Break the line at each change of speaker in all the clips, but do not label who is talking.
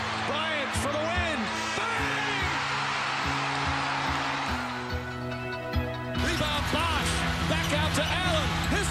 Bryant for the win. Bang! Rebound Bosch. Back out to Allen. His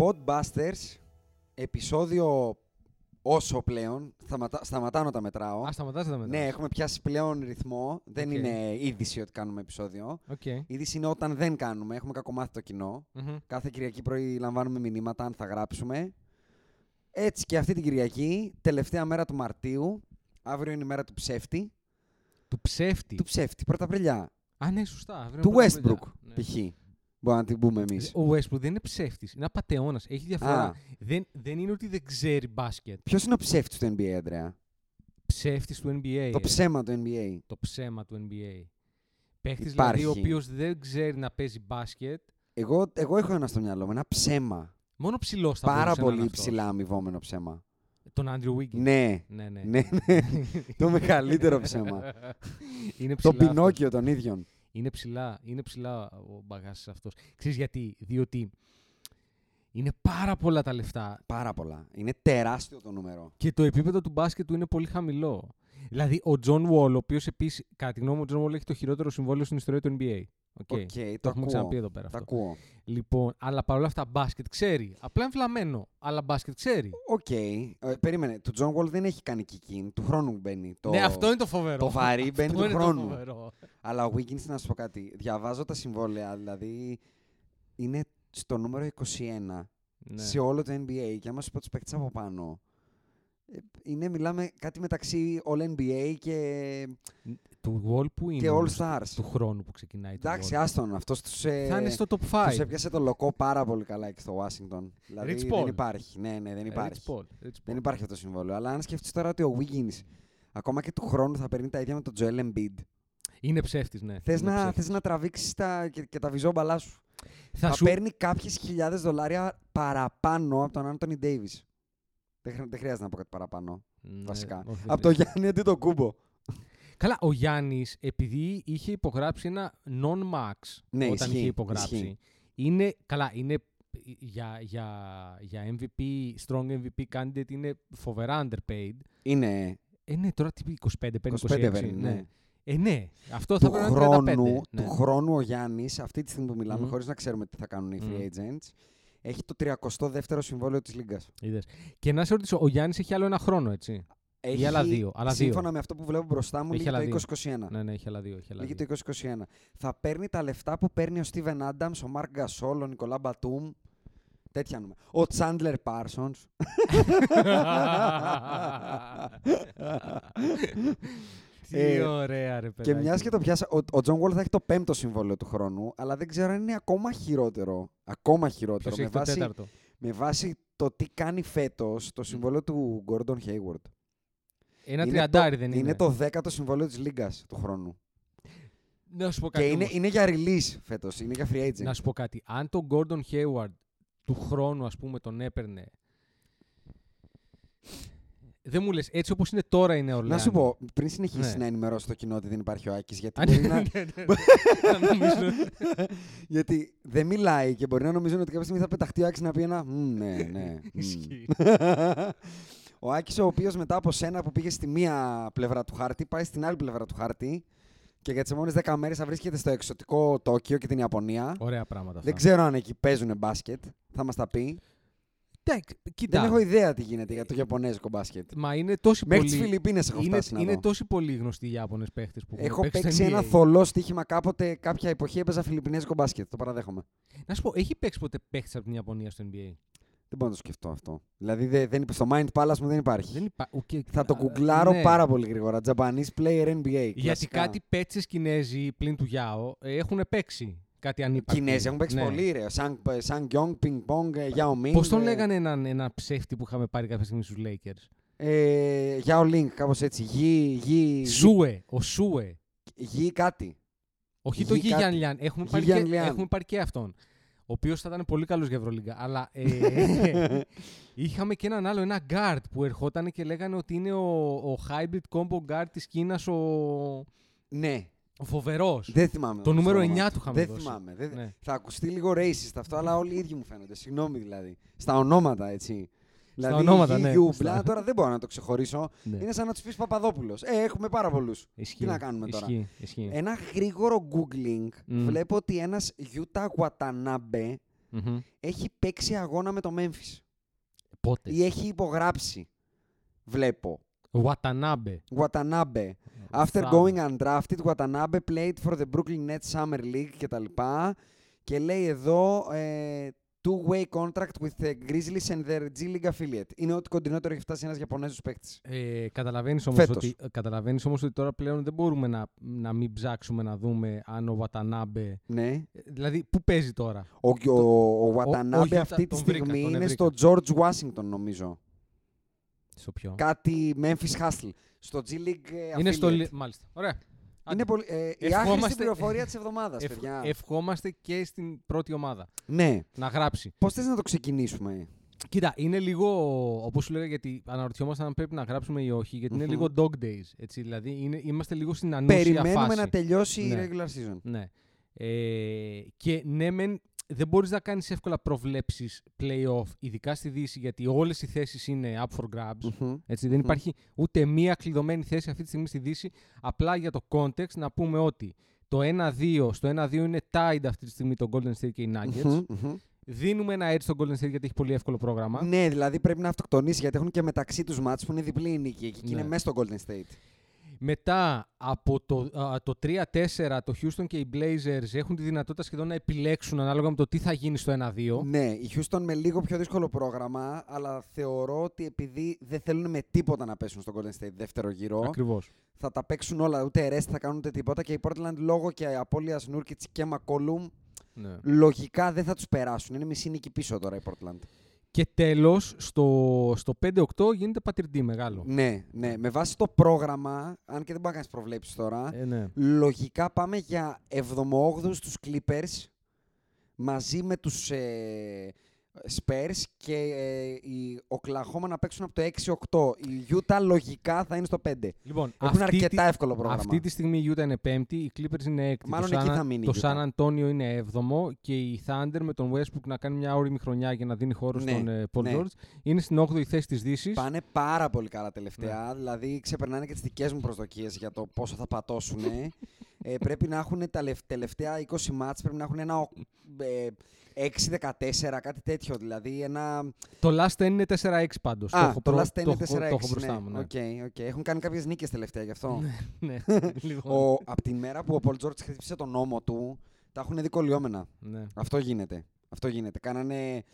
Podbusters, επεισόδιο όσο πλέον. Σταματά, σταματάω να τα μετράω.
Α, σταματάτε μετά.
Ναι, έχουμε πιάσει πλέον ρυθμό. Δεν
Οκ.
είναι είδηση ότι κάνουμε επεισόδιο.
Οκ.
Είδηση είναι όταν δεν κάνουμε. Έχουμε κακομάθητο κοινό.
Μμμ.
Κάθε Κυριακή πρωί λαμβάνουμε μηνύματα αν θα γράψουμε. Έτσι και αυτή την Κυριακή, τελευταία μέρα του Μαρτίου, αύριο είναι η μέρα του ψεύτη.
Του ψεύτη.
Του ψεύτη, πρώτα Απριλιά.
Α, ναι, σωστά. Βρε,
Του
πρώτα
Westbrook,
παιδιά. Ναι. Ε,
π.χ. Μπορούμε να την πούμε εμείς.
Ο Westbrook δεν είναι ψεύτης. Είναι απαταιώνα. Έχει
Α.
διαφορά. Δεν, δεν είναι ότι δεν ξέρει μπάσκετ.
Ποιος είναι ο ψεύτης του NBA, Αντρέα?
Ψεύτης του NBA.
Το
ρε.
ψέμα του NBA.
το ψέμα του NBA. Παίχτης δηλαδή ο
Υπάρχει.
οποίος δεν ξέρει να παίζει μπάσκετ.
Εγώ, εγώ έχω ένα στο μυαλό μου, ένα ψέμα.
Μόνο ψηλός θα
Πάρα
μπορούσε να είναι
πολύ
αυτός.
ψηλά αμοιβόμενο ψέμα.
Τον Άντριου Wiggins.
Ναι,
Ναι, ναι.
ναι, ναι. το μεγαλύτερο ψέμα.
είναι
το
ψηλά αυτός.
πινόκιο των ίδιων.
Είναι ψηλά, είναι ψηλά ο μπαγάσης αυτός. Ξέρεις γιατί, διότι είναι πάρα πολλά τα λεφτά
Πάρα πολλά. Είναι τεράστιο το νούμερο.
και το επίπεδο του μπάσκετ του είναι πολύ χαμηλό. Δηλαδή ο Τζον Wall, ο οποίος επίσης, κατά τη γνώμη μου, ο John Wall έχει το χειρότερο συμβόλαιο στην ιστορία του NBA. Οκ.
Οκ,
Το
το
έχουμε
ακούω.
ξαναπεί εδώ πέρα
Τα
αυτό.
ακούω.
Λοιπόν, αλλά παρόλα αυτά μπάσκετ ξέρει. Απλά εμφλαμμένο, αλλά μπάσκετ ξέρει.
Οκ. Ε, περίμενε. Του Τζον Wall δεν έχει κάνει κικίν. Του χρόνου μπαίνει. Το...
Ναι, αυτό είναι το φοβερό.
το βαρύ μπαίνει
Αυτό
του
είναι
χρόνου.
Το φοβερό.
Αλλά ο Wiggins, να σου πω κάτι. Διαβάζω τα συμβόλαια, δηλαδή είναι στο νούμερο 21
Ναι.
σε όλο το NBA. Και άμα σου πω τους παίκτες από πάνω, ε, είναι, μιλάμε κάτι μεταξύ All NBA και,
Του Wall που είναι
και All
όμως,
Stars.
του χρόνου που ξεκινάει. το
Εντάξει,
Wall.
άστον. Αυτός τους. Ε,
Θα είναι στο top 5.
τους έπιασε το λοκό πάρα πολύ καλά εκεί στο Washington. Δηλαδή
Rich
δεν
Paul.
υπάρχει. Ναι, ναι, δεν υπάρχει.
Rich Paul, Rich Paul.
Δεν υπάρχει αυτό το συμβόλαιο. Αλλά αν σκεφτεί τώρα ότι ο Wiggins ακόμα και του χρόνου θα παίρνει τα ίδια με τον Joel Embiid.
Είναι ψεύτης, ναι.
Θες
Είναι
να,
ψεύτης.
θες να τραβήξεις τα, και, και τα βυζόμπαλά σου.
θα,
θα
σου...
παίρνει κάποιες χιλιάδες δολάρια παραπάνω από τον Άντωνι Ντέιβις. Δεν, χρ- δεν χρειάζεται να πω κάτι παραπάνω.
Ναι,
βασικά.
όχι, δεν
από το
είναι.
Γιάννη αντί τον κούμπο.
Καλά, ο Γιάννης, επειδή είχε υπογράψει ένα non-max
Ναι,
όταν
ισχύει,
είχε υπογράψει.
ισχύει.
Είναι, καλά, είναι για, για, για MVP, strong MVP candidate είναι φοβερά underpaid.
Είναι
Ε, ναι, τώρα τι πει, 25 παίρνει
25
26.
παίρνει, ναι.
Ε, ναι, αυτό θα
του
πρέπει να είναι 35.
χρόνου,
ναι.
του χρόνου ο Γιάννης, αυτή τη στιγμή που μιλάμε,
Μμμ.
χωρίς να ξέρουμε τι θα κάνουν οι free
Μμμ.
agents, έχει το 32ο συμβόλαιο της Λίγκας.
Είδες. Και να σε ρωτήσω, ο Γιάννης έχει άλλο ένα χρόνο, έτσι.
Έχει,
άλλα δύο, άλλα δύο.
σύμφωνα με αυτό που βλέπω μπροστά μου,
Έχει
λύγει
άλλα δύο.
το 2021.
Ναι, ναι, έχει άλλα δύο. Έχει άλλα
Λύγει
δύο.
το 2021. Θα παίρνει τα λεφτά που παίρνει ο Στίβεν Άνταμ, ο Μαρκ Γκασόλ, ο Νικολά Μπατούμ. Τέτοια νούμερα. Ο Τσάντλερ Πάρσον.
Τι
Ε,
ωραία, ρε παιδί.
και μιας και το πιάσα, ο, ο Τζον Γουόλ θα έχει το πέμπτο συμβόλαιο του χρόνου, αλλά δεν ξέρω αν είναι ακόμα χειρότερο. Ακόμα χειρότερο.
Ποιος έχει το
βάση,
τέταρτο.
με βάση το τι κάνει φέτος το συμβόλαιο του Γκόρντον Hayward.
Ένα
Είναι
τριαντάρι
το-
δεν είναι.
Είναι το δέκατο συμβόλαιο της Λίγκας του χρόνου.
Να σου πω
Και
κάτι.
είναι,
όμως.
είναι για release φέτος, είναι για free agent.
Να σου πω κάτι. Αν τον Gordon Hayward του χρόνου, ας πούμε, τον έπαιρνε. Δεν μου λες, έτσι όπως είναι τώρα είναι Ορλάνδο.
Να σου πω, πριν συνεχίσει
Ναι.
να ενημερώσει το κοινό ότι δεν υπάρχει ο Άκης, γιατί,
Αν Ναι,
μπορεί να...
να νομίζω-
γιατί δεν μιλάει και μπορεί να νομίζουν ότι κάποια στιγμή θα πεταχτεί ο Άκης να πει ένα. «Μμ, ναι, ναι. μμ».
Ισχύει.
ο Άκης, ο οποίος μετά από σένα που πήγε στη μία πλευρά του χάρτη, πάει στην άλλη πλευρά του χάρτη και για τις επόμενες 10 μέρες θα βρίσκεται στο εξωτικό Τόκιο και την Ιαπωνία.
Ωραία πράγματα αυτά.
Δεν ξέρω αν εκεί παίζουν μπάσκετ. Θα μας τα πει.
Εντάξει, κοίτα.
Δεν έχω ιδέα τι γίνεται για το Ιαπωνέζικο μπάσκετ.
Μα είναι τόσοι
Μέχρι
πολλοί.
τις Φιλιππίνες έχω
είναι,
φτάσει να
είναι
δω.
τόσοι πολλοί γνωστοί Ιάπωνες παίχτες που έχουν
Έχω
παίξει, στο
παίξει ένα
NBA.
θολό στοίχημα κάποτε, κάποια εποχή έπαιζα Φιλιππινέζικο μπάσκετ. Το παραδέχομαι.
Να σου πω, έχει παίξει ποτέ παίχτη από την Ιαπωνία στο NBA.
Δεν μπορώ να το σκεφτώ αυτό. Δηλαδή δε- δεν, είπε- στο Mind Palace μου δεν υπάρχει.
Δεν υπά... okay.
Θα το
α,
κουκλάρω
ναι.
πάρα πολύ γρήγορα. Japanese player NBA.
Γιατί
κλασικά.
κάτι πέτσες Κινέζοι πλην του Γιάο ε, έχουν παίξει κάτι ανύπαρκτο.
Κινέζοι έχουν παίξει
Ναι.
πολύ ρε. Σαν, σαν Γιόγκ, Πινγκ Πονγκ, Γιάο Μίνγκ.
Πώς τον λέγανε έναν ένα ψεύτη που είχαμε πάρει κάποια στιγμή στους Lakers.
Ε, Γιάο Λίνγκ, κάπως έτσι. Γη, γη,
Σούε, ο Σούε.
γη κάτι.
Όχι το
Γη κάτι.
Γιγιαν Λιάν. Έχουμε,
Γη
πάρει
Γιαν
και,
Λιάν.
έχουμε πάρει και αυτόν. Ο οποίος θα ήταν πολύ καλός για Ευρωλίγκα. Αλλά ε, είχαμε και έναν άλλο, ένα guard που ερχόταν και λέγανε ότι είναι ο, ο hybrid combo guard της Κίνας ο,
ναι,
ο φοβερός.
δεν θυμάμαι.
Το νούμερο
όνομα
9 του είχαμε
Δεν
δώσει.
θυμάμαι. δεν-
Ναι.
Θα ακουστεί λίγο racist αυτό, αλλά όλοι οι ίδιοι μου φαίνονται. Συγγνώμη δηλαδή. Στα ονόματα, έτσι. δηλαδή,
ονόματα,
γη,
ναι.
γιου,
Στα-
μπλα, τώρα δεν μπορώ να το ξεχωρίσω.
Ναι.
Είναι σαν να τους πεις Παπαδόπουλος. Ε, έχουμε πάρα πολλούς.
Ισχύει.
Τι να κάνουμε τώρα. Ε,
Ισχύει. ισχύει.
Ένα γρήγορο googling
Μμ.
βλέπω ότι ένας Γιούτα Γουατανάμπε
Μμμ.
έχει παίξει αγώνα με το Memphis.
Πότε.
Ή έχει υπογράψει. Βλέπω.
Watanabe.
Watanabe. After
Thumb.
going undrafted, Watanabe played for the Brooklyn Nets Summer League κτλ. Και λέει εδώ ε, two-way contract with the Grizzlies and their G League affiliate. Είναι ό,τι κοντινότερο έχει φτάσει ένας Ιαπωνέζος παίκτης.
Ε, Καταλαβαίνεις όμως
Φέτος.
ότι, καταλαβαίνεις όμως ότι τώρα πλέον δεν μπορούμε να, να μην ψάξουμε να δούμε αν ο Βατανάμπε.
Ναι.
Δηλαδή, πού παίζει τώρα.
Ο, ο, ο,
ο
Watanabe
Γιούτα-
αυτή τη
τον βρήκα,
στιγμή
τον
είναι στο
βρήκα.
George Washington νομίζω.
Στο ποιο.
Κάτι Memphis Hustle. Στο G League ε,
Είναι στο.
affiliate.
λι- Μάλιστα. Ωραία.
Είναι
Άντε.
πολύ, ε, η άχρηστη
Ευχόμαστε-
πληροφορία της εβδομάδας,
Ευχ-
παιδιά.
Ευχόμαστε και στην πρώτη ομάδα
Ναι.
να γράψει.
Πώς θες να το ξεκινήσουμε.
Κοίτα, είναι λίγο. Όπως σου λέγα, γιατί αναρωτιόμασταν αν πρέπει να γράψουμε ή όχι, γιατί είναι
Μμμ.
λίγο dog days. Έτσι, δηλαδή, είναι, είμαστε λίγο στην ανούσια
Περιμένουμε
φάση.
να τελειώσει η
Ναι.
regular season.
Ναι. Ε, και ναι, μεν, δεν μπορείς να κάνεις εύκολα προβλέψεις play-off, ειδικά στη Δύση, γιατί όλες οι θέσεις είναι up for grabs.
Μμμ.
Έτσι, δεν
Μμμ.
υπάρχει ούτε μία κλειδωμένη θέση αυτή τη στιγμή στη Δύση. Απλά για το context να πούμε ότι το 1-2, στο 1-2 είναι tied αυτή τη στιγμή το Golden State και οι Nuggets.
Μμμ, μμμ.
Δίνουμε ένα edge στο Golden State γιατί έχει πολύ εύκολο πρόγραμμα.
Ναι, δηλαδή πρέπει να αυτοκτονήσει γιατί έχουν και μεταξύ τους μάτς που είναι διπλή η νίκη εκεί και
Ναι.
είναι μέσα στο Golden State.
Μετά από το, α, το 3-4 το Houston και οι Blazers έχουν τη δυνατότητα σχεδόν να επιλέξουν ανάλογα με το τι θα γίνει στο 1-2.
Ναι, η Houston με λίγο πιο δύσκολο πρόγραμμα, αλλά θεωρώ ότι επειδή δεν θέλουν με τίποτα να πέσουν στο Golden State δεύτερο γύρο,
Ακριβώς.
θα τα παίξουν όλα, ούτε rest θα κάνουν ούτε τίποτα και η Portland λόγω και απώλειας Νούρκιτς και Μακολούμ
Ναι.
λογικά δεν θα τους περάσουν. Είναι μισή νίκη πίσω τώρα η Portland.
Και τέλος, στο, στο 5-8 γίνεται πατριντή μεγάλο.
Ναι, ναι. Με βάση το πρόγραμμα, αν και δεν μπορεί να κάνεις προβλέψεις τώρα,
Ε, ναι.
λογικά πάμε για 78ου τους Clippers μαζί με τους ε, Spurs και ε, οι Oklahoma να παίξουν από το 6-8. Η Utah λογικά θα είναι στο 5.
Λοιπόν,
Έχουν
αυτή
αρκετά
τη,
εύκολο πρόγραμμα.
Αυτή τη στιγμή η Utah είναι πέμπτη, οι Clippers είναι έκτη.
Μάλλον
το
εκεί
San-
θα μείνει η
Το
Utah.
San Antonio είναι έβδομο και η Thunder με τον Westbrook να κάνει μια όρημη χρονιά για να δίνει χώρο
Ναι,
στον ε, Paul
ναι.
George. Είναι στην 8η θέση της Δύσης.
Πάνε πάρα πολύ καλά τελευταία.
Ναι.
Δηλαδή, ξεπερνάνε και τις δικές μου προσδοκίες για το πόσο θα πατώσουν. ε, πρέπει να έχουν τα λευ- τελευταία 20 μάτς, πρέπει να έχουν ένα οκ- ε, 6-14, κάτι τέτοιο. Δηλαδή, ένα.
Το Last 10 είναι 4-6 πάντως.
Α,
έχω
το
προ-
last 10
το
είναι
έχω-
4-6.
Το έχω μπροστά
ναι.
μου. Ναι.
Οκ, οκ. Έχουν κάνει κάποιες νίκες τελευταία γι' αυτό.
ναι. λοιπόν,
ο, από την μέρα που ο Πολ Τζόρτ χτύπησε τον νόμο του, τα έχουν δει κολλιόμενα.
ναι.
Αυτό γίνεται. Αυτό γίνεται. Κάνανε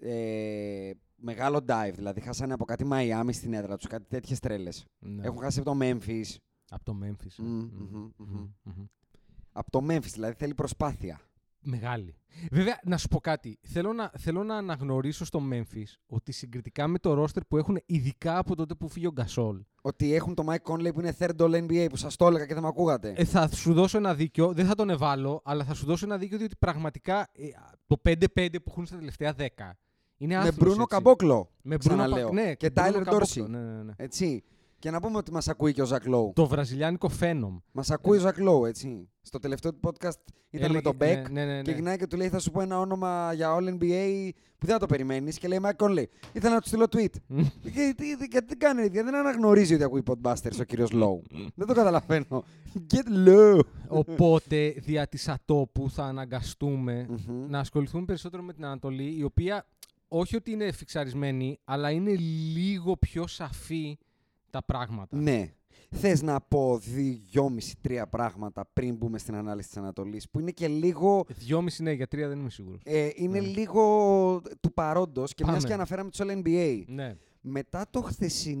ε, μεγάλο dive. Δηλαδή, χάσανε από κάτι Μαϊάμι στην έδρα τους, κάτι τέτοιες τρέλες.
ναι.
Έχουν χάσει από το Memphis.
Από το Memphis. ε.
Μμμ,
Μμμ,
μμμ,
μμμ,
μμμ.
μμμ.
Από το Memphis, δηλαδή θέλει προσπάθεια.
Μεγάλη. Βέβαια, να σου πω κάτι. Θέλω να, θέλω να αναγνωρίσω στο Memphis ότι συγκριτικά με το ρόστερ που έχουν ειδικά από τότε που φύγει ο Γκασόλ.
Ότι έχουν το Mike Conley που είναι third all NBA που σας το έλεγα και δεν με ακούγατε.
Ε, θα σου δώσω ένα δίκιο. Δεν θα τον εβάλω, αλλά θα σου δώσω ένα δίκιο διότι πραγματικά ε, το 5-5 που έχουν στα τελευταία 10 είναι
με
άθλος,
Μπρούνο
έτσι.
Καμπόκλο.
Με
ξαναλέω.
Πα- ναι,
και
Bruno
Tyler
Caboclo,
Dorsey.
Ναι, ναι, ναι.
Έτσι. Και να πούμε ότι μας ακούει και ο Ζακ Λόου.
Το βραζιλιάνικο Φένομ.
Μας ακούει ο Ζακ Λόου, έτσι. Στο τελευταίο του podcast ήταν με τον Beck
Ναι, ναι, ναι, ναι.
και γυρνάει και του λέει: Θα σου πω ένα όνομα για All NBA που δεν θα το περιμένεις. Και λέει: Mike Conley. Ήθελα να του στείλω tweet. γιατί, γιατί δεν κάνει, γιατί δεν αναγνωρίζει ότι ακούει Podbusters ο κύριος Λόου. δεν το καταλαβαίνω. Get low.
Οπότε δια της ατόπου θα αναγκαστούμε
Μμμ.
να ασχοληθούμε περισσότερο με την Ανατολή, η οποία όχι ότι είναι φιξαρισμένη, αλλά είναι λίγο πιο σαφή τα πράγματα.
Ναι. Θες να πω δυόμιση-τρία πράγματα πριν μπούμε στην ανάλυση της Ανατολής, που είναι και λίγο.
Δυόμιση ναι, για τρία δεν είμαι σίγουρος.
Ε, είναι
Ναι.
λίγο του παρόντος και μια
Πάμε.
και αναφέραμε τους All NBA.
Ναι.
Μετά το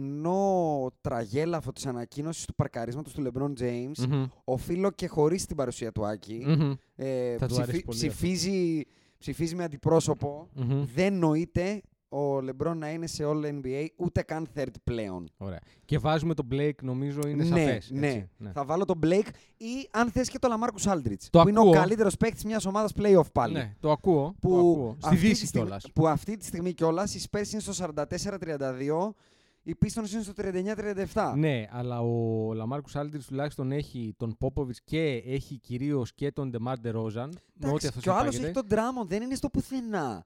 χθεσινό τραγέλαφο της ανακοίνωσης του παρκαρίσματος του LeBron James,
Μμμ.
οφείλω και χωρίς την παρουσία του Άκη.
Μμμ.
Ε,
Θα του
ψηφι-
αρέσει πολύ αυτό.
ψηφίζει, ψηφίζει με αντιπρόσωπο.
Μμμ.
Δεν νοείται ο Λεμπρόν να είναι σε All NBA ούτε καν third πλέον.
Ωραία. Και βάζουμε τον Blake, νομίζω είναι
ναι,
σαφές.
ναι.
έτσι. Ναι.
Θα βάλω τον Blake ή αν θες και τον Λαμάρκου Άλτριτ. Που
Το
είναι ο
ακούω.
καλύτερος παίκτης μιας ομάδας playoff πάλι.
Ναι, το ακούω.
Που
το ακούω. Στη
αυτή τη
Δύση
στιγμή-
κιόλας.
Που αυτή τη στιγμή κιόλας οι Spurs είναι στο 44-32, οι Pistons είναι στο 39-37.
Ναι, αλλά ο Λαμάρκο Άλντριτ τουλάχιστον έχει τον Πόποβιτ και έχει κυρίως και τον Ντεμάρ Ντερόζαν. Με ό,τι
Εντάξει,
αυτό
και ο άλλος έχει τον Ντράμον, δεν είναι στο πουθενά.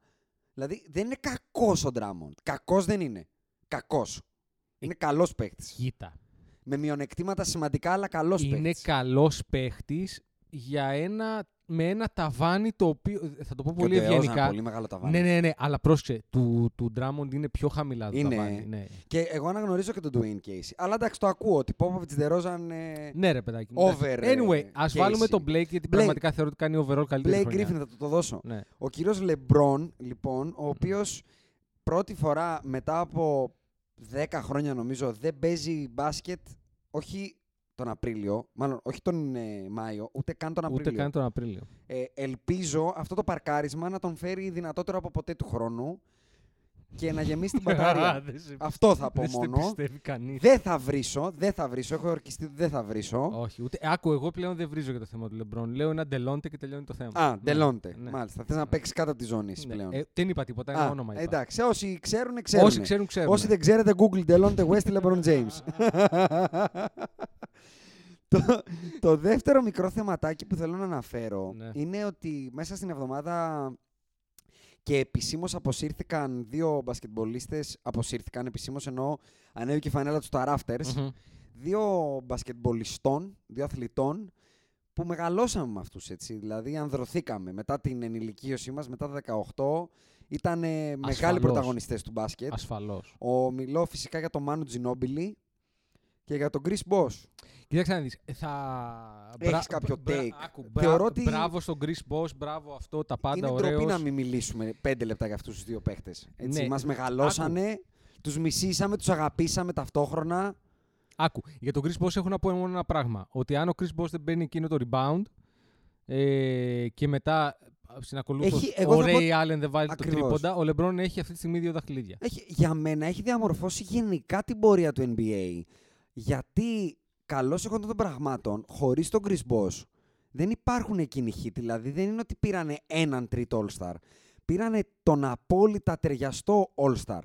Δηλαδή δεν είναι κακός ο Ντράμον. Κακός δεν είναι. Κακός.
Ε,
Είναι καλό παίκτη.
Κοίτα.
Με μειονεκτήματα σημαντικά, αλλά καλός παίκτη.
ε, Είναι καλός παίχτης για ένα, με ένα ταβάνι το οποίο. Θα το πω πολύ ευγενικά.
Πολύ μεγάλο ταβάνι.
Ναι, ναι, ναι, αλλά πρόσεξε. Του, του Ντράμοντ είναι πιο χαμηλά το
Είναι.
ταβάνι. Ναι.
Και εγώ αναγνωρίζω και τον Dwayne Casey. Αλλά εντάξει, το ακούω ότι Popovich Ντερόζαν. Ε...
ναι, ρε παιδάκι. μου,
Over,
εντάξει.
ε,
Anyway, ας
Casey.
βάλουμε τον Blake γιατί
Blake.
πραγματικά θεωρώ ότι κάνει overall καλύτερη.
Blake
χρονιά.
Griffin θα του το δώσω.
Ναι.
Ο κύριος Λεμπρόν, λοιπόν, ο οποίος πρώτη φορά μετά από 10 χρόνια νομίζω δεν παίζει μπάσκετ, όχι τον Απρίλιο, μάλλον όχι τον ε, Μάιο, ούτε καν τον Απρίλιο.
Ούτε καν τον Απρίλιο.
Ε, ελπίζω αυτό το παρκάρισμα να τον φέρει δυνατότερο από ποτέ του χρόνου και να γεμίσει την μπαταρία.
Δεν σε-
αυτό θα πω
δεν σε
μόνο.
πιστεύει κανείς.
Δεν θα βρίσω, δεν θα βρίσω. Έχω ορκιστεί ότι δεν θα βρίσω.
Όχι, ούτε. Άκου, εγώ πλέον δεν βρίζω για το θέμα του Λεμπρόν. Λέω ένα ντελόντε και τελειώνει το θέμα.
Α, ντελόντε.
ναι.
Μάλιστα. Θες να παίξεις κάτω από τη ζώνη εσύ
Ναι.
πλέον.
Ε, δεν είπα τίποτα, ένα
Α,
όνομα είπα.
εντάξει. Όσοι ξέρουν, ξέρουν.
Όσοι ξέρουν, ξέρουν.
Όσοι δεν ξέρετε, Google Delonte West LeBron James. το, το δεύτερο μικρό θεματάκι που θέλω να αναφέρω
Ναι.
είναι ότι μέσα στην εβδομάδα και επισήμως αποσύρθηκαν δύο μπασκετμπολίστες, αποσύρθηκαν επισήμως ενώ ανέβηκε η φανέλα τους στα Rafters,
Μμμ.
δύο μπασκετμπολιστών, δύο αθλητών που μεγαλώσαμε με αυτούς, έτσι. Δηλαδή ανδρωθήκαμε μετά την ενηλικίωσή μας, μετά τα 18, ήταν μεγάλοι
Ασφαλώς.
πρωταγωνιστές του
Ε,
μπάσκετ.
Ασφαλώς.
Ο μιλώ φυσικά για τον Μάνου Τζινόμπιλι και για τον Chris Boss.
Κοίταξε να δεις. ε, Θα...
Έχεις
μπρα-
κάποιο
μπρα-
take.
Άκου,
Θεωρώ
Θεωρώ
ότι-
Μπράβο στον Chris Boss, μπράβο αυτό, τα πάντα
είναι
ωραίος.
ντροπή να μην μιλήσουμε πέντε λεπτά για αυτούς τους δύο παίχτες. Έτσι,
Ναι.
μας μεγαλώσανε, τους μισήσαμε, τους αγαπήσαμε ταυτόχρονα.
Άκου, για τον Chris Boss έχω να πω μόνο ένα πράγμα. Ότι αν ο Chris Boss δεν παίρνει εκείνο το rebound ε, και μετά συνακολούθως
Έχει- εγώ
ο
θα πω-
Ray Allen δεν βάλει
Ακριβώς.
το τρίποντα, ο LeBron έχει αυτή τη στιγμή δύο δαχτυλίδια.
Έχει, για μένα έχει διαμορφώσει γενικά την πορεία του NBA. Γιατί καλώς εγώ των πραγμάτων, χωρίς τον Chris Boss, δεν υπάρχουν εκείνοι οι hit. Δηλαδή δεν είναι ότι πήρανε έναν τρίτο All-Star. Πήρανε τον απόλυτα ταιριαστό All-Star.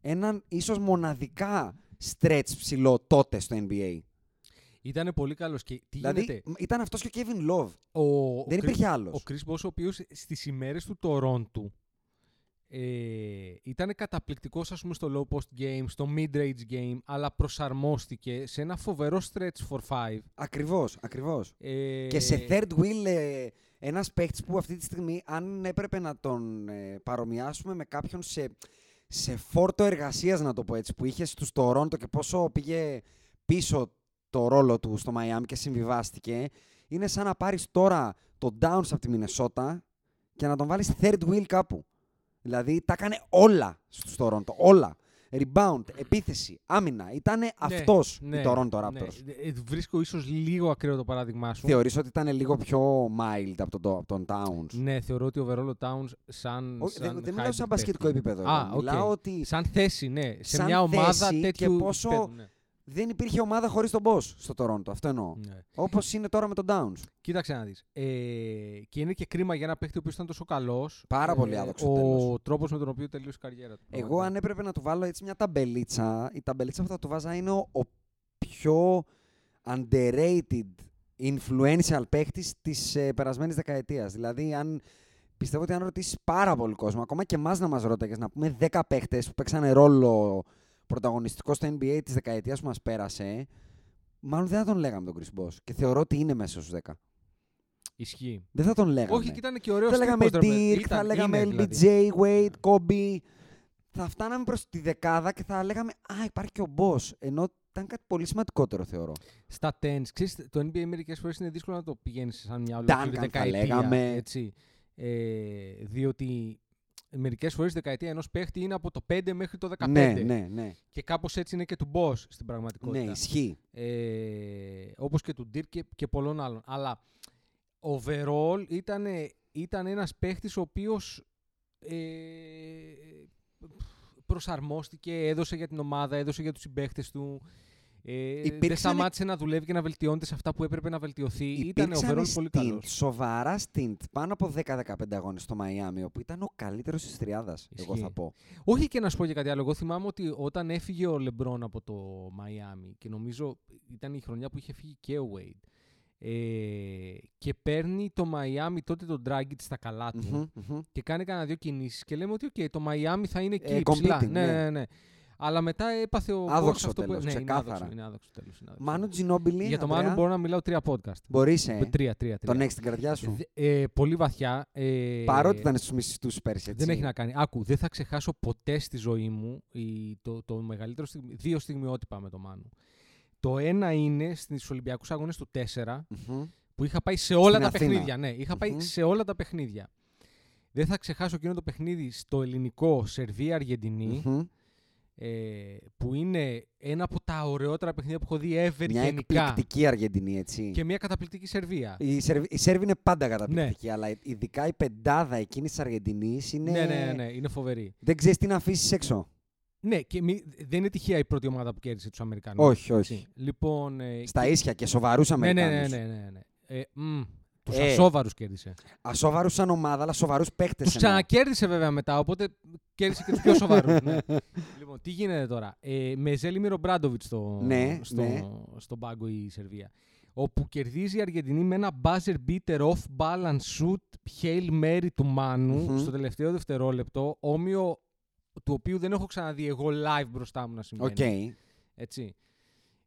Έναν ίσως μοναδικά stretch ψηλό τότε στο NBA.
Ήταν πολύ καλός και τι
δηλαδή
γίνεται.
μ, ήταν αυτός και ο Kevin Love.
Ο, ο
δεν
Chris-
υπήρχε άλλος.
Ο Chris Bosh, ο οποίος στις ημέρες του Τορόντου ε, ήταν καταπληκτικός ας πούμε στο low post game, στο mid range game, αλλά προσαρμόστηκε σε ένα φοβερό stretch for five.
Ακριβώς, ακριβώς.
Ε,
Και σε third wheel ε, ένας παίκτης που αυτή τη στιγμή αν έπρεπε να τον ε, παρομοιάσουμε με κάποιον σε, σε φόρτο εργασίας να το πω έτσι που είχε στους Τορόντο και πόσο πήγε πίσω το ρόλο του στο Μαϊάμι και συμβιβάστηκε είναι σαν να πάρεις τώρα τον Downs από τη Μινεσότα και να τον βάλεις third wheel κάπου. Δηλαδή τα έκανε όλα στους Τορόντο, όλα. Rebound, επίθεση, άμυνα. Ήτανε
ναι,
αυτός
ναι,
η Toronto Raptors.
ναι. Ε, Βρίσκω ίσως λίγο ακραίο το παράδειγμά σου.
Θεωρείς ότι ήταν λίγο πιο mild από τον, από τον Towns.
Ναι, θεωρώ ότι ο Βερόλο Towns σαν.
Όχι,
σαν
δεν, δεν μιλάω
hybrid
σαν μπασκετικό
παίκτη.
επίπεδο.
Α,
εδώ.
οκ.
Μιλάω ότι
Σαν θέση, ναι. Σε
Σαν
μια ομάδα
θέση και
τέτοιου.
πόσο-
επίπεδου, ναι.
δεν υπήρχε ομάδα χωρίς τον Boss στο Toronto. Αυτό εννοώ.
Ναι.
Όπως είναι τώρα με τον Downs.
Κοίταξε να δεις. Ε, και είναι και κρίμα για ένα παίχτη ο οποίος ήταν τόσο καλός. ε,
Πάρα πολύ άδοξο
Ο
τέλος.
τρόπος με τον οποίο τελείωσε η καριέρα του.
Εγώ αν έπρεπε να του βάλω έτσι μια ταμπελίτσα, η ταμπελίτσα που θα του βάζα είναι ο, ο πιο underrated influential παίχτης της ε, περασμένης δεκαετίας. Δηλαδή αν πιστεύω ότι αν ρωτήσεις πάρα πολύ κόσμο, ακόμα και εμάς να μας ρώταγες, να πούμε 10 παίχτες που παίξανε ρόλο πρωταγωνιστικός στο NBA της δεκαετίας που μας πέρασε, μάλλον δεν θα τον λέγαμε τον Chris Bosh και θεωρώ ότι είναι μέσα στους 10.
Ισχύει.
Δεν θα τον λέγαμε.
Όχι, και ήταν και ωραίος
θα λέγαμε Dirk, θα λέγαμε LBJ,
δηλαδή,
Wade, Kobe. Θα φτάναμε προς τη δεκάδα και θα λέγαμε «Α, υπάρχει και ο Boss». Ενώ ήταν κάτι πολύ σημαντικότερο, θεωρώ. Ναι,
Στα tens, ξέρεις, το NBA μερικές φορές είναι δύσκολο να το πηγαίνεις σαν μια
Duncan
ολόκληρη
θα
δεκαετία.
λέγαμε.
Έτσι. Ε, διότι μερικές φορές η δεκαετία ενός παίχτη είναι από το 5 μέχρι το 15.
Ναι, ναι, ναι.
Και κάπως έτσι είναι και του Boss στην πραγματικότητα.
Ναι, ισχύει.
ε, όπως και του Dirk και, και πολλών άλλων. Αλλά overall ήταν, ήταν ένας παίχτης ο οποίος ε, προσαρμόστηκε, έδωσε για την ομάδα, έδωσε για τους συμπαίχτες του. Ε, δεν
Υπήρξαν-
σταμάτησε να δουλεύει και να βελτιώνεται σε αυτά που έπρεπε να βελτιωθεί. Ήταν
Υπήρξαν
overall πολύ
stint,
καλός.
Σοβαρά stint. Πάνω από 10-15 αγώνες στο Μαϊάμι, όπου ήταν ο καλύτερος της τριάδας, εγώ
Ισχύει.
θα πω.
Όχι και να σου πω και κάτι άλλο. Εγώ θυμάμαι ότι όταν έφυγε ο Λεμπρόν από το Μαϊάμι και νομίζω ήταν η χρονιά που είχε φύγει και ο Wade ε, και παίρνει το Μαϊάμι τότε τον Dragic στα καλά του
Μμμ, μμμ.
και κάνει κανένα δύο κινήσεις και λέμε ότι «Οκ, το Μαϊάμι θα είναι εκεί
Ε,
ψηλά.
competing,
ναι,
ναι.
ναι, ναι. Αλλά μετά έπαθε ο
Άδοξο
Πόρς αυτό
τέλος,
που... Ναι, είναι
ξεκάθαρα.
άδοξο, είναι άδοξο τέλος. είναι άδοξο.
Μάνου Τζινόμπιλι.
Για το
Ανδρέα.
Μάνου μπορώ να μιλάω τρία podcast.
Μπορείς, ε.
Τρία, τρία, τρία.
Τον έχεις στην καρδιά σου.
Δε- ε, πολύ βαθιά. Ε,
Παρότι ήταν στους μισητούς πέρσι, έτσι.
Δεν έχει να κάνει. Άκου, δεν θα ξεχάσω ποτέ στη ζωή μου η- το, το μεγαλύτερο στιγμ- δύο στιγμιότυπα με το Μάνου. Το ένα είναι στις Ολυμπιακούς Αγώνες του 4
Μμμ.
που είχα πάει σε όλα
Στην
τα
Αθήνα.
παιχνίδια. Ναι, είχα πάει
Μμμ.
σε όλα τα παιχνίδια. Δεν θα ξεχάσω εκείνο το παιχνίδι στο ελληνικό Σερβία-Αργεντινή,
Μμμ.
ε, που είναι ένα από τα ωραιότερα παιχνίδια που έχω δει ever
Μια
γενικά.
εκπληκτική Αργεντινή, έτσι.
Και μια καταπληκτική Σερβία.
Η, Σερβ... η Σέρβη είναι πάντα καταπληκτική, αλλά ειδικά η πεντάδα εκείνης της Αργεντινής είναι.
Ναι, ναι, ναι, είναι φοβερή.
Δεν ξέρεις τι να αφήσεις έξω.
Ναι, και μη- δεν είναι τυχαία η πρώτη ομάδα που κέρδισε τους Αμερικανούς.
όχι, όχι.
Λοιπόν, ε,
Στα ίσια και σοβαρούς
Ναι, ναι,
Αμερικανού.
ναι, ναι, ναι, ναι. Ε, μ, τους
Ε.
ασόβαρους κέρδισε.
Ασόβαρους σαν ομάδα, αλλά σοβαρούς παίκτες.
Τους ξανακέρδισε βέβαια μετά, οπότε κέρδισε και τους πιο σοβαρούς. ναι. Λοιπόν, τι γίνεται τώρα. Ε, με Ζέλιμιρο Μπράντοβιτς στο,
Ναι,
στο,
ναι.
στον πάγκο η Σερβία. Όπου κερδίζει η Αργεντινή με ένα buzzer beater off balance shoot hail Mary του μανου
Μμμ.
στο τελευταίο δευτερόλεπτο, όμοιο του οποίου δεν έχω ξαναδεί εγώ live μπροστά μου να συμβαίνει.
Οκ.
Έτσι.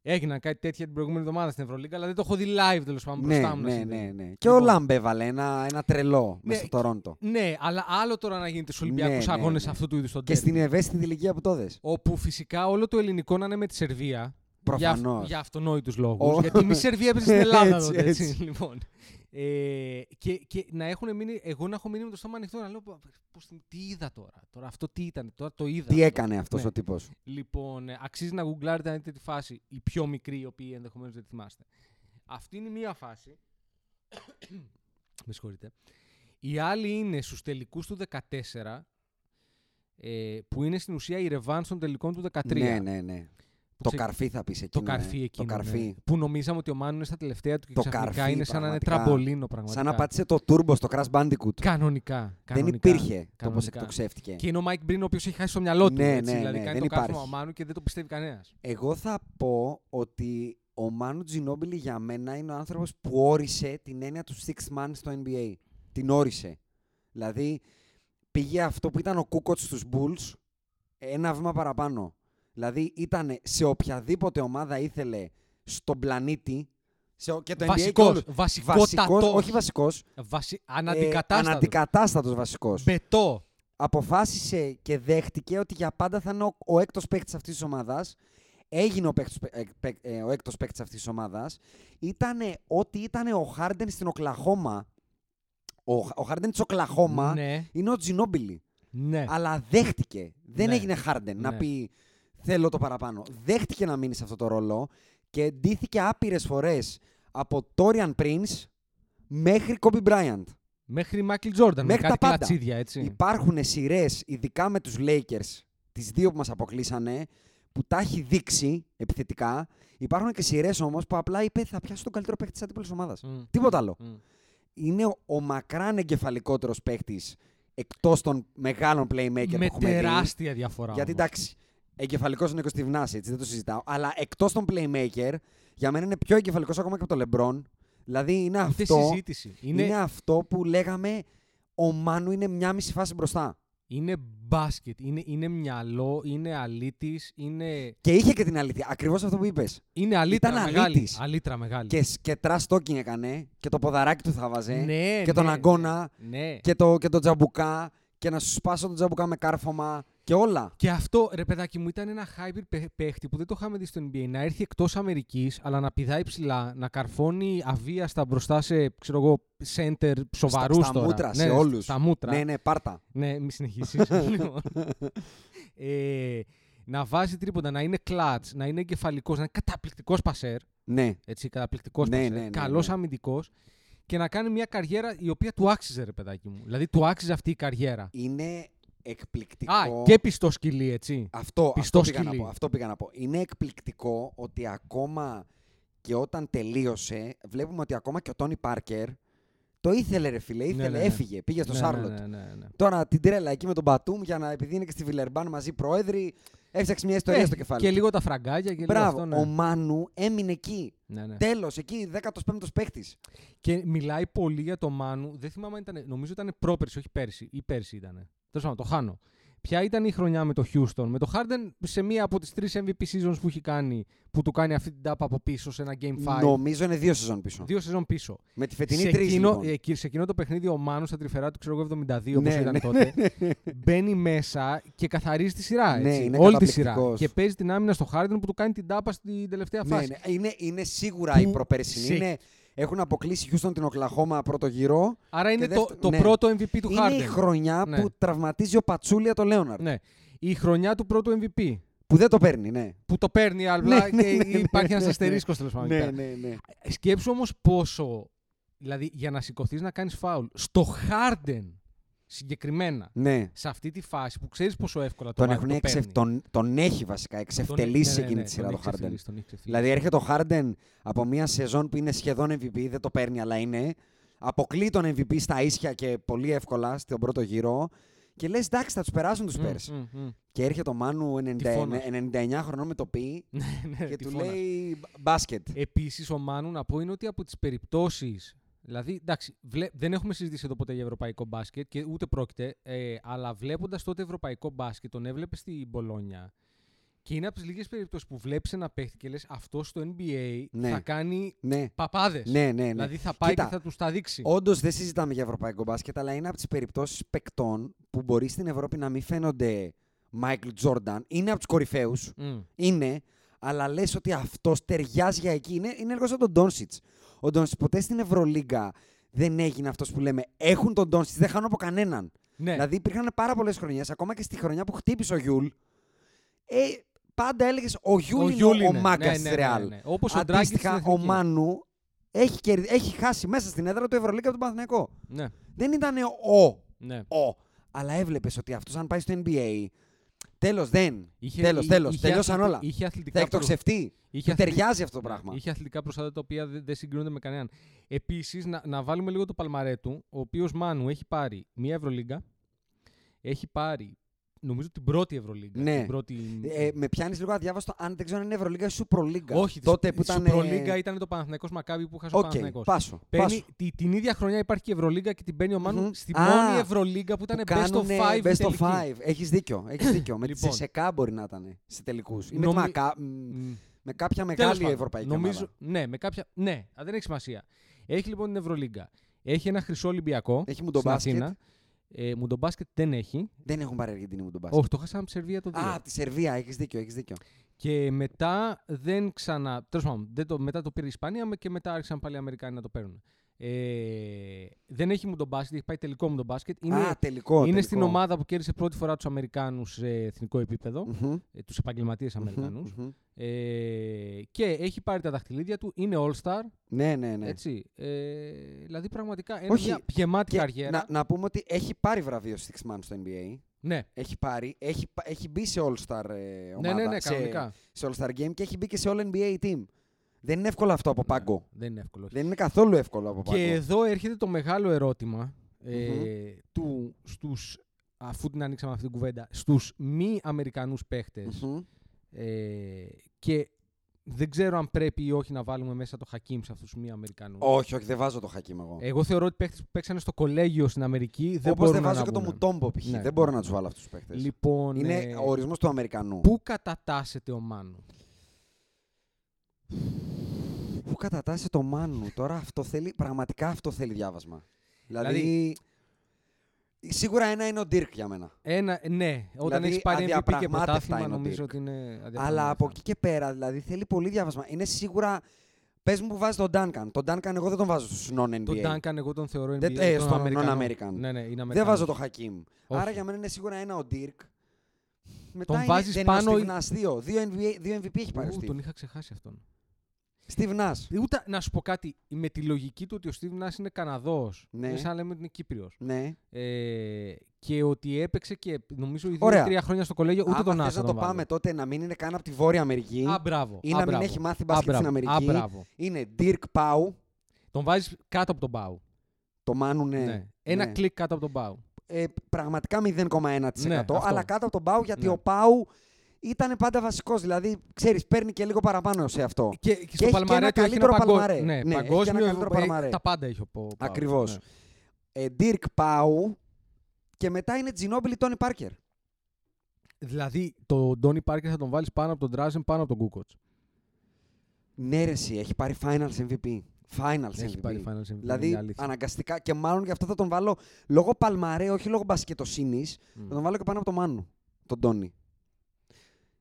Έγιναν κάτι τέτοια την προηγούμενη εβδομάδα στην Ευρωλίγκα, αλλά δεν το έχω δει live τέλος
Ναι,
πάντων μπροστά μου να
ναι,
συμβαίνει.
ναι, ναι. Και ο
Λοιπόν.
Λάμπ έβαλε ένα, ένα τρελό μέσα στο
Ναι,
Τωρόντο.
Ναι, αλλά άλλο τώρα να γίνεται στους
Ναι,
Ολυμπιακούς
ναι,
Αγώνες
ναι.
αυτού του είδους τον
Και στην ευαίσθητη ηλικία που το δες.
Όπου φυσικά όλο το ελληνικό να είναι με τη Σερβία. Για,
Προφανώ.
αυ- για αυτονόητους λόγους.
Ο-
Γιατί μη Σερβία έπαιζε στην Ελλάδα
Έτσι,
τότε. Έτσι,
έτσι.
λοιπόν. Ε, και, και να έχουν μείνει, εγώ να έχω μείνει με το στόμα ανοιχτό να λέω πώς, τι είδα τώρα. Τώρα αυτό τι ήταν, τώρα το είδα.
Τι
αυτό».
έκανε αυτός
Ναι.
ο τύπος.
Λοιπόν, ε, αξίζει να γκουγκλάρετε αν δείτε τη φάση. Οι πιο μικροί, οι οποίοι ενδεχομένως δεν τη θυμάστε. Αυτή είναι η μία φάση. Με συγχωρείτε. Η άλλη είναι στους τελικούς του 14, ε, που είναι στην ουσία η ρεβάν των τελικών του 13.
Ναι, ναι, ναι.
που
Το
ξε-
καρφί θα πεις εκεί.
Το καρφί
Το
εκείνο. ναι,
καρφί.
που νομίζαμε ότι ο Μάνου είναι στα τελευταία του και
Το
ξαφνικά
καρφί,
είναι σαν να είναι
πραγματικά.
τραμπολίνο πραγματικά.
Σαν να πάτησε το τούρμπο στο Crash Bandicoot.
Κανονικά.
Δεν
κανονικά,
υπήρχε το πώ
κανονικά.
εκτοξεύτηκε.
Και είναι ο Μάικ Μπριν ο οποίος έχει χάσει το μυαλό του.
Ναι,
έτσι,
ναι,
δηλαδή
ναι,
κάνει
δεν
το κάθισμα ο
υπάρχει.
Μάνου και δεν το πιστεύει κανένας.
Εγώ θα πω ότι ο Μάνου Τζινόμπιλι για μένα είναι ο άνθρωπος που όρισε την έννοια του six man στο NBA. Την όρισε. Δηλαδή πήγε αυτό που ήταν ο Κούκοτ στους Bulls ένα βήμα παραπάνω. Δηλαδή ήταν σε οποιαδήποτε ομάδα ήθελε στον πλανήτη σε, ο- και το NBA
Βασικό.
και όλους.
Βασικότατος.
Βασικός, όχι βασικός,
Βασι...
ε,
Αναντικατάστατος.
αναντικατάστατος βασικός.
Μπετό.
αποφάσισε και δέχτηκε ότι για πάντα θα είναι ο, ο έκτος παίκτης αυτής της ομάδας. Έγινε ο, παίκτης, ε, παίκ- ε, ο έκτος παίκτης αυτής της ομάδας. Ήταν ό,τι ήταν ο Χάρντεν στην Οκλαχώμα. Ο, ο Χάρντεν της Οκλαχώμα
Ναι,
είναι ο Τζινόμπιλι.
ναι.
Αλλά δέχτηκε. Δεν
Ναι.
έγινε Χάρντεν να
Ναι.
πει θέλω το παραπάνω. Δέχτηκε να μείνει σε αυτό το ρόλο και ντύθηκε άπειρες φορές από Τόριαν Prince μέχρι Κόμπι Μπράιαντ.
Μέχρι Μάικλ Τζόρνταν.
Μέχρι
με
τα
κάτι
πάντα.
κλατσίδια, έτσι.
Υπάρχουν σειρές, ειδικά με τους Lakers, τις δύο που μας αποκλείσανε, που τα έχει δείξει επιθετικά. Υπάρχουν και σειρές όμως που απλά είπε θα πιάσω τον καλύτερο παίκτη της αντίπαλης ομάδας.
Μμ,
Τίποτα άλλο.
μμ.
Είναι ο, ο μακράν εγκεφαλικότερος παίκτης εκτός των μεγάλων playmaker που
Με
έχουμε δει.
τεράστια διαφορά.
Γιατί
όμως.
εντάξει, εγκεφαλικός είναι ο Στιβνάς, έτσι, δεν το συζητάω. Αλλά εκτός των playmaker, για μένα είναι πιο εγκεφαλικός ακόμα και από τον LeBron. Δηλαδή είναι
Ούτε
αυτό,
συζήτηση. Είναι,
είναι... αυτό που λέγαμε ο Μάνου είναι μια μισή φάση μπροστά.
Είναι μπάσκετ, είναι, είναι μυαλό, είναι αλήτης, είναι,
Και είχε και την αλήθεια. Ακριβώς αυτό που είπες.
είναι αλήτρα
Ήταν
μεγάλη.
αλήτης.
Αλήτρα μεγάλη.
Και, σ- και trash talking έκανε. Και το ποδαράκι του θα βάζε.
Ναι,
και τον
ναι,
αγκώνα.
Ναι.
Και, το, και τον τζαμπουκά. Και να σου σπάσω τον τζαμπουκά με κάρφωμα. Και όλα.
Και αυτό, ρε παιδάκι μου, ήταν ένα hybrid παί- παίχτη που δεν το είχαμε δει στο NBA. Να έρθει εκτός Αμερικής, αλλά να πηδάει ψηλά, να καρφώνει αβίαστα μπροστά σε, ξέρω εγώ, center σοβαρούς
στα μούτρα, σε όλους.
Στα μούτρα.
Ναι, ναι, πάρτα.
Ναι, μη συνεχίσεις. ε, να βάζει τρίποτα, να είναι κλατ, να είναι εγκεφαλικός, να είναι καταπληκτικός πασέρ.
Ναι.
Έτσι, καταπληκτικός
Ναι,
πασέρ.
ναι, ναι,
καλός
ναι.
αμυντικός και να κάνει μια καριέρα η οποία του άξιζε, ρε παιδάκι μου. Δηλαδή, του άξιζε αυτή η καριέρα.
Είναι εκπληκτικό.
Α, και πιστό σκυλί, έτσι.
Αυτό,
πιστό
αυτό, πήγα να
σκυλί.
πω, αυτό πήγα να πω. Είναι εκπληκτικό ότι ακόμα και όταν τελείωσε, βλέπουμε ότι ακόμα και ο Τόνι Πάρκερ το ήθελε, ρε φίλε. Ήθελε,
ναι, ναι.
έφυγε, πήγε στο
Ναι, ναι,
Σάρλοτ.
ναι, ναι, ναι.
Τώρα την τρέλα εκεί με τον Μπατούμ για να επειδή είναι και στη Βιλερμπάν μαζί πρόεδροι, έφτιαξε μια ιστορία
Ε,
στο κεφάλι.
Και λίγο τα φραγκάκια και
Μπράβο,
λίγο αυτό.
ο
Ναι.
Μάνου έμεινε εκεί.
Ναι, ναι.
Τέλος, εκεί 15ο παίχτης.
Και μιλάει πολύ για το Μάνου. Δεν θυμάμαι αν ήταν. Νομίζω ήταν πρόπερση, όχι πέρσι. Ή πέρσι ήταν. Τέλος πάντων, το χάνω. Ποια ήταν η χρονιά με το Houston. Με το Harden σε μία από τις τρεις MVP seasons που έχει κάνει, που του κάνει αυτή την τάπα από πίσω σε ένα Game 5.
Νομίζω είναι δύο σεζόν πίσω.
Δύο σεζόν πίσω.
Με τη φετινή
σε,
τρει.
εκείνο,
Λοιπόν.
ε, σε εκείνο το παιχνίδι ο Μάνου στα τρυφερά του, ξέρω εγώ, 72 όπως
Ναι,
ήταν
ναι,
τότε. Μπαίνει μέσα και καθαρίζει τη σειρά.
Ναι,
Έτσι,
είναι
όλη τη σειρά.
καταπληκτικός.
Και παίζει την άμυνα στο Harden που του κάνει την τάπα στην τελευταία
Ναι,
φάση.
ναι. Είναι, είναι σίγουρα
Που
η προπέρσινη.
σε-
Είναι, έχουν αποκλείσει Houston την Οκλαχώμα πρώτο γύρο.
Άρα είναι
Και
το,
δεύτε-
το
ναι.
πρώτο MVP του
είναι
Harden.
η χρονιά
Ναι.
που τραυματίζει ο Πατσούλια το Λέοναρντ.
Ναι. Η χρονιά του πρώτου MVP.
Που δεν το παίρνει, ναι.
Που το παίρνει
Ναι,
απλά
ναι,
και
ναι, ναι,
υπάρχει ένας
ναι,
αστερίσκος τέλος πάντων. εκεί πέρα.
ναι, ναι.
Σκέψου όμως πόσο. Δηλαδή για να σηκωθείς να κάνεις φάουλ. Στο Χάρντεν συγκεκριμένα.
ναι.
Σε αυτή τη φάση που ξέρεις πόσο εύκολα το
Τον,
βάζει,
έχουν
το
εξευ...
παίρνει.
τον, τον έχει βασικά
Τον- ναι, ναι,
εξευτελίσει
ναι,
εκείνη
ναι,
τη σειρά
τον
το
έχει
Harden.
εξευτελίσει, τον έχει εξευτελίσει.
Δηλαδή έρχεται ο Harden από μια σεζόν που είναι σχεδόν MVP, δεν το παίρνει αλλά είναι. Αποκλεί τον MVP στα ίσια και πολύ εύκολα στον πρώτο γύρο. Και λες, εντάξει, θα τους περάσουν τους
Μμμ,
Πέρς.
μμμ, μμμ.
Και έρχεται ο Μάνου 90
Τυφώνας.
99 χρονών με το πι
Ναι, ναι,
και του
τυφώνας.
λέει μπάσκετ.
Ε, Επίσης, ο Μάνου να πω είναι ότι από τις περιπτώσεις. Δηλαδή, εντάξει, βλέ- δεν έχουμε συζητήσει εδώ ποτέ για ευρωπαϊκό μπάσκετ και ούτε πρόκειται. Ε, αλλά βλέποντας τότε ευρωπαϊκό μπάσκετ, τον έβλεπες στην Μπολόνια. Και είναι από τις λίγες περιπτώσεις που βλέπεις ένα παίχτη και λες αυτό στο NBA
Ναι.
θα κάνει
Ναι,
παπάδες.
ναι, ναι. ναι.
Δηλαδή θα πάει
Κοίτα,
και θα τους τα δείξει.
Όντως δεν συζητάμε για ευρωπαϊκό μπάσκετ, αλλά είναι από τις περιπτώσεις παικτών που μπορεί στην Ευρώπη να μην φαίνονται Μάικλ Τζόρνταν. Είναι από τους κορυφαίους.
Μμ.
Είναι. Αλλά λες ότι αυτός ταιριάζει για εκεί. Είναι, είναι λίγο σαν τον Ντόνσιτ. Ο Ντόνσιτ ποτέ στην Ευρωλίγκα δεν έγινε αυτός που λέμε. Έχουν τον Ντόνσιτ, δεν χάνουν από κανέναν.
Ναι.
Δηλαδή υπήρχαν πάρα πολλές χρονιές, ακόμα και στη χρονιά που χτύπησε ο Γιούλ. Ε, πάντα έλεγες ο Γιούλ είναι ο, ο
είναι.
μάγκας
Ναι,
της
ναι, ναι,
Ρεάλ.
ναι. Όπως ο Ντράγκης στην
Αντίστοιχα, ο
Εθνική.
Μάνου έχει, κερδι- έχει χάσει μέσα στην έδρα του Ευρωλίγκα από τον Παναθηναϊκό.
Ναι,
Δεν ήταν ο,
ναι.
ο, αλλά έβλεπες ότι αυτός αν πάει στο NBA. Τέλος δεν.
Είχε-
Τέλος,
εί-
τέλος.
είχε
Τελειώσαν
αθλητι-
όλα.
Είχε αθλητικά
Θα
προ-
εκτοξευτεί.
είχε
Του
αθλη-
ταιριάζει αυτό το
Ναι,
πράγμα.
Είχε αθλητικά προσόντα τα οποία δεν δεν συγκρίνονται με κανέναν. Επίσης, να, να βάλουμε λίγο το παλμαρέ του, ο οποίος Μάνου έχει πάρει μία Ευρωλίγκα, έχει πάρει νομίζω την πρώτη Ευρωλίγκα.
Ναι.
Την πρώτη...
Ε, με πιάνεις λίγο αδιάβαστο αν δεν ξέρω αν είναι Ευρωλίγκα ή Σουπρολίγκα.
Όχι,
τότε
της-
που
της
ήταν.
Σουπρολίγκα ήταν το Παναθηναϊκός Μακάβι που είχα στο
Οκ,
Παναθηναϊκός.
πάσο.
Παίρνει,
πάσο.
τη- την ίδια χρονιά υπάρχει και η Ευρωλίγκα και την παίρνει ο Μάνου
Μμμ.
στη
Α,
μόνη Ευρωλίγκα που ήταν
Που
best of
κάνουνε
5.
Best of five. Έχεις δίκιο. Έχεις δίκιο. με τη
Λοιπόν.
ΣΕΣΕΚΑ μπορεί να ήταν σε τελικούς. Ή με,
Νομι-
τη Μακα- μ, με κάποια μεγάλη ευρωπαϊκή
νομίζω,
ομάδα.
Ναι, με κάποια. Ναι, α, δεν έχει σημασία. Έχει λοιπόν την Ευρωλίγκα. Έχει ένα χρυσό Ολυμπιακό.
Έχει
στην
μουντομπάσκετ.
Αθήνα. Ε, μουντομπάσκετ δεν έχει.
Δεν έχουν πάρει Αργεντινή μου τον μπάσκετ.
Όχι, το χάσαμε από τη Σερβία το 2.
Α, από τη Σερβία, έχεις δίκιο, έχεις δίκιο.
Και μετά δεν ξανα. Τέλος πάντων, δεν το, μετά το πήρε η Ισπανία με- και μετά άρχισαν πάλι οι Αμερικάνοι να το παίρνουν. Ε, δεν έχει μουντομπάσκετ, έχει πάει τελικό μουντομπάσκετ. Είναι,
Α, τελικό.
είναι
τελικό.
στην ομάδα που κέρδισε πρώτη φορά τους Αμερικάνους σε εθνικό επίπεδο,
Μμμ,
ε, τους επαγγελματίες
μμμ,
Αμερικανού.
μμμ.
Ε, και έχει πάρει τα δαχτυλίδια του, είναι All-Star.
Ναι, ναι, ναι.
Έτσι. Ε, δηλαδή πραγματικά είναι
Όχι,
μια γεμάτη
Και
καριέρα.
να, να πούμε ότι έχει πάρει βραβείο Six Man στο NBA.
Ναι.
Έχει πάρει, έχει, πα- έχει μπει σε All-Star ε, ομάδα.
ναι, ναι, ναι,
σε-
κανονικά.
Σε, All-Star Game και έχει μπει και σε All-NBA Team. Δεν είναι εύκολο αυτό από πάγκο.
Δεν είναι εύκολο.
Δεν είναι καθόλου εύκολο από πάγκο.
Και εδώ έρχεται το μεγάλο ερώτημα ε,
Μμμ.
του στους, αφού την ανοίξαμε αυτή την κουβέντα, στους μη Αμερικανούς παίχτες
Μμμ.
ε, και Δεν ξέρω αν πρέπει ή όχι να βάλουμε μέσα το Χακίμ σε αυτούς τους μη Αμερικανούς.
Όχι, όχι, Ε, δεν βάζω το Χακίμ εγώ.
Εγώ θεωρώ ότι παίχτες που παίξανε στο κολέγιο στην Αμερική δεν
Όπως
μπορούν
δεν
να
βάζω και το
βγουν.
Μουτόμπο π.χ.
Ναι.
Δεν μπορώ να τους βάλω αυτούς τους παίχτες.
Λοιπόν,
Είναι
ε,
ο ορισμός του Αμερικανού.
πού κατατάσσεται ο Μάνου.
Πού κατατάσσει το Μάνου. Τώρα αυτό θέλει, πραγματικά αυτό θέλει διάβασμα. Δηλαδή. Σίγουρα ένα είναι ο Ντίρκ για μένα.
Ένα, ναι, όταν
Δηλαδή,
έχεις πάρει MVP και
αδιαπραγμάτευτα
πρωτάθλημα,
είναι ο
νομίζω
Dirk.
ότι είναι αδιαπραγμάτευτα.
Αλλά από εκεί και πέρα, δηλαδή θέλει πολύ διάβασμα. Είναι σίγουρα. Πες μου που βάζεις τον Duncan. Τον Duncan εγώ δεν τον βάζω στους non-NBA.
Τον Duncan εγώ τον θεωρώ NBA.
Δεν- ε,
τον
στον
Αμερικανό.
Αμερικανό.
Ναι, ναι, είναι
δεν
Αμερικανός.
βάζω το Χακίμ.
Όχι.
Άρα για μένα είναι σίγουρα ένα ο Ντίρκ. Μετά
Τον
είναι,
βάζεις
δεν είναι
πάνω ή-
Ο Steve Nash δύο. Δύο, NBA, δύο MVP έχει πάρει. ο
Ου,
Steve.
τον είχα ξεχάσει αυτόν.
Steve Nash.
Ε, Ούτε, να σου πω κάτι, με τη λογική του ότι ο Steve Nash είναι Καναδός,
Ναι.
είναι σαν να λέμε ότι είναι Κύπριος,
Ναι.
ε, και ότι έπαιξε και νομίζω οι
Ωραία.
δύο-τρία χρόνια στο κολέγιο, ούτε
Άμα
τον
θες
άσε
να το πάμε τότε να μην είναι καν από τη Βόρεια Αμερική
Α, μπράβο.
ή
α,
να μην
μπράβο.
έχει μάθει
Α,
μπάσκετ στην
μπράβο,
Αμερική.
Α, μπράβο.
είναι Dirk Pau,
Τον βάζεις κάτω από τον Μπάου.
το μάνουνε.
Ναι. Ένα
ναι.
κλικ κάτω από τον Μπάου.
ε, πραγματικά 0,1%
Ναι, αυτό.
αλλά κάτω από τον Πάου γιατί
Ναι.
ο Πάου ήταν πάντα βασικός. Δηλαδή, ξέρεις, παίρνει και λίγο παραπάνω σε αυτό.
Και, και στο
έχει και
Παλμαρέ
ένα
του έχει ένα
καλύτερο
παγκο-
Παλμαρέ.
Ναι,
Ναι, έχει και ένα
παγκόσμιο,
καλύτερο
ευρωπαϊκό,
Παλμαρέ.
τα πάντα έχει ο Πο- Πάου.
Ακριβώς.
Ναι.
Ε, Dirk Πάου και μετά είναι Τζινόμπιλι Τόνι Πάρκερ.
Δηλαδή, τον Ντόνι Πάρκερ θα τον βάλεις πάνω από τον Τράζεν, πάνω από τον Κούκοτς.
Ναι, ρε, εσύ, έχει πάρει finals MVP. Finals
Έχει
MVP.
πάρει Finals MVP, είναι η
Δηλαδή,
αλήθεια.
αναγκαστικά και μάλλον γι' αυτό θα τον βάλω λόγω Παλμαρέ, όχι λόγω μπασκετοσύνης. Θα τον βάλω και πάνω από το Μάνου, τον Τόνι.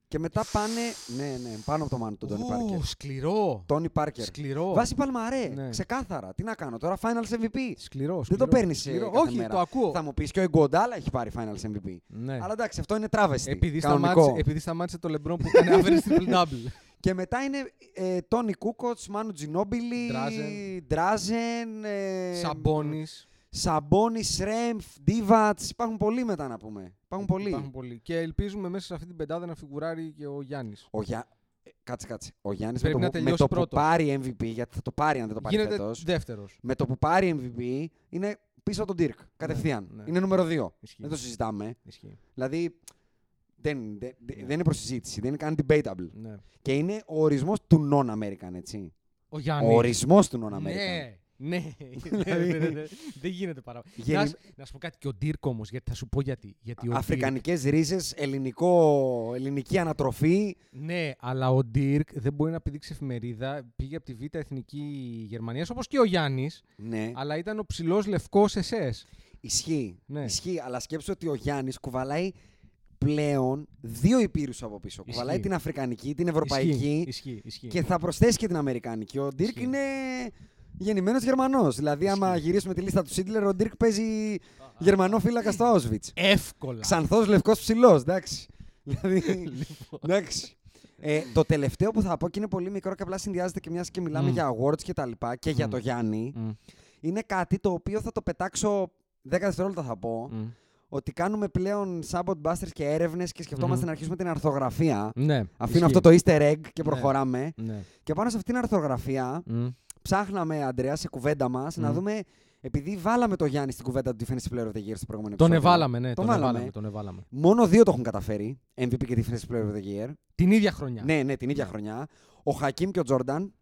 Και μετά πάνε. Ναι, ναι, πάνω από το Μάνου, τον Τόνι
Ω,
Πάρκερ.
Σκληρό.
Τόνι Πάρκερ.
Σκληρό.
Βάση Παλμαρέ.
Ναι.
Ξεκάθαρα. Τι να κάνω τώρα, Finals MVP.
Σκληρό,
Δεν το
σκληρό,
παίρνεις
σκληρό.
κάθε
Όχι,
μέρα.
το ακούω.
Θα μου πεις και ο Εγκοντάλα έχει πάρει Finals MVP.
Ναι.
Αλλά εντάξει, αυτό είναι τράβεστη.
Επειδή,
κανονικό.
σταμάτησε, επειδή σταμάτησε το λεμπρόν που έκανε average triple double.
Και μετά είναι ε, Τόνι Κούκοτ, Μάνου Τζινόμπιλι,
Ντράζεν.
Ντράζεν, ε,
Σαμπόνι.
Σαμπόνι, Σρέμφ, Ντίβατ. Υπάρχουν πολλοί μετά να πούμε. Υπάρχουν πολλοί.
Ε, Υπάρχουν πολλοί. Και ελπίζουμε μέσα σε αυτή την πεντάδα να φιγουράρει και ο Γιάννης.
Ο Γιά... ε, Κάτσε, κάτσε. Ο Γιάννης με
Πρέπει
το,
να
που, με
τελειώσει
το που
πρώτος.
πάρει MVP, γιατί θα το πάρει αν δεν το πάρει
Γίνεται
φέτος,
δεύτερος.
με το που πάρει MVP είναι πίσω από τον Τιρκ. Κατευθείαν.
ναι.
Είναι νούμερο 2.
Ισχύει.
Δεν το συζητάμε.
Ισχύει.
Δηλαδή δεν, δεν,
Ναι.
δεν είναι προσυζήτηση, δεν είναι καν debatable.
Ναι.
Και είναι ο ορισμός του non-American, έτσι.
Ο
Ο
Γιάννη.
ορισμός του non-American.
Ναι, ναι.
Δηλαδή-
Δεν γίνεται παρά.
Γεν-
Να, σ- να σου πω κάτι και ο Ντύρκ όμως, γιατί θα σου πω γιατί. γιατί ο Dirk-
Αφρικανικές ρίζες, ελληνικό, ελληνική ανατροφή.
Ναι, αλλά ο Ντύρκ δεν μπορεί να πηδήξει εφημερίδα. Πήγε από τη Β' Εθνική Γερμανίας, όπως και ο Γιάννης,
Ναι,
αλλά ήταν ο ψηλός λευκός SS.
ισχύει.
Ναι.
Ισχύει, αλλά σκέψου ότι ο Γιάννης κουβαλάει πλέον δύο υπήρους από πίσω.
Ισχύει.
Κουβαλάει την Αφρικανική, την Ευρωπαϊκή
Ισχύει, ισχύει. ισχύει.
και θα προσθέσει και την Αμερικανική. Ο Ντίρκ
Ισχύει.
είναι γεννημένος Γερμανός. Δηλαδή, άμα γυρίσουμε τη λίστα του Σίτλερ, ο Ντίρκ παίζει Γερμανό φύλακα στο Auschwitz.
Εύκολα.
Ξανθός λευκός ψηλός, εντάξει.
Λοιπόν.
δηλαδή. εντάξει. Ε, το τελευταίο που θα πω και είναι πολύ μικρό και απλά συνδυάζεται και μια και μιλάμε
Μμμ.
για awards και τα λοιπά και για
Μμ.
το Γιάννη.
Μμ,
Είναι κάτι το οποίο θα το πετάξω 10 δευτερόλεπτα θα πω.
μμ.
Ότι κάνουμε πλέον sabot busters και έρευνες και σκεφτόμαστε
Μμμ.
να αρχίσουμε την αρθογραφία.
Ναι.
Αφήνω
ισχύει.
αυτό το easter egg και
Ναι.
προχωράμε.
Ναι.
Και πάνω σε αυτήν την αρθογραφία
Μμ.
ψάχναμε, Αντρέα, σε κουβέντα μας να
Μμμ.
δούμε. Επειδή βάλαμε το Γιάννη στην κουβέντα του Defensive Player of the Year στο προηγούμενο
Τον
επεισόδιο.
εβάλαμε, ναι.
Τον
Τον,
βάλαμε. Ναι.
εβάλαμε, τον εβάλαμε.
Μόνο δύο το έχουν καταφέρει. MVP και Defensive Player of the Year.
Την ίδια χρονιά.
Ναι, ναι, την ίδια
Ναι.
χρονιά. Ο Χακίμ και ο Τζόρνταν.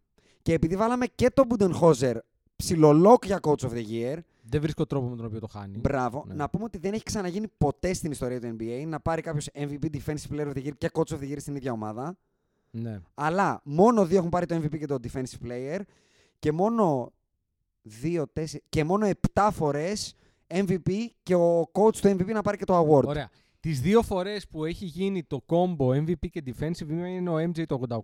Και επειδή βάλαμε και τον Μπουντενχόζερ ψιλολόκ για coach of the year.
Δεν βρίσκω τρόπο με τον οποίο το χάνει.
Μπράβο.
Ναι.
Να πούμε ότι δεν έχει ξαναγίνει ποτέ στην ιστορία του NBA να πάρει κάποιος MVP, Defensive Player of the Year και Coach of the Year στην ίδια ομάδα.
Ναι.
Αλλά μόνο δύο έχουν πάρει το MVP και το Defensive Player και μόνο δύο, τέσσερι, και μόνο 7 φορές MVP και ο coach του MVP να πάρει και το award.
Ωραία. Τις δύο φορές που έχει γίνει το κόμπο MVP και defensive είναι ο MJ το 88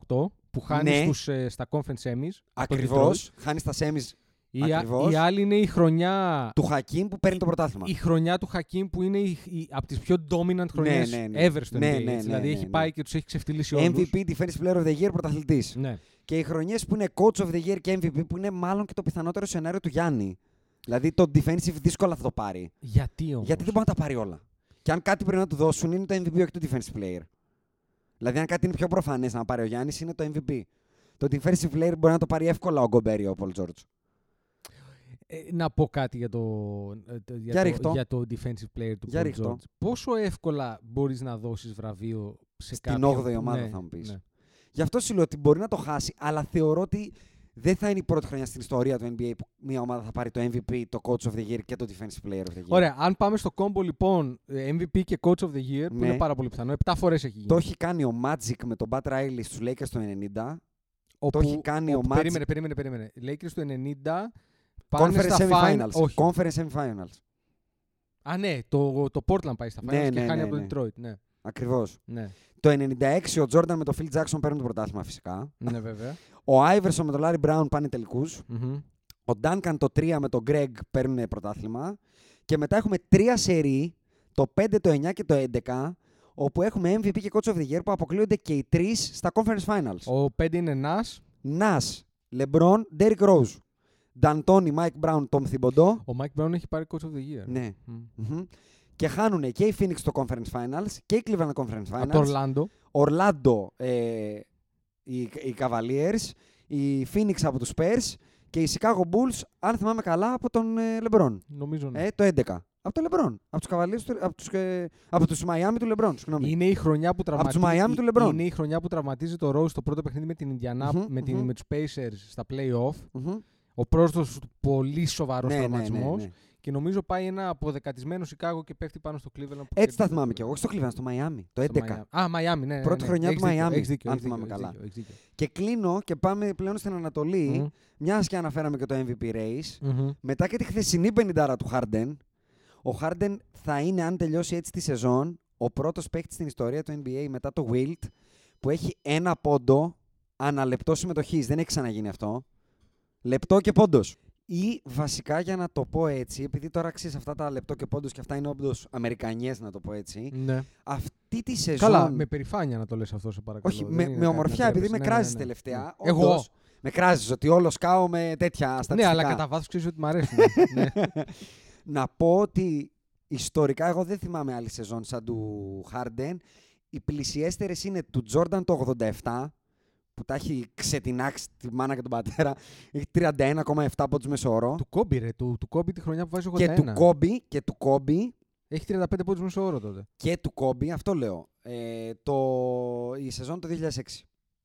που χάνεις
Ναι.
στους, ε, στα conference semis. από το
Ακριβώς.
Detroit.
Χάνεις τα semis
Η, α-
Ακριβώς.
η άλλη είναι η χρονιά,
του Χακίμ που παίρνει το πρωτάθλημα.
η χρονιά του Χακίμ που είναι η, η, από τις πιο dominant χρονιές
ναι, ναι.
ever στο
Ναι,
NBA.
ναι, ναι,
δηλαδή
ναι,
έχει
ναι.
πάει και τους έχει ξεφτυλίσει όλους.
MVP, Defensive Player of the Year, πρωταθλητής.
Ναι.
Και οι χρονιές που είναι coach of the year και MVP, που είναι μάλλον και το πιθανότερο σενάριο του Γιάννη. Δηλαδή το defensive δύσκολα θα το πάρει.
Γιατί όμως.
Γιατί δεν μπορεί να τα πάρει όλα. Και αν κάτι πρέπει να του δώσουν είναι το MVP, όχι το defensive player. Δηλαδή, αν κάτι είναι πιο προφανές να πάρει ο Γιάννης, είναι το MVP. Το defensive player μπορεί να το πάρει εύκολα ο Γκομπέρι ο Πολ Τζόρτζ.
Ε, να πω κάτι για το, ε, το-
Για
για
ρίχτω.
το, για το defensive player του
Για
Paul
ρίχτω.
George. Πόσο εύκολα μπορείς να δώσεις βραβείο σε
Στην
κάποιον...
8η ομάδα
ναι,
θα μου πεις.
ναι.
Γι' αυτό σου λέω ότι μπορεί να το χάσει, αλλά θεωρώ ότι δεν θα είναι η πρώτη χρονιά στην ιστορία του NBA που μια ομάδα θα πάρει το MVP, το Coach of the Year και το Defensive Player of the Year.
Ωραία, αν πάμε στο κόμπο λοιπόν ε, MVP και Coach of the Year, που
Ναι.
είναι πάρα πολύ πιθανό, 7 φορές έχει γίνει.
Το έχει κάνει ο Magic με τον Pat Riley στους Lakers το 90.
Όπου-
έχει κάνει ο
όπου-
Magic.
Περίμενε, περίμενε, περίμενε. Lakers του 90. Πάνε
Conference
στα fin-
semifinals.
Όχι.
Conference semifinals.
Α, ναι, το, το Portland πάει στα finals
Ναι,
και
ναι,
χάνει
ναι,
από
ναι.
το Detroit. Ναι,
Ακριβώς.
ναι,
Το 96 ο Jordan με τον Phil Jackson παίρνουν το πρωτάθλημα φυσικά.
ναι βέβαια.
Ο Iverson με τον Larry Brown πάνε τελικούς.
Μμμ.
Ο Duncan το 3 με τον Greg παίρνουν πρωτάθλημα. Και μετά έχουμε τρία σερί, το 5, το 9 και το 11, όπου έχουμε MVP και Coach of the Year που αποκλείονται και οι τρεις στα Conference Finals.
Ο 5 είναι Nas.
Nas, LeBron, Derrick Rose. D'Antoni, Mike Brown, Tom Thibodeau.
Ο Mike Brown έχει πάρει Coach of the Year.
Ναι.
Μμ.
Μμμ. Και χάνουν και οι Phoenix στο Conference Finals και οι Cleveland Conference
Από το
Finals.
Orlando.
Orlando, ε, οι, οι Cavaliers, οι Phoenix από τους Spurs και οι Chicago Bulls, αν θυμάμαι καλά, από τον ε, LeBron.
Νομίζω ναι.
Ε, το 11. Από τον LeBron. Από τους Cavaliers, του- από τους, ε, από τους Miami του LeBron, συγγνώμη.
Είναι η χρονιά που
τους
τραυματίζει.
Miami του LeBron.
Είναι η χρονιά που τραυματίζει το Rose στο πρώτο παιχνίδι με την Indiana,
Μμμ,
με, την,
μμμ.
με τους Pacers στα play-off.
Μμμ.
Ο πρόσδος του πολύ σοβαρός
Ναι, ναι, ναι,
τραυματισμός.
ναι.
Και νομίζω πάει ένα αποδεκατισμένο Σικάγο και πέφτει πάνω στο Cleveland. που
Έτσι
κερδίζει
τα
το
θυμάμαι
Cleveland.
κι εγώ. Στο Cleveland, στο Miami, το 11.
Στο Miami. Α, Μαϊάμι, ναι. ναι,
Πρώτη
ναι.
χρονιά του
Έχεις δίκιο,
Miami,
έχεις δίκιο,
αν
έχεις
θυμάμαι
δίκιο,
καλά.
έχεις δίκιο, έχεις
Και κλείνω και πάμε πλέον στην Ανατολή.
δίκιο.
Μιας και αναφέραμε και το MVP race.
Μμμ. Μμμ.
Μετά και τη χθεσινή 50 του Harden, ο Harden θα είναι, αν τελειώσει έτσι τη σεζόν, ο πρώτος παίκτης στην ιστορία του NBA μετά το Wilt που έχει ένα πόντο αναλεπτό συμμετοχής. Δεν έχει ξαναγίνει αυτό. Λεπτό και πόντος. Ή βασικά για να το πω έτσι, επειδή τώρα ξέρει αυτά τα λεπτό και πόντος και αυτά είναι όντως Αμερικανιές να το πω έτσι,
Ναι.
αυτή τη σεζόν.
Καλά, με περηφάνεια να το λες αυτό, σε παρακαλώ.
Όχι,
Δεν
με,
είναι
με
κάτι να
ομορφιά, επειδή
ντρέπεσαι.
με
Ναι, ναι,
κράζεις
ναι.
τελευταία.
Ναι. Εγώ.
όντως, με κράζεις ότι όλο σκάω με τέτοια στατιστικά.
Ναι, αλλά κατά βάθος ξέρεις ότι μ' αρέσουν. ναι.
Να πω ότι ιστορικά εγώ δεν θυμάμαι άλλη σεζόν σαν του Χάρντεν. Οι πλησιέστερες είναι του Τζόρνταν το 87, που τα έχει ξετινάξει τη μάνα και τον πατέρα. Έχει 31,7 πόντου μεσόωρο.
Του Κόμπι, ρε. Του, του Κόμπι τη χρονιά που βάζει 81.
Και του Κόμπι, και του Κόμπι,
Έχει 35 πόντους μέσω όρο τότε.
και του Κόμπι, αυτό λέω. Ε, το, η σεζόν το 2006.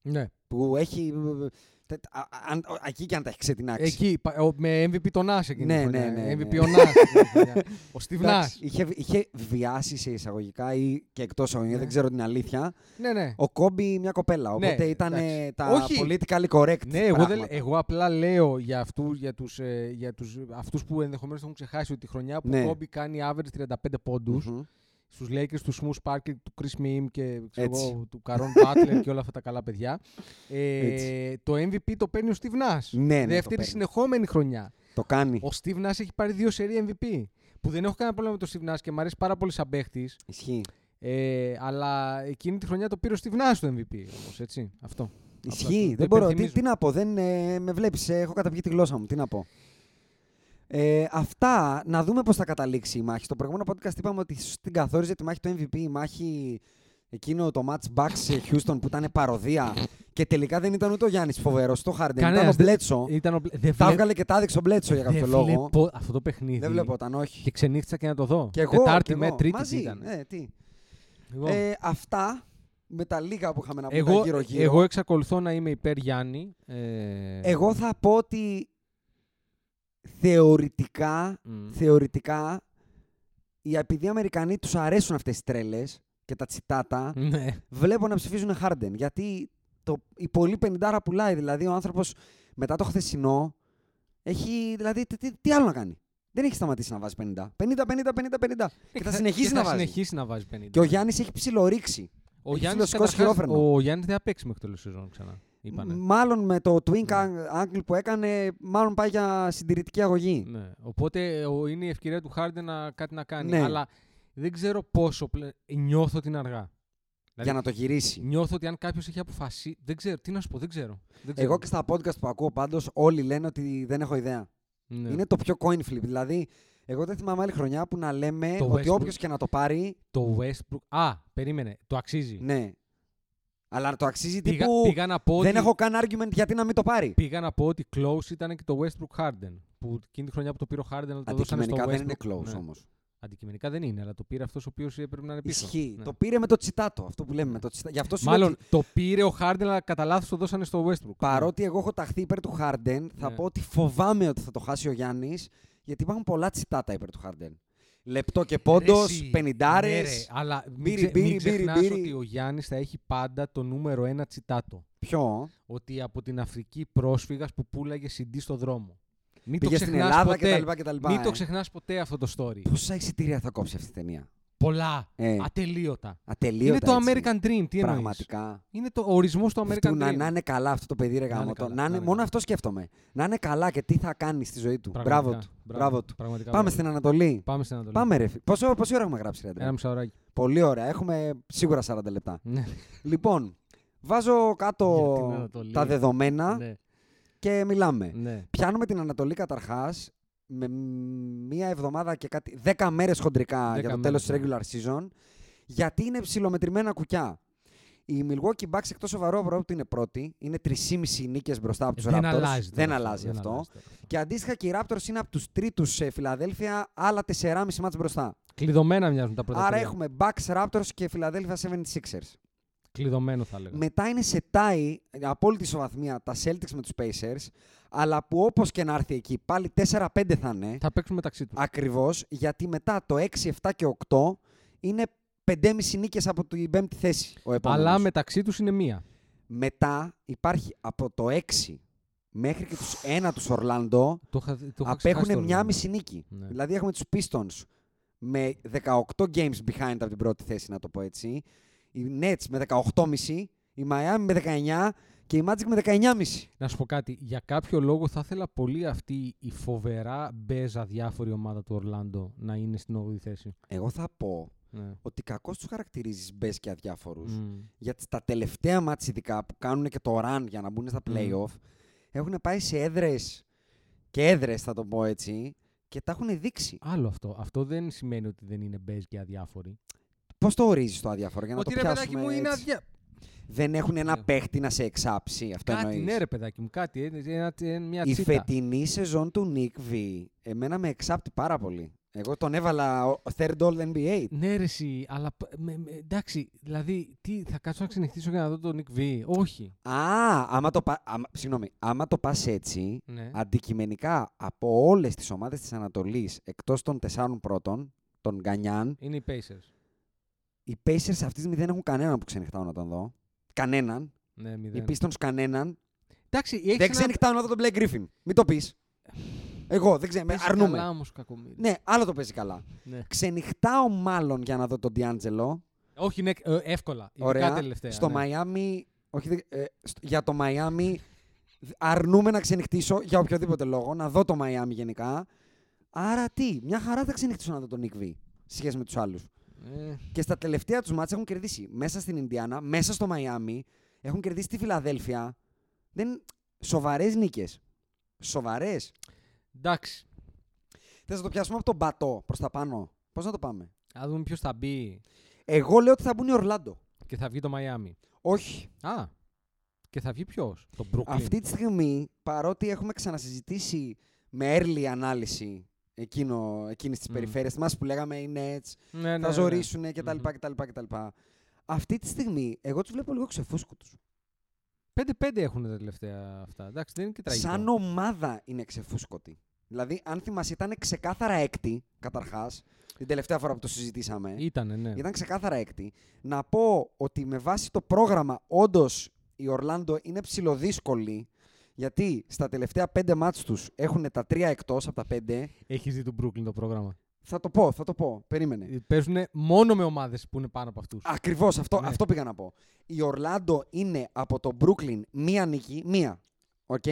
Ναι.
Που έχει. ε, τε- α- α- αν- ο- Εκεί και αν τα έχει ξετινάξει.
Εκεί, πα- ο- με MVP τον Άσ εκείνη
Ναι,
τη χρονιά.
ναι, ναι, ναι.
MVP ο Νάς εκείνη τη χρονιά. Ο Steve Nash.
Εντάξει, είχε, είχε βιάσει σε εισαγωγικά ή και εκτός εισαγωγικών,
Ναι.
δεν ξέρω την αλήθεια.
Ναι, ναι.
Ο Κόμπι μια κοπέλα.
Ναι,
Οπότε ήταν ε,
εντάξει.
τα
Όχι.
politically correct.
Ναι, εγώ, δεν,
πράγματα.
εγώ απλά λέω για, αυτού, για, τους, ε, για τους, αυτούς που ενδεχομένως έχουν ξεχάσει ότι τη χρονιά που
Ναι.
ο Kobe κάνει average 35 πόντους
Μμμ.
στους Lakers, του Smooth Parker, του Chris Mim και ξέρω
Έτσι.
εγώ, του Caron Butler και όλα αυτά τα καλά παιδιά. Ε,
Έτσι.
το MVP το παίρνει ο Steve Nash.
Ναι, ναι, το
Δεύτερη
παίρνει. Ναι.
συνεχόμενη χρονιά.
Το κάνει.
Ο Steve Nash έχει πάρει δύο σερί MVP. Που δεν έχω κανένα πρόβλημα με τον Steve Nash και μου αρέσει πάρα πολύ σαν παίχτης.
Ισχύει.
Ε, αλλά εκείνη τη χρονιά το πήρε ο Steve Nash το MVP όμως, έτσι. Αυτό. Απλά το-
Ισχύει.
το
Δεν μπορώ. Τι,
υπενθυμίζω.
τι να πω. Δεν, ε, με βλέπεις. έχω καταπιεί τη γλώσσα μου. Τι να πω. Ε, αυτά να δούμε πώς θα καταλήξει η μάχη. Στο προηγούμενο podcast είπαμε ότι την καθόριζε τη μάχη το MVP. Η μάχη εκείνο το match back σε Houston που ήταν παροδία. και τελικά δεν ήταν ούτε ο Γιάννης φοβερός. Το Harden. Ήταν ο
Κανένας Ε, δεν-
Μπλέτσο.
Ήταν ο... Μπλε- Δεν
Τα
βλέπω
έβγαλε και τα έδειξε ο Μπλέτσο για κάποιο
Δεν
λόγο.
βλέπω Ναι, αυτό το παιχνίδι.
Δεν βλέπω, όχι.
ε, Και ξενύχτησα και να το δω.
Κι εγώ,
Τετάρτη
κι εγώ.
με Τρίτη
Μαζί,
ήταν.
ναι, τι.
Λοιπόν,
Ε, αυτά με τα λίγα που είχαμε να πούμε
εγώ,
γύρω γύρω.
εγώ εξακολουθώ να είμαι υπέρ Γιάννη. Ε,
Εγώ θα πω ότι θεωρητικά,
μ,
θεωρητικά οι, επειδή οι Αμερικανοί τους αρέσουν αυτές οι τρέλες και τα τσιτάτα,
Ναι.
βλέπω να ψηφίζουν Harden. Γιατί το, η πολύ πενιντάρα πουλάει. Δηλαδή ο άνθρωπος μετά το χθεσινό έχει, δηλαδή τι, τι- τι άλλο να κάνει. Δεν έχει σταματήσει να βάζει 50. 50, 50, 50, 50. Και θα συνεχίσει
και
να
θα
βάζει.
συνεχίσει να βάζει 50.
Και ο Γιάννης έχει ψιλορίξει.
ο
έχει
Γιάννης,
ψηλοσηκώσει
καταρχάς,
χειρόφρενο.
ο Γιάννης δεν θα παίξει μέχρι τέλος σεζόν ξανά. Είπανε.
Μάλλον με το twink
Ναι.
angle που έκανε, μάλλον πάει για συντηρητική αγωγή.
Ναι. Οπότε ε, ο- είναι η ευκαιρία του Χάρντεν να κάτι να κάνει.
Ναι.
Αλλά δεν ξέρω πόσο πλε... νιώθω την αργά.
Για να το γυρίσει.
Νιώθω ότι αν κάποιος έχει αποφασίσει. Δεν ξέρω. Τι να σου πω, δεν ξέρω. Δεν ξέρω.
Εγώ και στα podcast που ακούω πάντως, όλοι λένε ότι δεν έχω ιδέα.
Ναι.
Είναι το πιο coin flip. Δηλαδή, εγώ δεν θυμάμαι άλλη χρονιά που να λέμε
Το
ότι
Westbrook.
όποιος και να το πάρει.
Το Westbrook. Α, περίμενε. Το αξίζει.
Ναι. Αλλά να το αξίζει
Πήγα,
τύπου.
πήγα να πω
Δεν
ότι...
έχω καν argument γιατί να μην το πάρει.
Πήγα να πω ότι close ήταν και το Westbrook Harden. Που εκείνη τη χρονιά που το πήρε ο Harden, αλλά το δώσανε στο Westbrook.
Αντικειμενικά δεν είναι close
ναι.
όμως.
Αντικειμενικά δεν είναι, αλλά το πήρε αυτός ο οποίος έπρεπε να είναι πίσω.
Ισχύει.
Ναι.
Το πήρε με το τσιτάτο. Αυτό που λέμε με το τσιτάτο. Γι' αυτό σου λέω
Μάλλον
ότι
το πήρε ο Χάρντεν, αλλά κατά λάθος το δώσανε στο Westbrook.
παρότι εγώ έχω ταχθεί υπέρ του Χάρντεν, θα
Ναι.
πω ότι φοβάμαι ότι θα το χάσει ο Γιάννης, γιατί υπάρχουν πολλά τσιτάτα υπέρ του Χάρντεν. Λεπτό και πόντος,
Ρε, εσύ, ναι,
πενιντάρε.
ρε, αλλά μην,
μπύρι,
ξε- μην
μπύρι, μπύρι,
ξεχνάς
μπύρι.
ότι ο Γιάννης θα έχει πάντα το νούμερο ένα τσιτάτο.
Ποιο.
Ότι από την Αφρική πρόσφυγας που πούλαγε CD στο δρόμο. Μην
Πήγε
το
στην
ξεχνάς
Ελλάδα
ποτέ.
κτλ. κτλ
Μην
ε.
το ξεχνάς ποτέ αυτό το story.
Πόσα εισιτήρια θα κόψει αυτή η ταινία.
Πολλά.
Ε.
Ατελείωτα.
Ατελείωτα.
Είναι το
έτσι.
American Dream. Τι εννοείς.
Πραγματικά.
Είναι το ορισμός του American
Αυτού να, να
Dream.
είναι καλά αυτό το παιδί, ρε
είναι
γάμο. το.
καλά,
Να
να
είναι,
είναι
μόνο
καλά.
αυτό σκέφτομαι. Να είναι καλά και τι θα κάνεις στη ζωή του.
Πραγματικά,
Μπράβο του. Μπράβο του.
Πραγματικά
Πάμε
μπράβο.
στην Ανατολή.
Πάμε στην Ανατολή.
Πάμε, ρε. φι- Πόσο, πόση ώρα έχουμε γράψει, ρε Αντρέα?
Ένα μισάωράκι.
Πολύ ωραία. Έχουμε σίγουρα 40 λεπτά.
Ναι.
λοιπόν, βάζω
Για την
κάτω
Ανατολή.
τα δεδομένα
ναι.
και μιλάμε.
ναι.
Πιάνουμε την Ανατολή καταρχάς με μία εβδομάδα και κάτι. 10 μέρες χοντρικά
Δέκα
για το τέλο
μέρες, ναι.
τη regular season. Γιατί είναι ψηλομετρημένα κουκιά. Οι Milwaukee Bucks εκτός σοβαρού απορρόπτου είναι πρώτοι. Είναι 3,5 νίκες μπροστά από τους
Ε, Δεν
Raptors.
αλλάζει, τώρα
δεν αλλάζει
δεν
αυτό.
αλλάζει τώρα αυτό.
Και αντίστοιχα και οι Raptors είναι από τους τρίτους σε Φιλαδέλφια, άλλα 4,5 μάτς μπροστά.
Κλειδωμένα μοιάζουν τα πρώτα.
Άρα
τρία.
έχουμε Bucks, Raptors και Philadelphia 76ers.
Κλειδωμένο θα έλεγα.
Μετά είναι σε τάι, απόλυτη ισοβαθμία, τα Celtics με τους Pacers, αλλά που όπως και να έρθει εκεί, πάλι 4-5 θα είναι,
Θα παίξουν μεταξύ τους.
ακριβώς, γιατί μετά το 6, 7 και 8 είναι 5,5 νίκες από την πέμπτη θέση ο επόμενος.
Αλλά μεταξύ τους είναι μία.
Μετά υπάρχει από το 6 μέχρι και τους 1 τους Orlando,
Το είχα, το είχα ξεχάσει το
απέχουν μια
όνομα.
μισή νίκη.
Ναι.
Δηλαδή έχουμε τους Pistons με 18 games behind από την πρώτη θέση, να το πω έτσι. Οι Nets με 18,5, η Miami με 19 και η Magic με 19,5.
Να σου πω κάτι. Για κάποιο λόγο θα ήθελα πολύ αυτή η φοβερά μπέζα διάφορη ομάδα του Ορλάντο να είναι στην 8η θέση.
Εγώ θα πω
Ναι.
ότι κακώς τους χαρακτηρίζεις μπες και αδιάφορους.
Μμμ.
Γιατί στα τελευταία μάτς ειδικά που κάνουν και το run για να μπουν στα
Μμμ.
playoff, έχουν πάει σε έδρες και έδρες, θα το πω έτσι, και τα έχουν δείξει.
Άλλο αυτό. Αυτό δεν σημαίνει ότι δεν είναι μπέζ και αδιάφοροι.
Πώς το ορίζεις το αδιάφορο, για να το
ρε
πιάσουμε
παιδάκι μου είναι
έτσι.
αδιά...
Δεν έχουν ένα
Ναι.
παίχτη να σε εξάψει. Αυτό
Κάτι
εννοείς.
ναι ρε παιδάκι μου, κάτι. ε, ένα- ε, μια
Η
τσίτα.
φετινή σεζόν του Nick V εμένα με εξάπτει πάρα πολύ. Εγώ τον έβαλα ο- third all NBA.
Ναι ρε εσύ, αλλά π- με- με- εντάξει, δηλαδή τι, θα κάτσω να ξενυχτήσω για να δω τον Nick V. Όχι.
Α, άμα το, πα- άμα, συγγνώμη, άμα το πας έτσι,
Ναι.
αντικειμενικά από όλες τις ομάδες της Ανατολής, εκτός των τεσσάρων πρώτων, των Γκανιάν,
Είναι οι Pacers.
οι Pacers αυτής τη στιγμή δεν έχουν κανέναν που ξενυχτάω να τον δω. Κανέναν.
Ναι,
Οι
μηδέν.
Pistons κανέναν.
Εντάξει, έχεις
δεν ξενυχτάω να δω τον Blake Griffin. Μην το πεις. Εγώ δεν ξέρω. Αρνούμε.
Καλά όμως κακομοίρης.
Ναι, άλλο το παίζει καλά.
Ναι.
Ξενυχτάω μάλλον για να δω τον D'Angelo.
Όχι, ναι, ε, εύκολα. Ειδικά
Ωραία.
τελευταία.
στο
ναι.
Μαϊάμι. Όχι, δεν- ε, στο- για το Μαϊάμι δ- αρνούμε να ξενυχτήσω για οποιοδήποτε λόγο, να δω το Μαϊάμι γενικά. Άρα τι, μια χαρά θα ξενυχτήσω να δω τον Νίκ Βι σε σχέση με τους άλλους.
Ε,
Και στα τελευταία τους μάτια έχουν κερδίσει μέσα στην Ινδιάνα, μέσα στο Μαϊάμι, έχουν κερδίσει τη Φιλαδέλφια. Δεν... Σοβαρές νίκες. Σοβαρές.
εντάξει.
Θες να το πιάσουμε από τον πατό προς τα πάνω. Πώς να το πάμε.
Θα δούμε ποιος θα μπει
Εγώ λέω ότι θα μπουν οι Ορλάντο.
και θα βγει το Μαϊάμι.
Όχι.
Α, και θα βγει ποιος. Το Brooklyn.
Αυτή τη στιγμή, παρότι έχουμε ξανασυζητήσει με early ανάλυση εκείνο, εκείνης της
Μμμ.
περιφέρειας μας που λέγαμε είναι έτσι,
Ναι, ναι,
θα
ναι.
ζορίσουν και τα
Μμμ.
λοιπά και τα λοιπά και τα λοιπά. Αυτή τη στιγμή, εγώ τους βλέπω λίγο ξεφούσκωτους.
5-5 έχουν τα τελευταία αυτά. Εντάξει, δεν είναι και τραγικό.
Σαν ομάδα είναι ξεφούσκωτοι. Δηλαδή, αν θυμάσαι, ήταν ξεκάθαρα έκτη, καταρχάς, την τελευταία φορά που το συζητήσαμε.
Ήτανε, ναι.
Ήταν ξεκάθαρα έκτη. Να πω ότι με βάση το πρόγραμμα, όντως η Ορλάντο είναι ψηλοδύσκολη. Γιατί στα τελευταία πέντε μάτς τους έχουν τα τρία εκτός από τα πέντε.
Έχεις δει το Brooklyn το πρόγραμμα.
Θα το πω, θα το πω. Περίμενε.
Παίζουν μόνο με ομάδες που είναι πάνω από αυτούς.
Ακριβώς αυτό,
Ναι.
αυτό πήγα να πω. Η Ορλάντο είναι από το Brooklyn μία νίκη, μία. Οκ.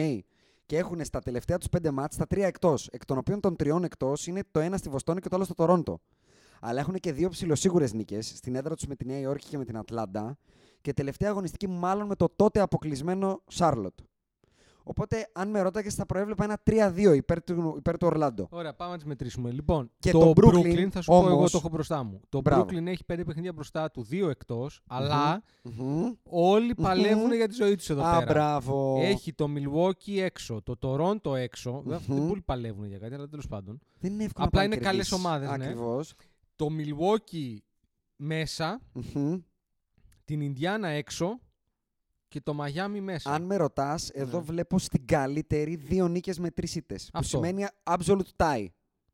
Και έχουν στα τελευταία τους πέντε μάτς τα τρία εκτός. Εκ των οποίων των τριών εκτός είναι το ένα στη Βοστόνη και το άλλο στο Τορόντο. Αλλά έχουν και δύο ψηλοσίγουρες νίκες στην έδρα τους με τη Νέα Υόρκη και με την Ατλάντα. Και τελευταία αγωνιστική μάλλον με το τότε αποκλεισμένο Σάρλοτ. Οπότε, αν με ρώταγες, θα προέβλεπα ένα 3-2 υπέρ του, υπέρ του Ορλάντο.
Ωραία, πάμε να τις μετρήσουμε. Λοιπόν,
Και το
το,
Brooklyn,
θα σου πω εγώ
όμως-
το έχω μπροστά μου. Το
Μπράβο.
Brooklyn έχει πέντε παιχνίδια μπροστά του, δύο εκτός, αλλά
Μμμ.
όλοι παλεύουν
Μμμ.
για τη ζωή τους εδώ
Α,
πέρα.
μπράβο.
Έχει το Milwaukee έξω, το Toronto έξω. Βέβαια, αυτοί δεν πολύ παλεύουν για κάτι, αλλά τέλος πάντων.
Δεν είναι εύκολο
Απλά
να
είναι καλές ομάδες, ναι.
Ακριβώς.
Το Milwaukee μέσα, την Ινδιάνα έξω και το Miami μέσα.
Αν με ρωτάς, εδώ
Ναι.
βλέπω στην καλύτερη δύο νίκες με τρεις ήττες. Που
Αυτό.
σημαίνει absolute tie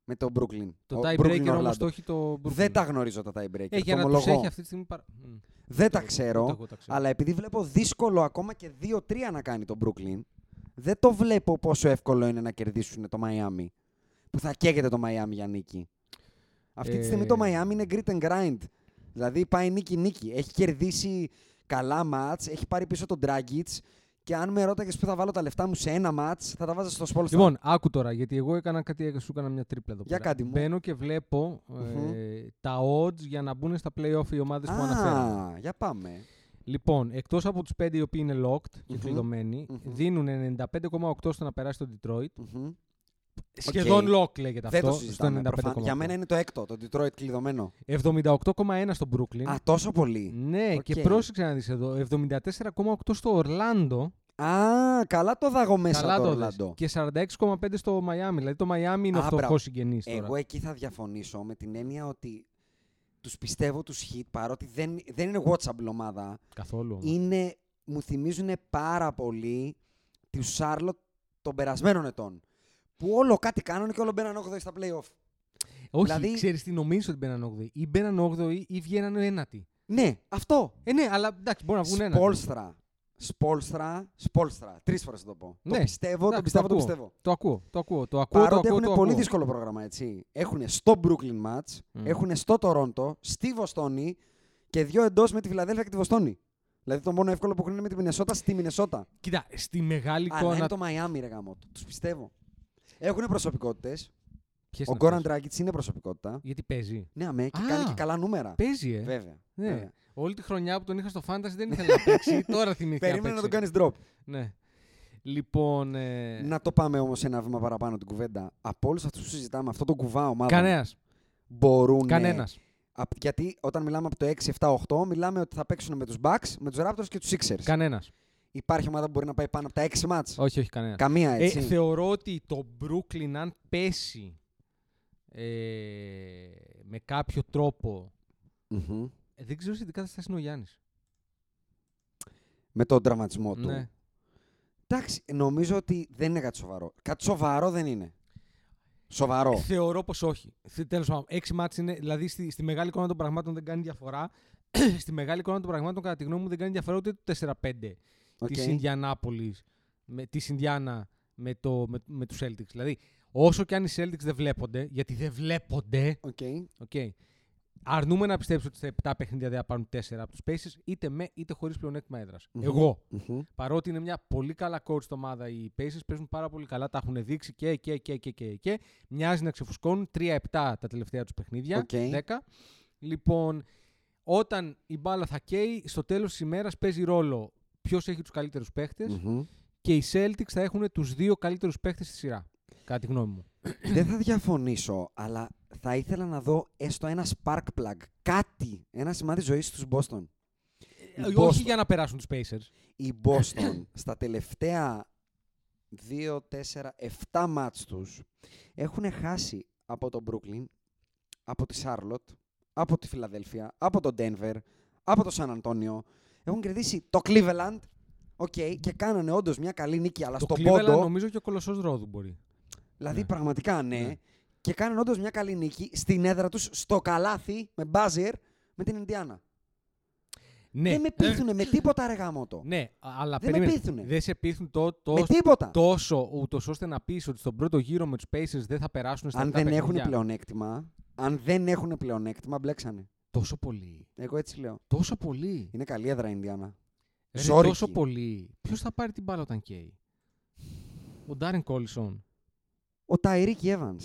με τον Brooklyn.
Το
Ο
tie
Brooklyn
breaker όμως
Orlando.
το έχει το Brooklyn.
Δεν τα γνωρίζω τα tie breaker.
Ε, για
το
να τους
ομολογώ.
έχει αυτή τη στιγμή. παρα- Μμ,
Δεν τα
ούτε-
ξέρω,
ούτε εγώ τα ξέρω.
αλλά επειδή βλέπω δύσκολο ακόμα και 2-3 να κάνει τον Brooklyn, δεν το βλέπω πόσο εύκολο είναι να κερδίσουν το Miami. Που θα καίγεται το Miami για νίκη. Αυτή τη στιγμή
Ε.
το Miami είναι grit and grind. Δηλαδή πάει νίκη-νίκη. Έχει κερδίσει καλά μάτς, έχει πάρει πίσω τον Dragic και αν με ρώταγες που θα βάλω τα λεφτά μου σε ένα μάτς, θα τα βάζα στο Spolstra.
Λοιπόν, άκου τώρα, γιατί εγώ έκανα κάτι, σου έκανα μια τρίπλα εδώ
Για
πέρα.
κάντε μου.
Μπαίνω και βλέπω ε,
Μμμ.
τα odds για να μπουν στα playoff οι ομάδες που αναφέραμε.
Α, για πάμε.
Λοιπόν, εκτός από τους πέντε οι οποίοι είναι locked και
Μμμ.
κλειδωμένοι,
Μμμ.
δίνουν 95,8 στο να περάσει το Detroit.
Μμμ.
Σχεδόν lock λέγεται
Ε, Δεν
αυτό.
το
στο
συζητάμε.
95,8.
προφανώς. Για μένα είναι το έκτο, το Detroit κλειδωμένο.
78,1 στο Brooklyn.
Α, τόσο πολύ.
ναι, και
οκ.
πρόσεξε να δεις εδώ. 74,8 στο Orlando.
Α, καλά το δάγω μέσα
Καλά
Ε, το
το δες.
Ορλάντο.
Και 46,5 στο Miami. Δηλαδή το Miami είναι ο
Α,
φτωχό
μπράβο.
συγγενή τώρα.
Εγώ εκεί θα διαφωνήσω με την έννοια ότι τους πιστεύω τους hit παρότι δεν, δεν είναι watchable ομάδα.
Καθόλου. όμως.
Είναι, μου θυμίζουν πάρα πολύ του Σάρλοτ των περασμένων ετών. Που όλο κάτι κάνουν και όλο μπαίναν 8 στα playoff.
Όχι,
δηλαδή-
ξέρεις τι νομίζω ότι μπαίναν 8η. Ή μπαίναν 8η ή βγαίναν ένατη.
Ναι, αυτό.
Ε, ναι, αλλά εντάξει, μπορεί να βγουν ένα.
Σπόλστρα. Σπόλστρα, σπόλστρα. Τρεις φορές θα το πω.
Ναι,
Το πιστεύω,
εντάξει,
το πιστεύω,
το
το
ακούω.
πιστεύω.
Το ακούω, το ακούω. Το ακούω,
Παρότι
το ακούω.
έχουν
Το
πολύ
ακούω.
δύσκολο πρόγραμμα, έτσι. Έχουν στο Brooklyn Match,
Μμμ.
έχουν στο Toronto, στη Βοστόνη και δύο εντός με τη Φιλαδέλφια και τη Βοστόνη. Δηλαδή το μόνο εύκολο που έχουν είναι με τη Μινεσότα στη Μινεσότα.
Κοίτα, στη μεγάλη
Αλλά ναι, είναι
εικόνα.
το Miami, ρε γάμο. Τους πιστεύω. Έχουν προσωπικότητες.
Ποιες
Ο
είναι
Γκόραν
αυτές?
Dragic είναι προσωπικότητα.
Γιατί παίζει.
Ναι, αμέ, και
Α,
κάνει και καλά νούμερα.
Παίζει, ε.
Βέβαια.
Ναι.
βέβαια.
Όλη τη χρονιά που τον είχα στο Fantasy δεν ήθελα να παίξει. Τώρα θυμήθηκα.
Περίμενε να τον
παίξει.
κάνεις drop.
Ναι. Λοιπόν. Ε...
Να το πάμε όμως ένα βήμα παραπάνω την κουβέντα. Από όλους αυτούς που συζητάμε, αυτό το κουβά ομάδα.
Κανένα.
Μπορούν.
Κανένας.
Απ- Γιατί όταν μιλάμε από το 6, 7, 8, μιλάμε ότι θα παίξουν με τους Bucks, με τους Raptors και τους Sixers.
Κανένας.
Υπάρχει ομάδα που μπορεί να πάει πάνω από τα 6 μάτς.
Όχι, όχι, κανένας.
Καμία
Ε,
έτσι.
θεωρώ ότι το Brooklyn αν πέσει ε, με κάποιο τρόπο
Μμμ.
ε, δεν ξέρω σε τι κατάσταση είναι ο Γιάννης.
Με τον τραυματισμό του.
Ναι.
Εντάξει, νομίζω ότι δεν είναι κάτι σοβαρό. Κάτι σοβαρό δεν είναι. Σοβαρό.
Θεωρώ πως όχι. Θε- Τέλος πάντων, έξι μάτς είναι, δηλαδή στη, στη μεγάλη εικόνα των πραγμάτων δεν κάνει διαφορά. στη μεγάλη εικόνα των πραγμάτων κατά τη γνώμη μου δεν κάνει διαφορά ούτε το 4-5
Οκ.
της Ινδιανάπολης, με, της Ινδιάνα με, το, με, με τους Celtics. Δηλαδή, όσο και αν οι Celtics δεν βλέπονται, γιατί δεν βλέπονται,
Οκ.
Okay. Αρνούμε να πιστέψω ότι στα 7 παιχνίδια δεν θα πάρουν 4 από τους Pacers, είτε με είτε χωρίς πλεονέκτημα έδρας.
Μμμ.
Εγώ.
Μμμ.
Παρότι είναι μια πολύ καλά coach ομάδα οι Pacers, παίζουν πάρα πολύ καλά, τα έχουν δείξει και, και, και, και, και, και. Μοιάζει να ξεφουσκώνουν 3-7 τα τελευταία τους παιχνίδια.
Οκ.
10. Λοιπόν, όταν η μπάλα θα καίει, στο τέλος της ημέρας παίζει ρόλο ποιος έχει τους καλύτερους παίχτες
Μμμ.
και οι Celtics θα έχουν τους δύο καλύτερους παίχτες στη σειρά. Κατά τη γνώμη μου.
δεν θα διαφωνήσω, αλλά θα ήθελα να δω έστω ένα spark plug. Κάτι. Ένα σημάδι ζωής στους Boston.
Ε,
Οι
Όχι
Boston-
για να περάσουν τους Pacers.
οι Boston στα τελευταία 2, 4, 7 μάτς τους έχουν χάσει από τον Brooklyn, από τη Charlotte, από τη Φιλαδέλφια, από τον Denver, από το San Antonio. Έχουν κερδίσει το Cleveland, οκ, και κάνανε όντως μια καλή νίκη, αλλά
Το
στον
Cleveland
πόντο,
νομίζω και ο Κολοσσός Ρόδου μπορεί.
δηλαδή
ναι.
πραγματικά ναι,
Ναι.
και κάνανε όντως μια καλή νίκη στην έδρα τους, στο καλάθι, με μπάζερ, με την Ινδιάνα.
Ναι,
Δεν με πείθουνε με τίποτα ρε γαμότο.
ναι αλλά
Δεν με
περίμενε.
πείθουνε.
Δεν σε πείθουν το, το,
με τίποτα.
τόσο ούτως ώστε να πεις ότι στον πρώτο γύρο με τους Pacers δεν θα περάσουν στα
Αν
επτά
δεν έχουν
παιχνίδια.
πλεονέκτημα, αν δεν έχουν πλεονέκτημα, μπλέξανε.
Τόσο πολύ.
Εγώ έτσι λέω.
Τόσο πολύ.
Είναι καλή έδρα η Ινδιάνα.
Ρε,
ζόρικη.
τόσο πολύ. Ποιος θα πάρει την μπάλα όταν καίει. Ο Ντάριν Κόλσον.
Ο Ταϊρίκ Evans,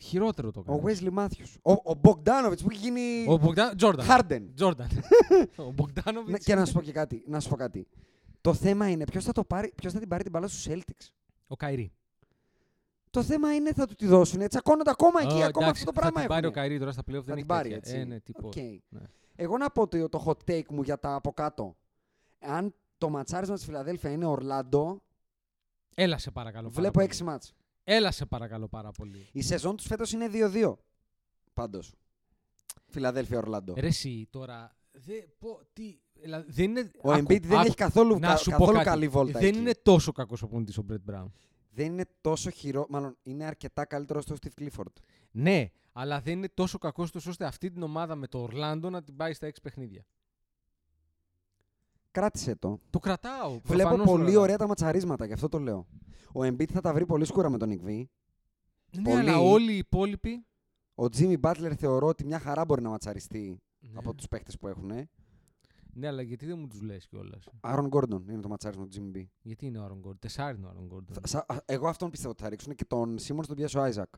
Χειρότερο το
ο
κάνει.
Wesley Matthews, ο, ο Bogdanovic που έχει γίνει
Ο Μπογδάνο. Τζόρνταν.
Harden.
Τζόρνταν. Ο Bogdanovic.
Ναι, Και να σου πω και κάτι, να σου πω κάτι. Το θέμα είναι ποιος θα, το πάρει, ποιος θα την πάρει την μπάλα στους Celtics.
Ο Καϊρή.
Το θέμα είναι θα του τη δώσουν. Τσακώνονται ακόμα εκεί,
Ε,
ακόμα
εντάξει,
αυτό το
Θα
πράγμα
την πάρει ο
έχουν.
Καϊρή τώρα στα playoff.
Θα
Δεν
την
έχει
πάρει
τέτοια.
έτσι.
Ε, ναι, τίποτα.
Οκ.
Ναι.
Εγώ να πω το, το hot take μου για τα από κάτω. Αν το ματσάρισμα της Φιλαδέλφια είναι Ορλάντο,
Έλα σε παρακαλώ. πάρα
βλέπω
πολύ.
έξι μάτς.
Έλα σε παρακαλώ πάρα πολύ.
Η σεζόν τους φέτος είναι 2-2. Πάντως. Φιλαδέλφια Ορλάντο.
Ε, Ρε εσύ τώρα. Δε, πω, τι, δηλαδή, δεν είναι,
Ο
άκου,
Embiid δεν
άκου,
έχει καθόλου,
να
κα-
σου πω
καθόλου
κάτι.
καλή βόλτα
Δεν
εκεί.
είναι τόσο κακός ο πονητής ο Μπρετ Μπράουν.
δεν είναι τόσο χειρό, μάλλον είναι αρκετά καλύτερο στο Steve Clifford.
Ναι, αλλά δεν είναι τόσο κακό του ώστε αυτή την ομάδα με το Ορλάντο να την πάει στα έξι παιχνίδια.
Κράτησε το.
Το κρατάω.
Βλέπω
προφανώς το
πολύ
κρατάω.
ωραία τα ματσαρίσματα, γι' αυτό το λέω. Ο Embiid θα τα βρει πολύ σκούρα με τον Ιγβή.
Ναι,
πολύ.
αλλά όλοι οι υπόλοιποι.
Ο Jimmy Butler θεωρώ ότι μια χαρά μπορεί να ματσαριστεί
Ναι.
από τους παίχτες που έχουν.
ναι, αλλά γιατί δεν μου τους λες κιόλας.
Άρον Gordon είναι το ματσάρισμα του Jimmy B.
Γιατί είναι ο Άρον Γκόρντον. Τεσάρι είναι ο Άρον Γκόρντον.
Θα- σα- α- Εγώ αυτόν πιστεύω ότι θα ρίξουν και τον Σίμον τον πιάσει ο Άιζακ.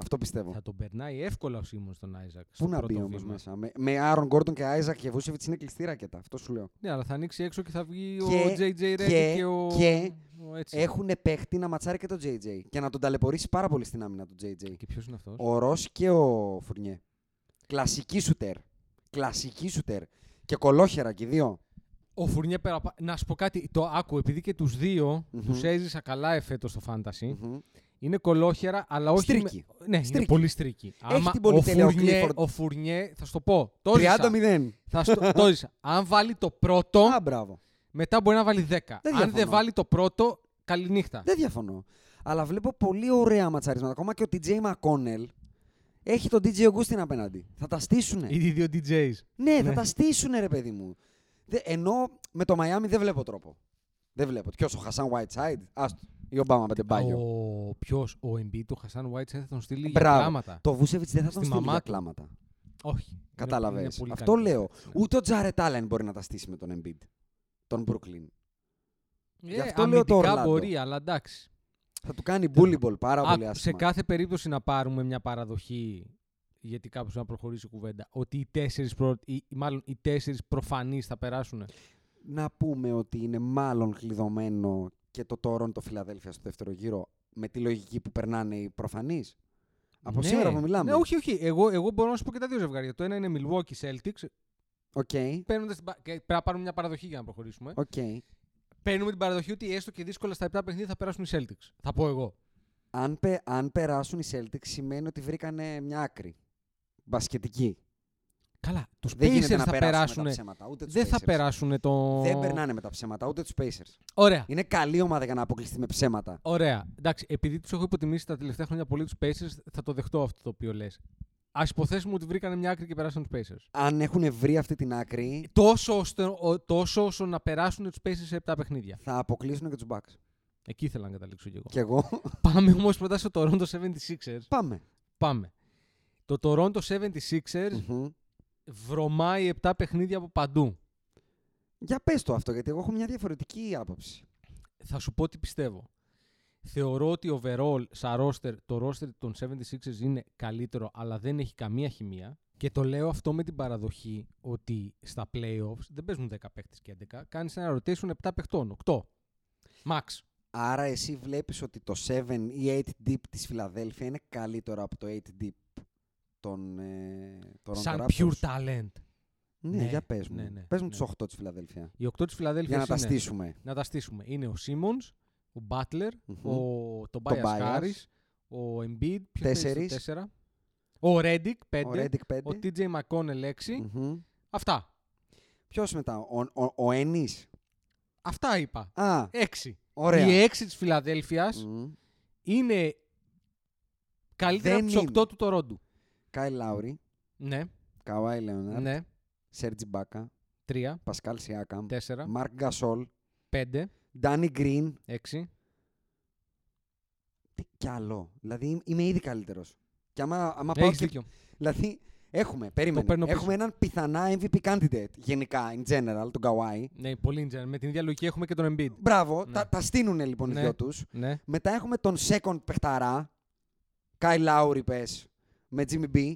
Αυτό πιστεύω.
Θα τον περνάει εύκολα ο Σίμον στον Άιζακ.
Πού
στο
να
πρώτο
μπει όμως
βήμα.
μέσα. Με, με Άρον Γκόρντον και Άιζακ και Βούσεβιτ είναι κλειστή ρακέτα. Αυτό σου λέω.
Ναι, αλλά θα ανοίξει έξω και θα βγει
Και-
ο JJ Reddick
και-
και, ο.
και
ο έτσι.
Έχουν παίχτη να ματσάρει και τον JJ και να τον ταλαιπωρήσει πάρα πολύ στην άμυνα του JJ.
Και ποιος είναι αυτός.
Ο Ρος και ο Φουρνιέ. Κλασική σουτέρ. Κλασική σουτέρ. Και κολόχερα και οι δύο.
Ο Φουρνιέ πέρα. Να σου πω κάτι. Το άκου, επειδή και τους δυο
Μμμ.
τους έζησα καλά εφέτος στο φάνταση.
Μμμ.
Είναι κολόχερα, αλλά όχι.
Στρίκι.
με- Ναι, είναι
Στρίκι.
πολύ στρίκι.
την πολυτέλεια ο
ο, Φουρνιέ,
Clifford.
ο Φουρνιέ, θα σου το πω. Το ζήσα.
30-0.
Θα στο, το ζήσα. Αν βάλει το πρώτο,
Α, μπράβο.
μετά μπορεί να βάλει 10.
Δεν
Αν δεν
διαφωνώ.
βάλει το πρώτο, καληνύχτα.
Δεν διαφωνώ. Αλλά βλέπω πολύ ωραία ματσαρίσματα. Ακόμα και ο TJ McConnell έχει τον DJ Augustin απέναντι. Θα τα στήσουνε.
Οι δύο DJs.
Ναι, θα τα στήσουνε, ρε παιδί μου. Δε- Ενώ με το Miami δεν βλέπω τρόπο. Δεν βλέπω. Ποιος, ο Χασάν Whiteside. Άστο. Ή ο Ομπάμα με την Πάγιο.
Ο ποιος, ο Embiid, το Χασάν White θα τον στείλει για
Μπράβο.
κλάματα.
Το Βούσεβιτ δεν θα τον
Στη Ναι.
στείλει
μαμά
για
του.
κλάματα.
Όχι. Είναι-
Κατάλαβες.
είναι πολύ
Αυτό
καλύτερο.
λέω. Ούτε ο Τζαρετ Άλεν μπορεί να τα στήσει με τον Embiid. Τον Brooklyn.
Ε,
Γι' αυτό λέω το
αμυντικά
Orlando.
μπορεί, αλλά εντάξει.
Θα του κάνει bully ball πάρα
Άκου,
πολύ
σε
άσχημα.
κάθε περίπτωση να πάρουμε μια παραδοχή γιατί κάποιο να προχωρήσει η κουβέντα. Ότι οι τέσσερις προ... οι- μάλλον οι τέσσερις προφανείς θα περάσουν.
Να πούμε ότι είναι μάλλον κλειδωμένο και το Toronto το Φιλαδέλφια στο δεύτερο γύρο με τη λογική που περνάνε οι προφανείς. Από
Ναι.
σήμερα που μιλάμε.
Ναι, όχι, όχι. Εγώ, εγώ μπορώ να σου πω και τα δύο ζευγάρια. Το ένα είναι Milwaukee Celtics.
Οκ.
Παίρνοντας την... πα- και Πρέπει να πάρουμε μια παραδοχή για να προχωρήσουμε.
Οκ.
Παίρνουμε την παραδοχή ότι έστω και δύσκολα στα 7 παιχνίδια θα περάσουν οι Celtics. Θα πω εγώ.
Αν, πε- αν περάσουν οι Celtics σημαίνει ότι βρήκανε μια άκρη. Μπασκετική.
Καλά. Τους
Δεν
Pacers
γίνεται να
θα
περάσουν,
περάσουν.
με τα ψέματα. Ούτε τους
Δεν θα
Pacers.
περάσουν το.
Δεν περνάνε με τα ψέματα, ούτε τους Pacers.
Ωραία.
Είναι καλή ομάδα για να αποκλειστεί με ψέματα.
Ωραία. Εντάξει, επειδή τους έχω υποτιμήσει τα τελευταία χρόνια πολύ τους Pacers, θα το δεχτώ αυτό το οποίο λες. Ας υποθέσουμε ότι βρήκανε μια άκρη και περάσαν τους Pacers.
Αν έχουν βρει αυτή την άκρη,
Τόσο, ώστε, ο- τόσο όσο να περάσουν του Pacers σε 7 παιχνίδια.
θα αποκλείσουν και τους Bucks.
Εκεί ήθελα να καταλήξω κι εγώ.
Κι εγώ.
Πάμε όμως πρώτα στο Toronto 76ers.
Πάμε.
Πάμε. Το Toronto 76ers
Μμμ.
βρωμάει 7 παιχνίδια από παντού.
Για πες το αυτό, γιατί εγώ έχω μια διαφορετική άποψη.
Θα σου πω τι πιστεύω. Θεωρώ ότι overall σαν roster, το roster των 76ers είναι καλύτερο, αλλά δεν έχει καμία χημεία. Και το λέω αυτό με την παραδοχή ότι στα playoffs δεν παίζουν 10 παίχτες και 11. Κάνεις ένα rotation 7 παιχτών, 8. Max.
Άρα εσύ βλέπεις ότι το 7 ή 8 deep της Φιλαδέλφια είναι καλύτερο από το 8 deep των ε, Toronto
Σαν
Raptors.
pure talent.
Ναι,
Ναι,
για πες μου.
ναι, ναι,
πες μου
ναι.
τους 8 της Φιλαδέλφια.
Οι 8 της Φιλαδέλφειας
Για να τα
είναι-
στήσουμε.
να τα στήσουμε. Είναι ο Simmons, ο Butler,
Μμμ.
ο Tobias
Tobias.
Harris, ο Embiid, ποιος παίζει στο
Τέσσερις.
τέσσερα? ο Reddick, 5,
Ο Reddick 5.
ο TJ McConnell, 6.
Μμμ.
Αυτά.
Ποιος μετά, ο, ο, ο Ennis.
Αυτά είπα.
Α,
6.
ωραία.
Οι 6 της Φιλαδέλφειας
Μμμ.
είναι καλύτερα
Δεν
από τους 8
είναι.
του Τορόντου.
Κάι Λάουρι,
Ναι,
Καουάι Λεωνάρ,
ναι.
Σέρτζι Μπάκα,
3,
Πασκάλ Σιάκαμ,
4,
Μαρκ Γκασόλ,
5,
Ντάνι Γκριν.
6.
Τι κι άλλο. Δηλαδή είμαι ήδη καλύτερος. Και άμα, άμα πάω
Ναι, Έχεις
και
δίκιο.
Δηλαδή, έχουμε, περίμενε.
παίρνω πίσω.
Έχουμε έναν πιθανά MVP candidate γενικά, in general, τον Καουάι.
Ναι, πολύ general. Με την ίδια λογική έχουμε και τον Embiid.
Μπράβο,
Ναι.
τα, τα στείνουν λοιπόν
Ναι.
οι δυο τους.
Ναι.
Μετά έχουμε τον second παιχταρά, Κάι Λάουρι, πε, με Jimmy B.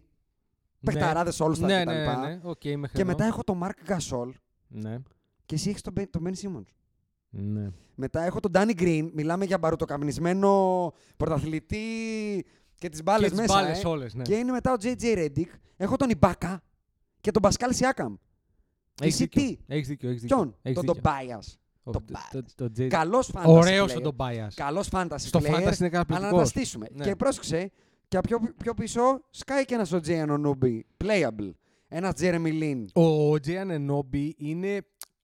Παιχταράδε όλου τα
ναι,
κτλ.
ναι, ναι, ναι. Οκ, μέχρι
Και
εδώ.
μετά έχω τον Μαρκ Γκασόλ,
Ναι.
Και εσύ έχεις τον, Ben- τον Ben Simmons.
Ναι.
Μετά έχω τον Danny Green. Μιλάμε για μπαρουτοκαμνισμένο πρωταθλητή και τις μπάλες
τις
μέσα.
μπάλες
ε.
όλες, ναι.
Και είναι μετά ο JJ Reddick. Έχω τον Ιμπάκα και τον Πασκάλ Σιάκαμ.
Έχεις
εσύ
δίκιο.
τι?
Έχεις δίκιο, έχεις δίκιο.
Ποιον?
Έχεις
Τον
δίκιο.
Τομπάια.
Ο-
τον
το-
Bias.
το- το Jay-
Καλός φάντα.
Ωραίος ο Τομπάιας.
Καλό φάντα.
Στο fantasy είναι
Αλλά να
καταπληκτικός.
τα στήσουμε.
Ναι.
Και πρόσεξε, και πιο, πιο πίσω σκάει και ένας ο Τζέι Ανουνούμπι. Playable. Ένα Τζέρεμι Λίν.
Ο Τζέαν Ενόμπι είναι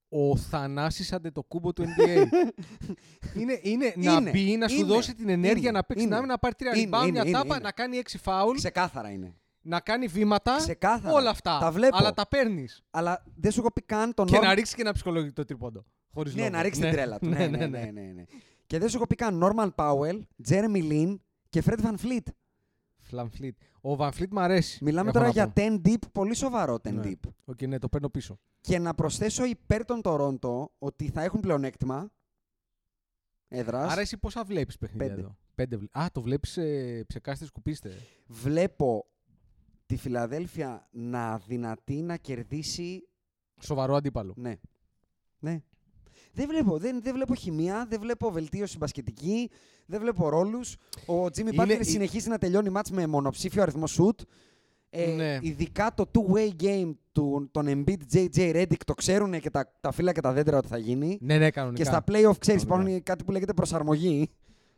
ο Θανάσης Αντετοκούμπο του NBA. είναι, είναι,
Είναι,
να μπει, να σου
είναι,
δώσει την ενέργεια,
είναι,
να παίξει
είναι.
την άμυνα, να πάρει τρία
Είναι,
rebound,
είναι,
μια
είναι,
τάπα,
είναι.
να κάνει έξι φάουλ,
Ξεκάθαρα είναι.
να κάνει βήματα.
Ξεκάθαρα.
Όλα αυτά.
Τα βλέπω.
Αλλά τα παίρνεις.
Αλλά δεν σου έχω πει καν τον
Και
Norm-
να ρίξει και ένα ψυχολογικό τρίποντο. Χωρίς
Ναι,
λόγο.
να ρίξει την τρέλα του. ναι, ναι, ναι, ναι, ναι. Και δεν σου έχω πει καν Norman Powell, Jeremy Lin και Fred Van Fleet.
Φλανφλίτ. Ο Βανφλίτ μ' αρέσει.
Μιλάμε
έχω
τώρα
να
για
πω.
10 deep, πολύ σοβαρό 10
Ναι.
deep.
Οκ, ναι, το παίρνω πίσω.
Και να προσθέσω υπέρ των Τορόντο ότι θα έχουν πλεονέκτημα έδρας.
Άρα εσύ πόσα βλέπεις παιχνίδια
Πέντε.
εδώ. Πέντε. βλέ- Α, το βλέπεις ε, ψεκάστε, σκουπίστε.
Βλέπω τη Φιλαδέλφια να δυνατεί να κερδίσει.
Σοβαρό αντίπαλο.
Ναι. Ναι. Δεν βλέπω, δεν, δεν βλέπω χημεία, δεν βλέπω βελτίωση μπασκετική, δεν βλέπω ρόλους. Ο Τζίμι
Είναι-
Μπάτλερ
ε-
συνεχίζει να τελειώνει μάτς με μονοψήφιο αριθμό σουτ. Ε,
Ναι.
Ειδικά το two-way game του, των Embiid JJ Reddick το ξέρουν και τα, τα φύλλα και τα δέντρα ότι θα γίνει.
Ναι, ναι, κανονικά.
Και στα playoff, ξέρεις,
Κανονικά.
υπάρχουν κάτι που λέγεται προσαρμογή.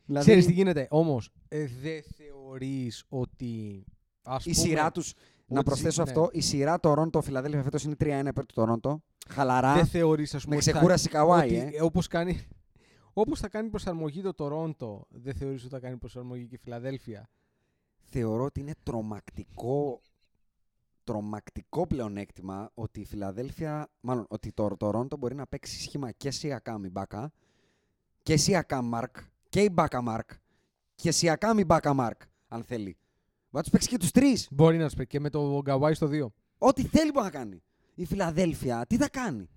Δηλαδή,
Ξέρεις τι γίνεται. Όμως, ε, δεν θεωρείς ότι. Ας
η
πούμε,
σειρά τους. Να
ότι-
προσθέσω
ναι.
αυτό, η σειρά Toronto Φιλαδέλφια φέτος είναι 3-1 υπέρ του Toronto. Χαλαρά.
Δεν θεωρείς, ας πούμε.
Με
ότι θα-
ξεκούρασε η Καουάι,
ότι,
ε.
ε, όπως κάνει, όπως θα κάνει προσαρμογή το Τορόντο, δεν θεωρείς ότι θα κάνει προσαρμογή και η Φιλαδέλφια.
Θεωρώ ότι είναι τρομακτικό τρομακτικό πλεονέκτημα ότι η Φιλαδέλφια, μάλλον ότι το Τορόντο μπορεί να παίξει σχήμα και Σιακάμ η Μπάκα και Σιακάμ Μάρκ και η Μπάκα Μάρκ και Σιακάμ η Μπάκα Μάρκ, αν θέλει. Μπορεί να τους παίξει και τους τρεις.
Μπορεί να σου πει και με το Γκαουάι στο 2.
Ό,τι θέλει μπορεί να κάνει. Η Φιλαδέλφια τι θα κάνει.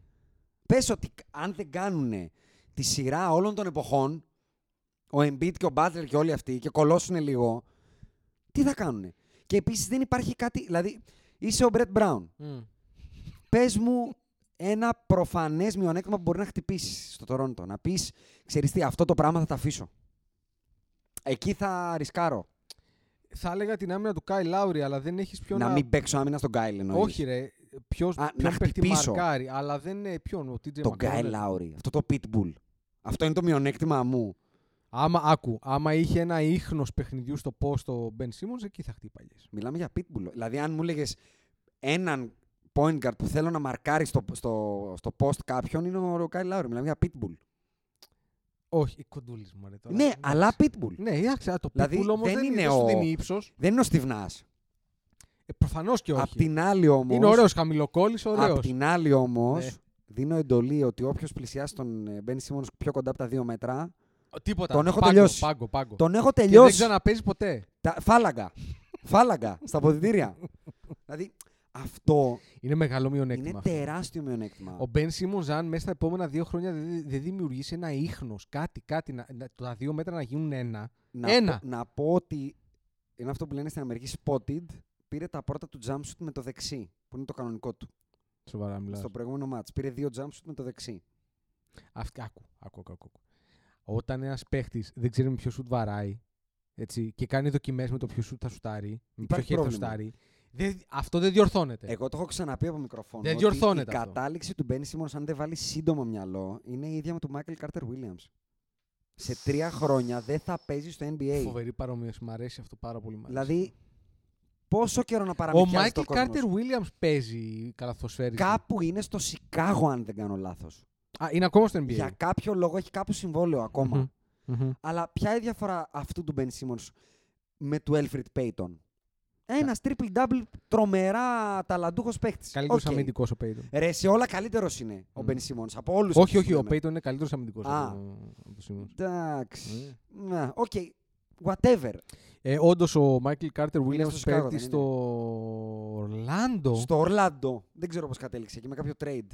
Πες ότι αν δεν κάνουν τη σειρά όλων των εποχών, ο Embiid και ο Butler και όλοι αυτοί, και κολώσουν λίγο, τι θα κάνουν. Και επίσης δεν υπάρχει κάτι. Δηλαδή, είσαι ο Brett Brown. Πες μου ένα προφανές μειονέκτημα που μπορεί να χτυπήσεις στο Τωρόντο. Να πεις, ξέρεις τι, αυτό το πράγμα θα τα αφήσω. Εκεί θα ρισκάρω.
Θα έλεγα την άμυνα του Κάι Λάουρι, αλλά δεν έχεις ποιον
να μην παίξω άμυνα στον Γκάιλ εννοείς.
Όχι ρε, ποιος,
Α,
ποιον
να
παίχτη
χτυπήσω.
μαρκάρει, αλλά δεν είναι ποιον, ο TJ
Τον
McConnell.
Γκάι Λάουρι, αυτό το pitbull. Αυτό είναι το μειονέκτημά μου.
Άμα, άκου, άμα είχε ένα ίχνος παιχνιδιού στο post ο Μπεν Simmons, εκεί θα χτύπαγες.
Μιλάμε για pitbull. Δηλαδή, αν μου έλεγες έναν point guard που θέλω να μαρκάρει στο, στο, στο post κάποιον, είναι ο Γκάι Λάουρι. Μιλάμε για pitbull.
Όχι, η κοντούλης μου ρε τώρα.
ναι,
Εντάξει.
αλλά pitbull.
Ναι, εντάξει, α, το
Δηλαδή,
Pitbull όμως
δεν
δεν,
είναι
δεν σου
ο-
δίνει ύψος.
Δεν είναι ο Στιβνά.
Ε, προφανώς και
Απ'
όχι.
την άλλη όμως.
Είναι ωραίος, χαμηλοκόλλης, ωραίος.
Απ' την άλλη όμως,
Ναι.
δίνω εντολή ότι όποιος πλησιάσει τον Μπεν Σίμον πιο κοντά από τα δύο μέτρα,
Τίποτα.
Τον έχω
πάγκο,
τελειώσει.
Πάγκο, πάγκο.
τον έχω
Και δεν
τελειώσει.
ξαναπέζει ποτέ.
Τα... Φάλαγγα. Φάλαγγα στα ποδητήρια. δηλαδή, αυτό
Είναι μεγάλο μειονέκτημα.
είναι
αυτό.
τεράστιο μειονέκτημα.
Ο Μπεν Σίμον, αν μέσα στα επόμενα δύο χρόνια δεν δεν δημιουργήσει ένα ίχνος, κάτι, κάτι, να, να- τα δύο μέτρα να γίνουν ένα.
Να,
Ένα.
Πω, να πω ότι είναι αυτό που λένε στην Αμερική spotted, πήρε τα πρώτα του jump shoot με το δεξί, που είναι το κανονικό του.
Σοβαρά μιλάω.
Στο προηγούμενο μάτς. Πήρε δύο jump shoot με το δεξί.
Αυτή, άκου, άκου, άκου, άκου. Όταν ένας παίχτης δεν ξέρει με ποιο σουτ βαράει έτσι, και κάνει δοκιμές με το ποιο σουτ θα σουτάρει, με ποιο
Υπάρχει
χέρι θα
πρόβλημα. Ε,
σουτάρει, δεν, αυτό δεν διορθώνεται.
Εγώ το έχω ξαναπεί από μικροφόνο.
Δεν
ότι
διορθώνεται
Η
αυτό.
κατάληξη του Μπένι Σίμον, αν δεν βάλει σύντομα μυαλό, είναι η ίδια με του Μάικλ Κάρτερ Βίλιαμ. Σε τρία χρόνια δεν θα παίζει στο NBA.
Φοβερή παρομοίωση. Μ' αρέσει αυτό πάρα πολύ. μ' αρέσει.
Δηλαδή, πόσο καιρό να
ο
παραμικιάζει
Μάικλ
το κόσμος.
Κάρτερ Βίλιαμ παίζει καλαθοσφαίριση.
Κάπου είναι στο Σικάγο, αν δεν κάνω λάθος.
Α, είναι ακόμα στο NBA.
Για κάποιο λόγο έχει κάπου συμβόλαιο ακόμα.
Μμμ. Μμμ.
Αλλά ποια είναι η διαφορά αυτού του Ben Simmons με του Elfrid Payton. Ένας triple-double τρομερά ταλαντούχος παίχτη.
Καλύτερο okay. αμυντικός ο Πέιτον.
Ρε, σε όλα καλύτερος είναι ο
Μμ.
Ben Simmons από όλους
Όχι, όχι, ο Πέιτον είναι καλύτερος αμυντικός
ναι. Α. Ε.
από τον Σίμον.
Εντάξει. Να, οκ. Whatever.
Ε, Όντως ο Μάικλ Κάρτερ Βίλιαμ
στο Σικάγο,
παίρνει
δεν
στο Ορλάντο.
Στο Ορλάντο. Δεν ξέρω πώς κατέληξε εκεί με κάποιο trade.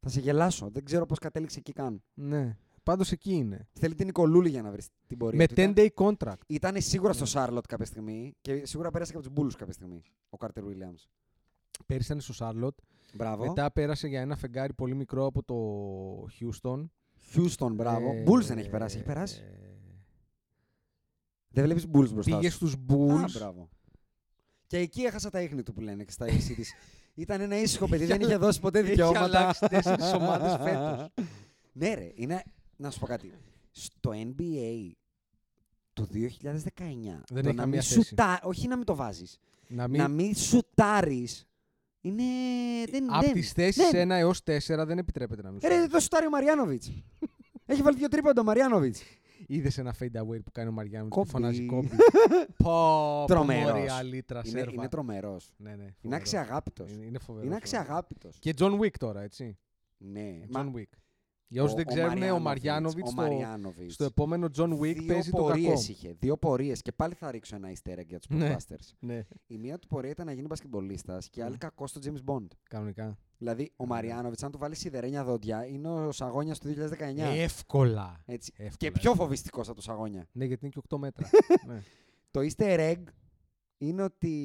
Θα σε γελάσω. Δεν ξέρω πώς κατέληξε εκεί καν.
Ναι. Πάντως εκεί είναι.
Θέλει την Νικολούλη για να βρει την πορεία.
Με Ναι.
του.
10
Ήταν-
day contract.
Ήταν σίγουρα στο Σάρλοτ κάποια στιγμή και σίγουρα πέρασε και από τους Μπούλους κάποια στιγμή ο Κάρτερ Williams.
Πέρυσι ήταν στο Σάρλοτ
Μπράβο.
Μετά πέρασε για ένα φεγγάρι πολύ μικρό από το Houston.
Houston, μπράβο.
Ε,
Bulls δεν έχει περάσει. Έχει περάσει.
ε,
Δεν βλέπεις Bulls μπροστά.
Πήγες
σου.
στους
Α,
Bulls.
μπράβο. Και εκεί έχασα τα ίχνη του που λένε και στα ίχνη της. Ήταν ένα ήσυχο παιδί, δεν είχε δώσει ποτέ
Έχει
δικαιώματα.
αλλάξει τέσσερις ομάδες φέτος.
Ναι, ρε, είναι. Να σου πω κάτι. Στο NBA το 2019. το
έχει
να
καμία
μην
θέση.
σουτά- Όχι να μην το βάζεις.
να
Να
μην...
μην σουτάρεις. Είναι. Δεν
Από
δεν-
τις θέσεις
δεν.
1 έως 4 δεν επιτρέπεται να μην
Ρε, το σουτάρει ο Μαριάνοβιτ. Έχει βάλει δύο τρίποντα ο Μαριάνοβιτ.
Είδες ένα fade away που κάνει ο Μαριάννης που
Κόμπι.
φωνάζει κόμπι. Πω,
Τρομερός.
Μωρία, λίτρα,
Είναι,
σέρβα.
είναι τρομερός.
Ναι, ναι,
Είναι
φοβερός.
αξιαγάπητος.
Είναι, είναι φοβερός.
Είναι
φοβερός.
αξιαγάπητος.
Και John Wick τώρα, έτσι.
Ναι.
John Wick. Για όσους δεν ξέρουν, ναι, ο Μαριάνοβιτ
ο
στο,
Μαριάνοβιτς.
στο επόμενο John Wick
δύο
παίζει το
πορείες
κακό.
είχε. Δύο πορείες. Και πάλι θα ρίξω ένα easter egg για τους
Ναι.
podcasters.
Ναι,
Η μία του πορεία ήταν να γίνει μπασκετμπολίστας και η άλλη
Ναι.
κακό στο James Bond.
κανονικά.
Δηλαδή, ο Μαριάνοβιτ, αν του βάλει σιδερένια δόντια, είναι ο Σαγόνιας
Ναι.
του 2019.
Εύκολα.
Έτσι.
Εύκολα.
Και πιο φοβιστικός από το Σαγόνια.
Ναι, γιατί είναι και 8 μέτρα. ναι.
Το easter egg είναι ότι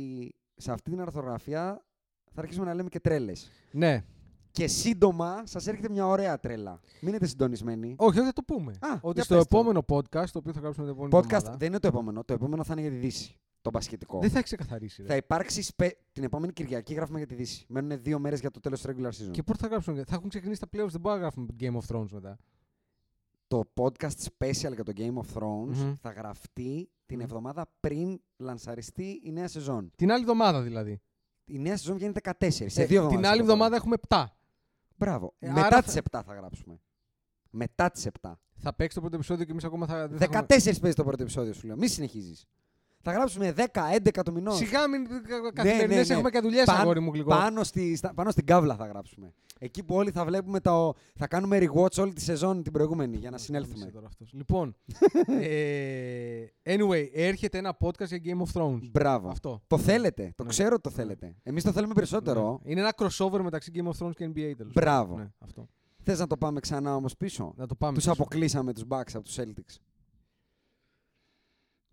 σε αυτή την αρθογραφία θα αρχίσουμε να λέμε και τρέλες.
ναι.
Και σύντομα σας έρχεται μια ωραία τρέλα. Μείνετε συντονισμένοι.
Όχι, όχι, θα το πούμε.
Α,
ότι
για
στο
πες το.
επόμενο podcast, το οποίο θα γράψουμε την επόμενη
Podcast
εβδομάδα,
δεν είναι το επόμενο. Το επόμενο θα είναι για τη Δύση. Το πασχετικό.
δεν θα έχει ξεκαθαρίσει. ρε.
Θα υπάρξει σπε... την επόμενη Κυριακή γράφουμε για τη Δύση. Μένουν δύο μέρες για το τέλος του regular season.
Και πότε θα γράψουμε. Θα έχουν ξεκινήσει τα playoffs, δεν μπορούμε να γράφουμε Game of Thrones μετά.
Το podcast special για το Game of Thrones
Μμμ.
θα γραφτεί την
Μμμ.
εβδομάδα πριν λανσαριστεί η νέα σεζόν.
Την άλλη εβδομάδα δηλαδή.
Η νέα σεζόν βγαίνει 14. Σε
Ε,
δύο εβδομάδες.
την άλλη
το
εβδομάδα
πρώτο.
έχουμε 7.
Μπράβο.
Ε, άρα
Μετά
θα-
τι 7 θα γράψουμε. Μετά τις 7.
Θα παίξει το πρώτο επεισόδιο και εμείς ακόμα θα. δεν θα
14
έχουμε-
παίζει το πρώτο επεισόδιο, σου λέω. Μη συνεχίζεις. Θα γράψουμε 10-11 το μηνό.
Σιγά μην. Καθημερινές
ναι, ναι.
έχουμε και δουλειές,
Παν-
αγόρι μου γλυκό.
Πάνω, στη, στα- πάνω στην κάβλα θα γράψουμε. Εκεί που όλοι θα βλέπουμε το. Θα κάνουμε rewatch όλη τη σεζόν την προηγούμενη για να
Ε,
συνέλθουμε.
γάμισε τώρα αυτός. Λοιπόν. ε, anyway, έρχεται ένα podcast για Game of Thrones.
Μπράβο.
Αυτό.
Το θέλετε. Το
Ναι.
ξέρω ότι το
Ναι.
θέλετε. Εμείς το θέλουμε περισσότερο.
Ναι. Είναι ένα crossover μεταξύ Game of Thrones και NBA τέλος.
Μπράβο.
Ναι, αυτό.
Θες να το πάμε ξανά όμως πίσω.
Να το πάμε.
Τους
πίσω.
αποκλείσαμε τους Bucks από τους Celtics.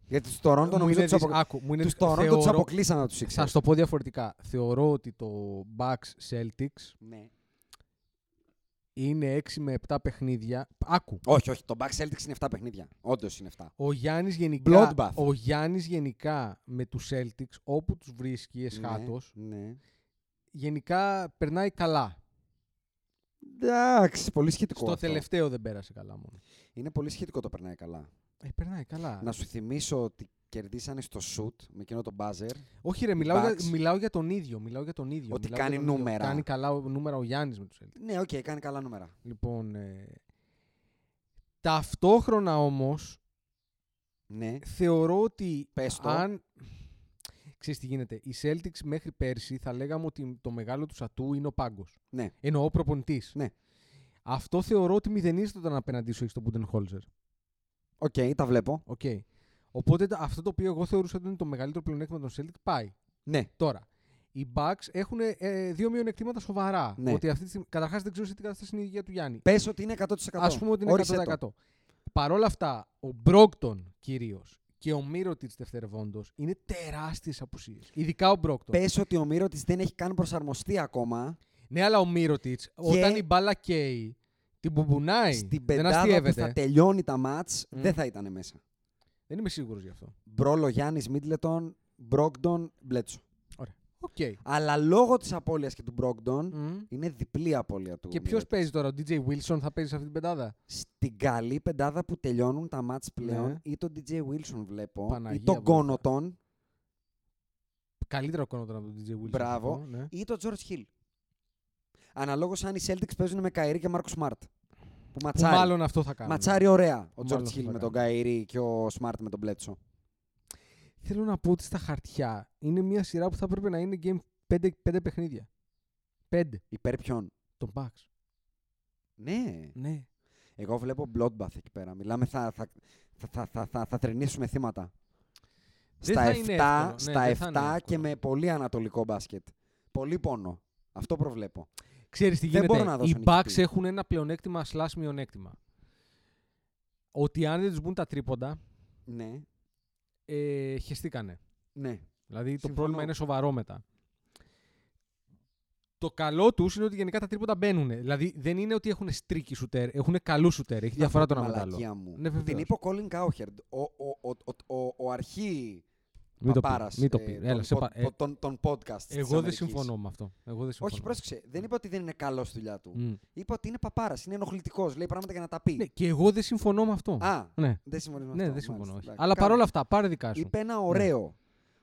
Γιατί τους Toronto
Μου
νομίζω
είναι
τους απο...
δυσ- άκου, μου είναι
τους
δυσ-
Toronto
θεωρώ-
τους αποκλείσαμε από τους
Θα
Sixers.
σου το πω διαφορετικά. Θεωρώ ότι το Bucks Celtics
Ναι.
είναι 6 με 7 παιχνίδια. Άκου.
Όχι, όχι. Το Bucks Celtics είναι 7 παιχνίδια. Όντως είναι 7.
Ο Γιάννης γενικά,
Bloodbath.
ο Γιάννης γενικά με τους Celtics, όπου τους βρίσκει εσχάτως,
Ναι. ναι.
γενικά περνάει καλά.
Εντάξει, πολύ σχετικό.
Στο
αυτό.
τελευταίο δεν πέρασε καλά μόνο.
Είναι πολύ σχετικό το περνάει καλά.
Ε, περνάει καλά.
Να σου θυμίσω ότι κερδίσανε στο shoot με εκείνο το buzzer.
Όχι ρε, μιλάω για,
Bucks.
μιλάω για τον ίδιο. Μιλάω για τον ίδιο.
Ότι
μιλάω για
κάνει
τον ίδιο.
νούμερα.
Κάνει καλά ο- νούμερα ο Γιάννης με τους Celtics.
Ναι, οκ, κάνει καλά νούμερα.
Λοιπόν, ε, ταυτόχρονα όμως
Ναι,
θεωρώ ότι
Πες το.
αν... Ξέρεις τι γίνεται. Οι Celtics μέχρι πέρσι θα λέγαμε ότι το μεγάλο του ατού είναι ο πάγκος.
ναι.
Εννοώ προπονητής.
Ναι.
Αυτό θεωρώ ότι μηδενίζεται όταν απέναντί σου έχεις τον Budenholzer.
Οκ, τα βλέπω.
Οκ. Οπότε τα- αυτό το οποίο εγώ θεωρούσα ότι είναι το μεγαλύτερο πλεονέκτημα των Celtic πάει.
Ναι,
Τώρα, οι Bucks έχουν ε, δύο μειονεκτήματα σοβαρά.
Ναι.
Ότι αυτή τη στιγμή, καταρχάς δεν ξέρω σε τι κατάσταση είναι η υγεία του Γιάννη.
πες ότι είναι 100%.
Ας πούμε ότι είναι
Όρισε
100%.
το.
Παρ' όλα αυτά, ο Μπρόκτον κυρίως και ο Μύρωτιτ δευτερευόντως είναι τεράστιες απουσίες. Ειδικά ο Μπρόκτον.
Πες ότι ο Μύρο τη δεν έχει καν προσαρμοστεί ακόμα
Ναι, αλλά ο Μύρωτιτ, όταν η μπάλα καίει, την μπουμπουνάει.
στην
δεν
πεντάδα που
αστείευεται.
θα τελειώνει τα μάτ, δεν
Μμ.
θα ήταν μέσα.
Δεν είμαι σίγουρος γι' αυτό.
Μπρόλο Γιάννης Μίτλετον, Μπρόγκτον, Μπλέτσο.
Οκ.
Αλλά λόγω της απώλειας και του Μπρόγκτον
Μμμ.
είναι διπλή απώλεια του.
Και ποιος
Middleton.
παίζει τώρα, ο DJ Wilson θα παίζει σε αυτή την πεντάδα.
Στην καλή πεντάδα που τελειώνουν τα μάτς πλέον
Ναι.
ή τον DJ Wilson βλέπω ή
Παναγία
τον
βοήθεια.
Κόνοτον
Καλύτερα κονόταν από τον DJ Wilson.
Μπράβο.
θα πω, Ναι.
ή τον George Hill. Αναλόγως αν οι Celtics παίζουν με Καϊρή και Μάρκο Σμαρτ. Που
Που
ματσάρει.
μάλλον αυτό θα κάνουμε.
Ματσάρει ωραία ο
Μάλλον
George
θα
Hill με
κάνουν.
τον Καϊρή και ο Σμαρτ με τον Μπλέτσο.
Θέλω να πω ότι στα χαρτιά είναι μια σειρά που θα έπρεπε να είναι game 5, 5 παιχνίδια. 5.
Υπέρ ποιον.
Τον Bucks.
Ναι.
Ναι.
Εγώ βλέπω Bloodbath εκεί πέρα. Μιλάμε θα, θα, θα, θα, θα, θα, θα τρενήσουμε θύματα.
Δεν
στα
θα είναι
7,
εύκολο. Ναι,
στα
δεν θα είναι
7 και
εύκολο.
με πολύ ανατολικό μπάσκετ. Πολύ πόνο. Αυτό προβλέπω.
Ξέρεις τι
Δεν
γίνεται.
μπορώ να δώσω
Οι Bucks
νικητή.
έχουν ένα πλεονέκτημα slash μειονέκτημα. Ότι αν δεν τους μπουν τα τρίποντα,
Ναι,
ε, χεστήκανε.
ναι.
Δηλαδή το
Συμφωνώ.
πρόβλημα είναι σοβαρό μετά. Το καλό τους είναι ότι γενικά τα τρίποτα μπαίνουν. Δηλαδή δεν είναι ότι έχουν στρίκι σουτέρ, έχουν καλού σουτέρ. Έχει διαφορά το ένα με το άλλο.
Μαλακία μου.
Ναι, βεβαίως.
Την είπε ο Colin Cowherd. Ο, ο, ο, ο, ο, ο αρχή
Μην το πει,
παπάρας,
μην το
ε,
πει.
των
Έλα, σε
pod-
πα- ε,
των- των podcast της
Εγώ δεν
Αμερικής.
συμφωνώ με αυτό. Εγώ δεν συμφωνώ.
Όχι, πρόσεξε. Δεν είπα ότι δεν είναι καλός στη δουλειά του.
Μμ.
Είπα ότι είναι παπάρας, είναι ενοχλητικός. Λέει πράγματα για να τα πει.
Ναι, και εγώ δεν συμφωνώ με αυτό.
Α,
ναι.
δεν συμφωνείς με
ναι,
αυτό.
δεν
μάλιστα.
συμφωνώ. όχι.
Εντάξει,
Αλλά
κάνω.
παρόλα αυτά, Ναι. πάρε δικά σου.
Είπε ένα ωραίο.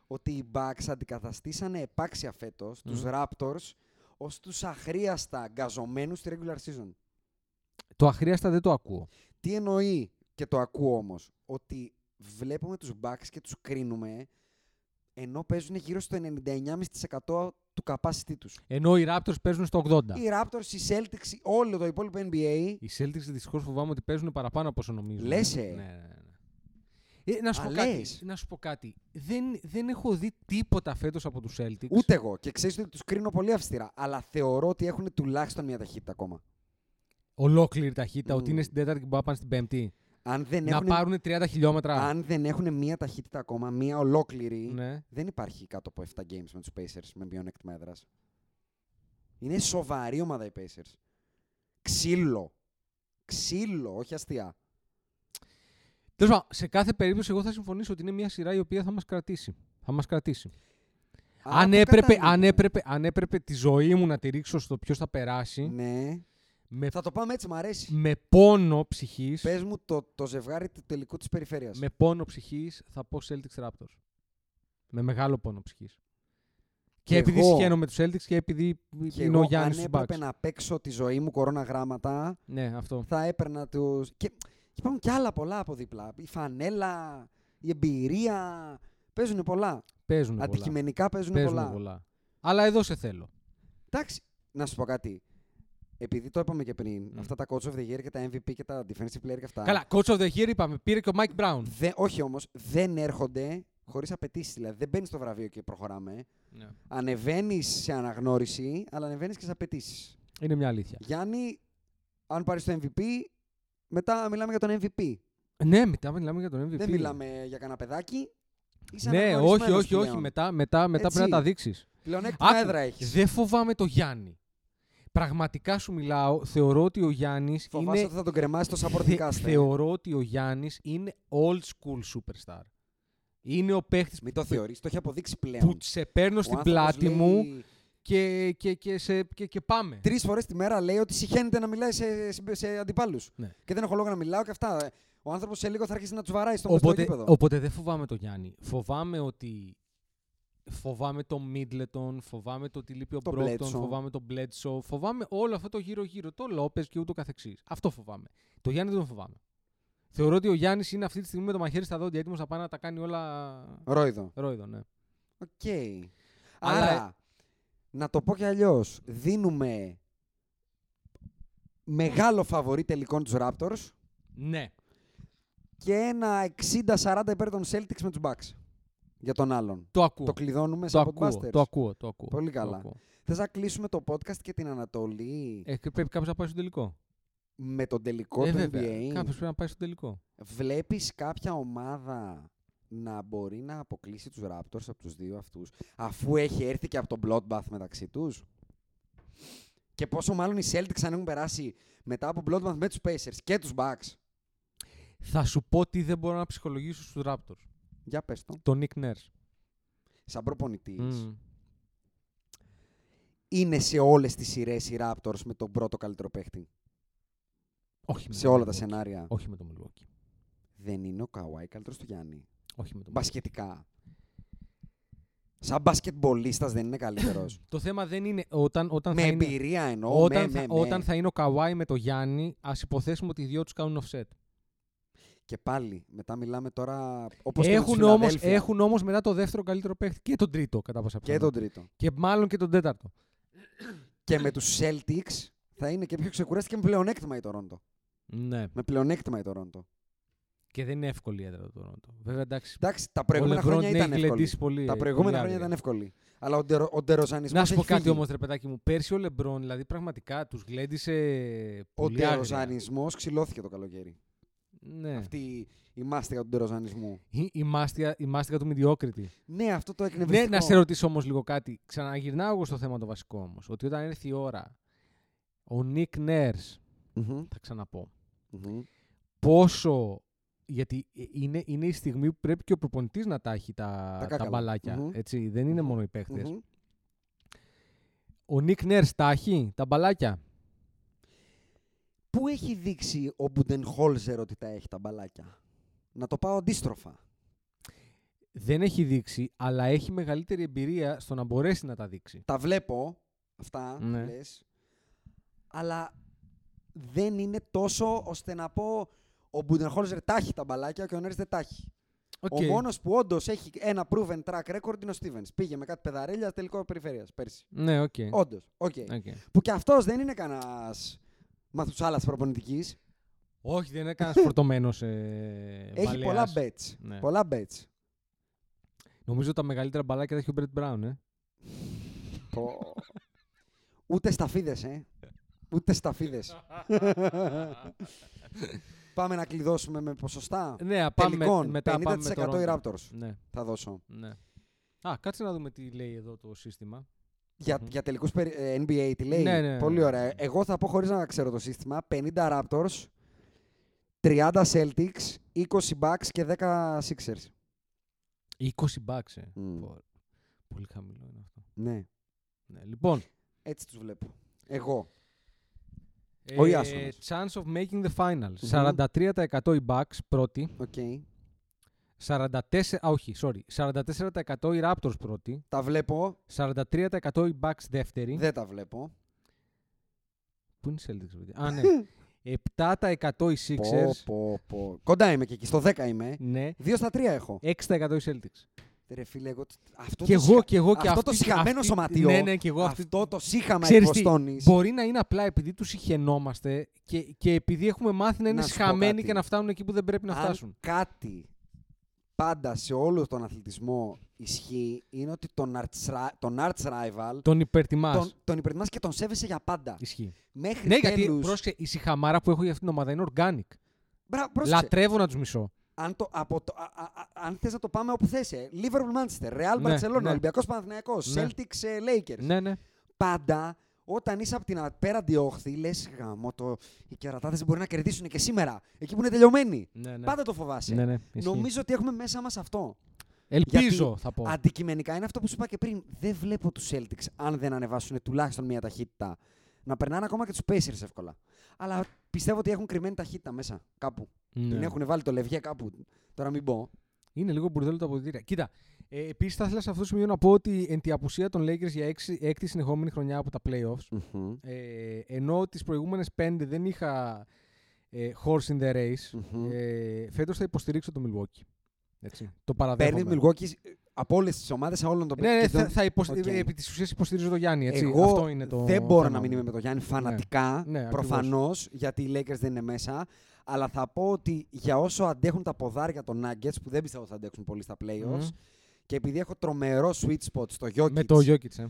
Ότι οι Bucks αντικαταστήσανε επάξια φέτος τους του Raptors ως τους αχρίαστα γκαζωμένους στη regular season.
Το αχρίαστα δεν το ακούω.
Τι εννοεί και το ακούω όμως, ότι βλέπουμε τους Bucks και τους κρίνουμε ενώ παίζουν γύρω στο 99,5% του capacity τους.
Ενώ οι Raptors παίζουν στο 80.
Οι Raptors, οι Celtics, όλο το υπόλοιπο NBA.
Οι Celtics δυστυχώς φοβάμαι ότι παίζουν παραπάνω από όσο νομίζω.
Λες, ε.
Ναι, ναι, ναι. Ε, να, σου
Α,
πω κάτι,
λες.
να σου πω κάτι. Δεν, δεν έχω δει τίποτα φέτος από τους Celtics.
Ούτε εγώ. Και ξέρεις ότι τους κρίνω πολύ αυστηρά. Αλλά θεωρώ ότι έχουν τουλάχιστον μια ταχύτητα ακόμα.
Ολόκληρη ταχύτητα, ότι
Μμ.
είναι στην τέταρτη και μπορεί να πάνε στην πέμπτη.
Αν δεν,
Να
Ναι, έχουν,
πάρουν 30 χιλιόμετρα.
αν δεν έχουν μια ταχύτητα ακόμα, μια ολόκληρη,
Ναι.
δεν υπάρχει κάτω από 7 games με τους Pacers με μειονέκτημα έδρα. Είναι σοβαρή ομάδα οι Pacers. Ξύλο. Ξύλο, όχι αστεία.
Τέλος πάντων, σε κάθε περίπτωση εγώ θα συμφωνήσω ότι είναι μια σειρά η οποία θα μας κρατήσει. Θα μας κρατήσει.
Α,
αν,
το
έπρεπε, αν,
καταλήγουμε.
έπρεπε, αν έπρεπε τη ζωή μου να τη ρίξω στο ποιος θα περάσει,
Ναι.
με,
Θα το πάμε έτσι, μ' αρέσει.
με πόνο ψυχής,
Πες μου το, το ζευγάρι του τελικού της περιφέρειας.
με πόνο ψυχής θα πω Celtics Raptors. Με μεγάλο πόνο ψυχής. Και,
Και
επειδή
εγώ-
συχαίνω με τους Celtics και επειδή
Και
είναι ο
εγώ,
Γιάννης
αν
στους
έπρεπε
Bucks.
να παίξω τη ζωή μου κορώνα γράμματα,
Ναι, αυτό.
θα έπαιρνα τους. Και υπάρχουν και άλλα πολλά από δίπλα. Η φανέλα, η εμπειρία. Παίζουν πολλά.
Παίζουν πολλά.
Αντικειμενικά παίζουν,
Παίζουν
πολλά.
πολλά. Αλλά εδώ σε θέλω.
Εντάξει, να σου πω κάτι. Επειδή το είπαμε και πριν, αυτά τα coach of the year και τα MVP και τα defensive player και αυτά.
Καλά, coach of the year είπαμε. Πήρε και ο Mike Brown.
δεν- όχι όμως, δεν έρχονται χωρίς απαιτήσεις. Δηλαδή δεν μπαίνεις στο βραβείο και προχωράμε. Ανεβαίνεις σε αναγνώριση, αλλά ανεβαίνεις και σε απαιτήσεις.
Είναι μια αλήθεια.
Γιάννη, αν πάρεις το MVP, μετά μιλάμε για τον MVP.
Ναι, μετά μιλάμε για τον MVP.
Δεν μιλάμε για κανένα παιδάκι. Είσαι
Ναι, όχι,
αναγνωρισμένος
όχι, όχι.
πλέον.
Μετά, μετά, μετά
Έτσι.
πρέπει να τα δείξεις.
Πλεονέκτημα έδρα έχεις.
Δεν φοβάμαι το Γιάννη. Πραγματικά σου μιλάω, θεωρώ ότι ο Γιάννης
Φοβάσαι
είναι.
ότι θα τον κρεμάσει το
Θε-
σαπορτικά
θεωρώ ότι ο Γιάννης είναι old school superstar. Είναι ο παίχτης
Μην το θεωρείς, το έχει αποδείξει πλέον.
που σε παίρνω στην πλάτη μου και, και, και, σε, και, και πάμε.
Τρεις φορές τη μέρα λέει ότι συχαίνεται να μιλάει σε, σε, σε αντιπάλους.
Ναι.
Και δεν έχω λόγο να μιλάω και αυτά. Ο άνθρωπος σε λίγο θα αρχίσει να του βαράει στο μέσο
Οπότε,
γήπεδο.
οπότε δεν φοβάμαι το Γιάννη. Φοβάμαι ότι. Φοβάμαι το Μίτλετον, φοβάμαι το ότι λείπει ο
Το
Μπρόκτον,
Bledsoe.
φοβάμαι τον Μπλέτσο, φοβάμαι όλο αυτό το γύρω-γύρω, το Λόπες και ούτω καθεξής. Αυτό φοβάμαι. Το Γιάννη δεν τον φοβάμαι. Θεωρώ ότι ο Γιάννης είναι αυτή τη στιγμή με το μαχαίρι στα δόντια έτοιμος να πάει να τα κάνει όλα.
Ρόιδο.
Ρόιδο, ναι.
Οκ.
Αλλά-
Άρα, να το πω κι αλλιώς, δίνουμε μεγάλο φαβορή τελικών τους Raptors
Ναι.
και ένα 60-40 υπέρ των Celtics με τους Bucks. Για τον άλλον.
Το ακούω.
Το κλειδώνουμε
το,
σαν
ακούω
Podbusters.
το ακούω. Το ακούω.
Πολύ
το
καλά.
ακούω.
Θες να κλείσουμε το podcast και την Ανατολή
Ε, και πρέπει κάποιος να πάει στο τελικό.
με τον τελικό
ε,
του
βέβαια.
NBA.
Κάποιος πρέπει να πάει στο τελικό.
Βλέπεις κάποια ομάδα να μπορεί να αποκλείσει τους Raptors από τους δύο αυτούς αφού έχει έρθει και από τον Bloodbath μεταξύ τους. Και πόσο μάλλον οι Celtics αν έχουν περάσει μετά από Bloodbath με τους Pacers και τους Bucks.
Θα σου πω τι δεν μπορώ να ψυχολογήσω στους Raptors.
Για πες το.
Το Nick Nurse.
Σαν προπονητής.
Μμμ.
Είναι σε όλες τις σειρές οι Raptors με τον πρώτο καλύτερο παίχτη.
Όχι με
Σε
το
όλα τα
Milwaukee.
σενάρια.
Όχι με το Milwaukee.
Δεν είναι ο Καουάι καλύτερος του Γιάννη.
Όχι με το Milwaukee.
Μπασκετικά. Σαν μπασκετμπολίστας δεν είναι καλύτερος.
Το θέμα δεν είναι όταν, όταν
με
θα είναι...
εμπειρία εννοώ.
Όταν,
με,
θα,
με, με.
όταν θα είναι ο Καουάι με το Γιάννη, ας υποθέσουμε ότι οι δύο τους κάνουν offset.
Και πάλι, μετά μιλάμε τώρα όπως και με τους
έχουν, όμως,
Φιλαδέλφια.
έχουν όμως μετά το δεύτερο καλύτερο παίχτη και τον τρίτο κατά πάσα
Και τον
πιθανότητα.
τρίτο.
Και μάλλον και τον τέταρτο.
Και με τους Celtics θα είναι και πιο ξεκουράστη και με πλεονέκτημα η Τωρόντο.
Ναι.
Με πλεονέκτημα η Τωρόντο.
Και δεν είναι εύκολη η έδρα του Toronto. Βέβαια εντάξει.
Εντάξει, τα
ο
προηγούμενα
Λεμπρόν
χρόνια
την
ήταν
έχει
εύκολη.
γλεντήσει πολύ.
Τα
ε,
προηγούμενα
πολύ
χρόνια
άγρια.
ήταν εύκολη. Αλλά ο, ντερο, ο ντεροζανισμός
Να σου πω
έχει
κάτι
φύγει.
όμως, ρε παιδάκι μου. Πέρσι ο Λεμπρόν, δηλαδή πραγματικά τους γλέντισε.
Ο
Πολύ άγρια.
ντεροζανισμός ξυλώθηκε το καλοκαίρι.
Ναι.
Αυτή η Η μάστιγα του ντεροζανισμού.
Η, η, μάστιγα, η μάστιγα του Μηδιόκριτη.
Ναι, αυτό το
Ναι,
εκνευριστικό.
να σε ρωτήσω όμως λίγο κάτι. Ξαναγυρνάω εγώ στο θέμα το βασικό όμως. Ότι όταν έρθει η ώρα, ο Νίκ Νέρ,
Μμμ,
θα ξαναπώ,
μμμ.
πόσο. Γιατί είναι, είναι η στιγμή που πρέπει και ο προπονητής να τα έχει τα, τα,
κάκαλα.
μπαλάκια.
Μμμ.
Έτσι, δεν είναι μόνο οι παίχτε.
Μμμ.
Ο Νίκ Νέρ τα έχει τα μπαλάκια.
Πού έχει δείξει ο Μπουντενχόλζερ ότι τα έχει τα μπαλάκια. Να το πάω αντίστροφα.
Δεν έχει δείξει, αλλά έχει μεγαλύτερη εμπειρία στο να μπορέσει να τα δείξει.
Τα βλέπω αυτά που
Ναι.
λες, αλλά δεν είναι τόσο ώστε να πω ο Μπουντενχόλζερ τα έχει τα μπαλάκια και ο Νέρης δεν τα έχει.
Οκ.
Ο μόνος που όντως έχει ένα proven track record είναι ο Στίβενς. Πήγε με κάτι πεδαρέλια τελικό περιφέρειας πέρσι.
Ναι, οκ. Okay.
Όντως. Που και αυτός δεν είναι κανένας μαθουσάλας προπονητικής.
Όχι, δεν είναι κανένας φορτωμένος. Ε,
Έχει
βαλέας.
πολλά bets.
Ναι.
Πολλά bets.
Νομίζω τα μεγαλύτερα μπαλάκια τα έχει ο Μπρετ Μπράουν. Ε.
Πω. Ούτε σταφίδες, ε. Ούτε σταφίδες. πάμε να κλειδώσουμε με ποσοστά.
Ναι, α, πάμε
Τελικών,
μετά.
50%
πάμε με το
οι
Ρόντο.
Raptors
Ναι,
θα δώσω.
ναι. Α, κάτσε να δούμε τι λέει εδώ το σύστημα.
Για,
Μμμ.
για τελικούς περι- ε, NBA τι λέει.
Ναι, ναι, ναι.
Πολύ ωραία. Εγώ θα πω χωρίς να ξέρω το σύστημα. 50 Raptors, 30 Celtics, 20 Bucks και 10 Sixers.
20 bucks, ε.
Μμ.
Πω, Πολύ χαμηλό είναι αυτό.
Ναι,
Ναι, λοιπόν.
έτσι τους βλέπω. Εγώ. Ο
ε,
Ιάσονας.
chance of making the final.
Μμμ.
43% οι Bucks πρώτη.
Οκ.
44, α, όχι, sorry. 44% οι Raptors πρώτη.
Τα βλέπω.
43% οι Bucks δεύτερη.
Δεν τα βλέπω.
Πού είναι οι Celtics, παιδιά. Α, ναι. 7% οι
Πω,
Sixers.
πω, πω. Κοντά είμαι και εκεί. Στο 10 είμαι.
Ναι.
2 στα 3 έχω.
6% οι Celtics.
Ρε φίλε, εγώ... αυτό το
Κι εγώ,
σιχα-
κι εγώ, και
αυτό το συχαμένο σωματιό.
Ναι, ναι, κι εγώ αυτή.
Αυτό το σύγχαμα
Ξέρεις τι,
εκποστώνεις.
μπορεί να είναι απλά επειδή τους συχαινόμαστε και, και επειδή έχουμε μάθει να είναι
Να σου πω
συχαμένοι
κάτι.
και να φτάνουν εκεί που δεν πρέπει να
Αν
φτάσουν.
κάτι πάντα σε όλο τον αθλητισμό ισχύει, είναι ότι τον arts, ri- τον arts rival
Τον υπερτιμάς.
τον, τον υπερτιμάς και τον σέβεσαι για πάντα.
Ισχύει.
Μέχρι
Ναι,
τέλους...
γιατί πρόσεξε, η συχαμάρα που έχω για αυτήν την ομάδα είναι organic.
Μπρα- πρόσεξε.
Λατρεύω να τους μισώ.
Αν, το, από το, α, α, α, αν θες να το πάμε όπου θες, ε. Liverpool Manchester, Real
Ναι,
Barcelona,
ναι.
Ολυμπιακός Παναθηναϊκός,
Ναι.
Celtics ε, Lakers.
Ναι, ναι.
Πάντα όταν είσαι από την απέραντη όχθη, λες γαμό το, οι κερατάδες μπορεί να κερδίσουν και σήμερα, εκεί που είναι τελειωμένοι.
ναι, ναι.
Πάντα το φοβάσαι.
Ναι, ναι, ισχύει.
Νομίζω ότι έχουμε μέσα μας αυτό.
Ελπίζω,
γιατί
θα πω.
Αντικειμενικά είναι αυτό που σου είπα και πριν. Δεν βλέπω τους Celtics αν δεν ανεβάσουν τουλάχιστον μία ταχύτητα. Να περνάνε ακόμα και τους Pacers εύκολα. Αλλά πιστεύω ότι έχουν κρυμμένη ταχύτητα μέσα κάπου.
Ναι.
Την έχουν βάλει το λευγέ κάπου. Τώρα μην πω.
Είναι λίγο μπουρδέλο τα αποδητήρια. Κοίτα, ε, επίσης θα ήθελα σε αυτό το σημείο να πω ότι εν τη απουσία των Lakers για έξι- έκτη συνεχόμενη χρονιά από τα playoffs, Ε, ενώ τις προηγούμενες πέντε δεν είχα ε, horse in the race,
Μμμ.
ε, φέτος θα υποστηρίξω το Milwaukee. Έτσι, το παραδέχομαι.
Παίρνει τη Milwaukee ε, από όλες τις ομάδες, όλων των
Ναι, ναι,
και
θα,
των-
θα υποστη-
Οκ.
επί της ουσίας υποστηρίζω το Γιάννη. Έτσι.
Εγώ
Αυτό είναι το
δεν μπορώ
θέμα
να μην
μου.
είμαι με τον Γιάννη φανατικά,
Ναι, ακριβώς.
προφανώς, γιατί οι Lakers δεν είναι μέσα. Αλλά θα πω ότι για όσο αντέχουν τα ποδάρια των Nuggets, που δεν πιστεύω ότι θα αντέξουν πολύ στα playoffs,
Μμμ.
και επειδή έχω τρομερό sweet spot στο Jokic,
Με το Jokic. ε.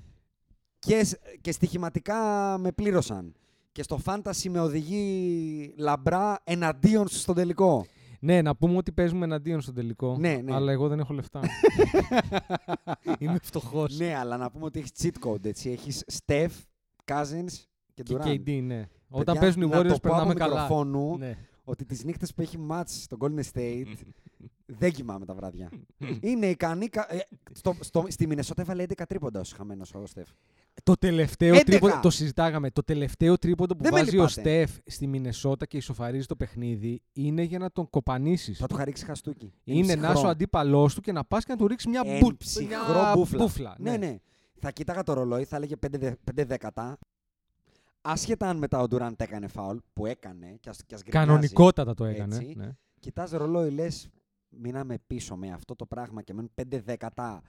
και, σ- και στοιχηματικά με πλήρωσαν. Και στο fantasy με οδηγεί λαμπρά εναντίον σου στον τελικό.
Ναι, να πούμε ότι παίζουμε εναντίον στον τελικό.
Ναι, ναι.
Αλλά εγώ δεν έχω λεφτά. είμαι φτωχός.
ναι, αλλά να πούμε ότι έχεις cheat code, έτσι. Έχεις Steph, Cousins και
Και
Durant.
KD, ναι. Όταν
Παιδιά,
παίζουν οι
να το
Warriors
πω από
περνάμε καλά.
μικροφόνου,
Ναι.
ότι τις νύχτες που έχει μάτς στο Golden State δεν κοιμάμαι τα βράδια. είναι ικανή. κα- ε, στο, στο, στη Μινεσότα έβαλε 11 τρίποντα ο χαμένος ο Στεφ.
Το τελευταίο
11.
τρίποντο. Το συζητάγαμε. Το τελευταίο τρίποντο που
Δεν με
βάζει ο
λυπάτε.
Στεφ στη Μινεσότα και ισοφαρίζει το παιχνίδι είναι για να τον κοπανίσεις.
Θα του χαρίξει χαστούκι.
Είναι να είσαι ο αντίπαλός του και να πας και να του ρίξεις μια,
Εν
μπου...
ψυχρό
μια
μπούφλα.
Ναι,
Ναι, ναι. Θα κοίταγα το ρολόι, θα έλεγε 5, δε- 5 δέκατα. Άσχετα αν μετά ο Ντουραντ έκανε φάουλ, που έκανε και ας, και ας γκρινιάζει.
Κανονικότατα το έκανε.
Έτσι.
Ναι.
Κοιτάς ρολόι, λες, μείναμε πίσω με αυτό το πράγμα και μένουν 5 δέκατα.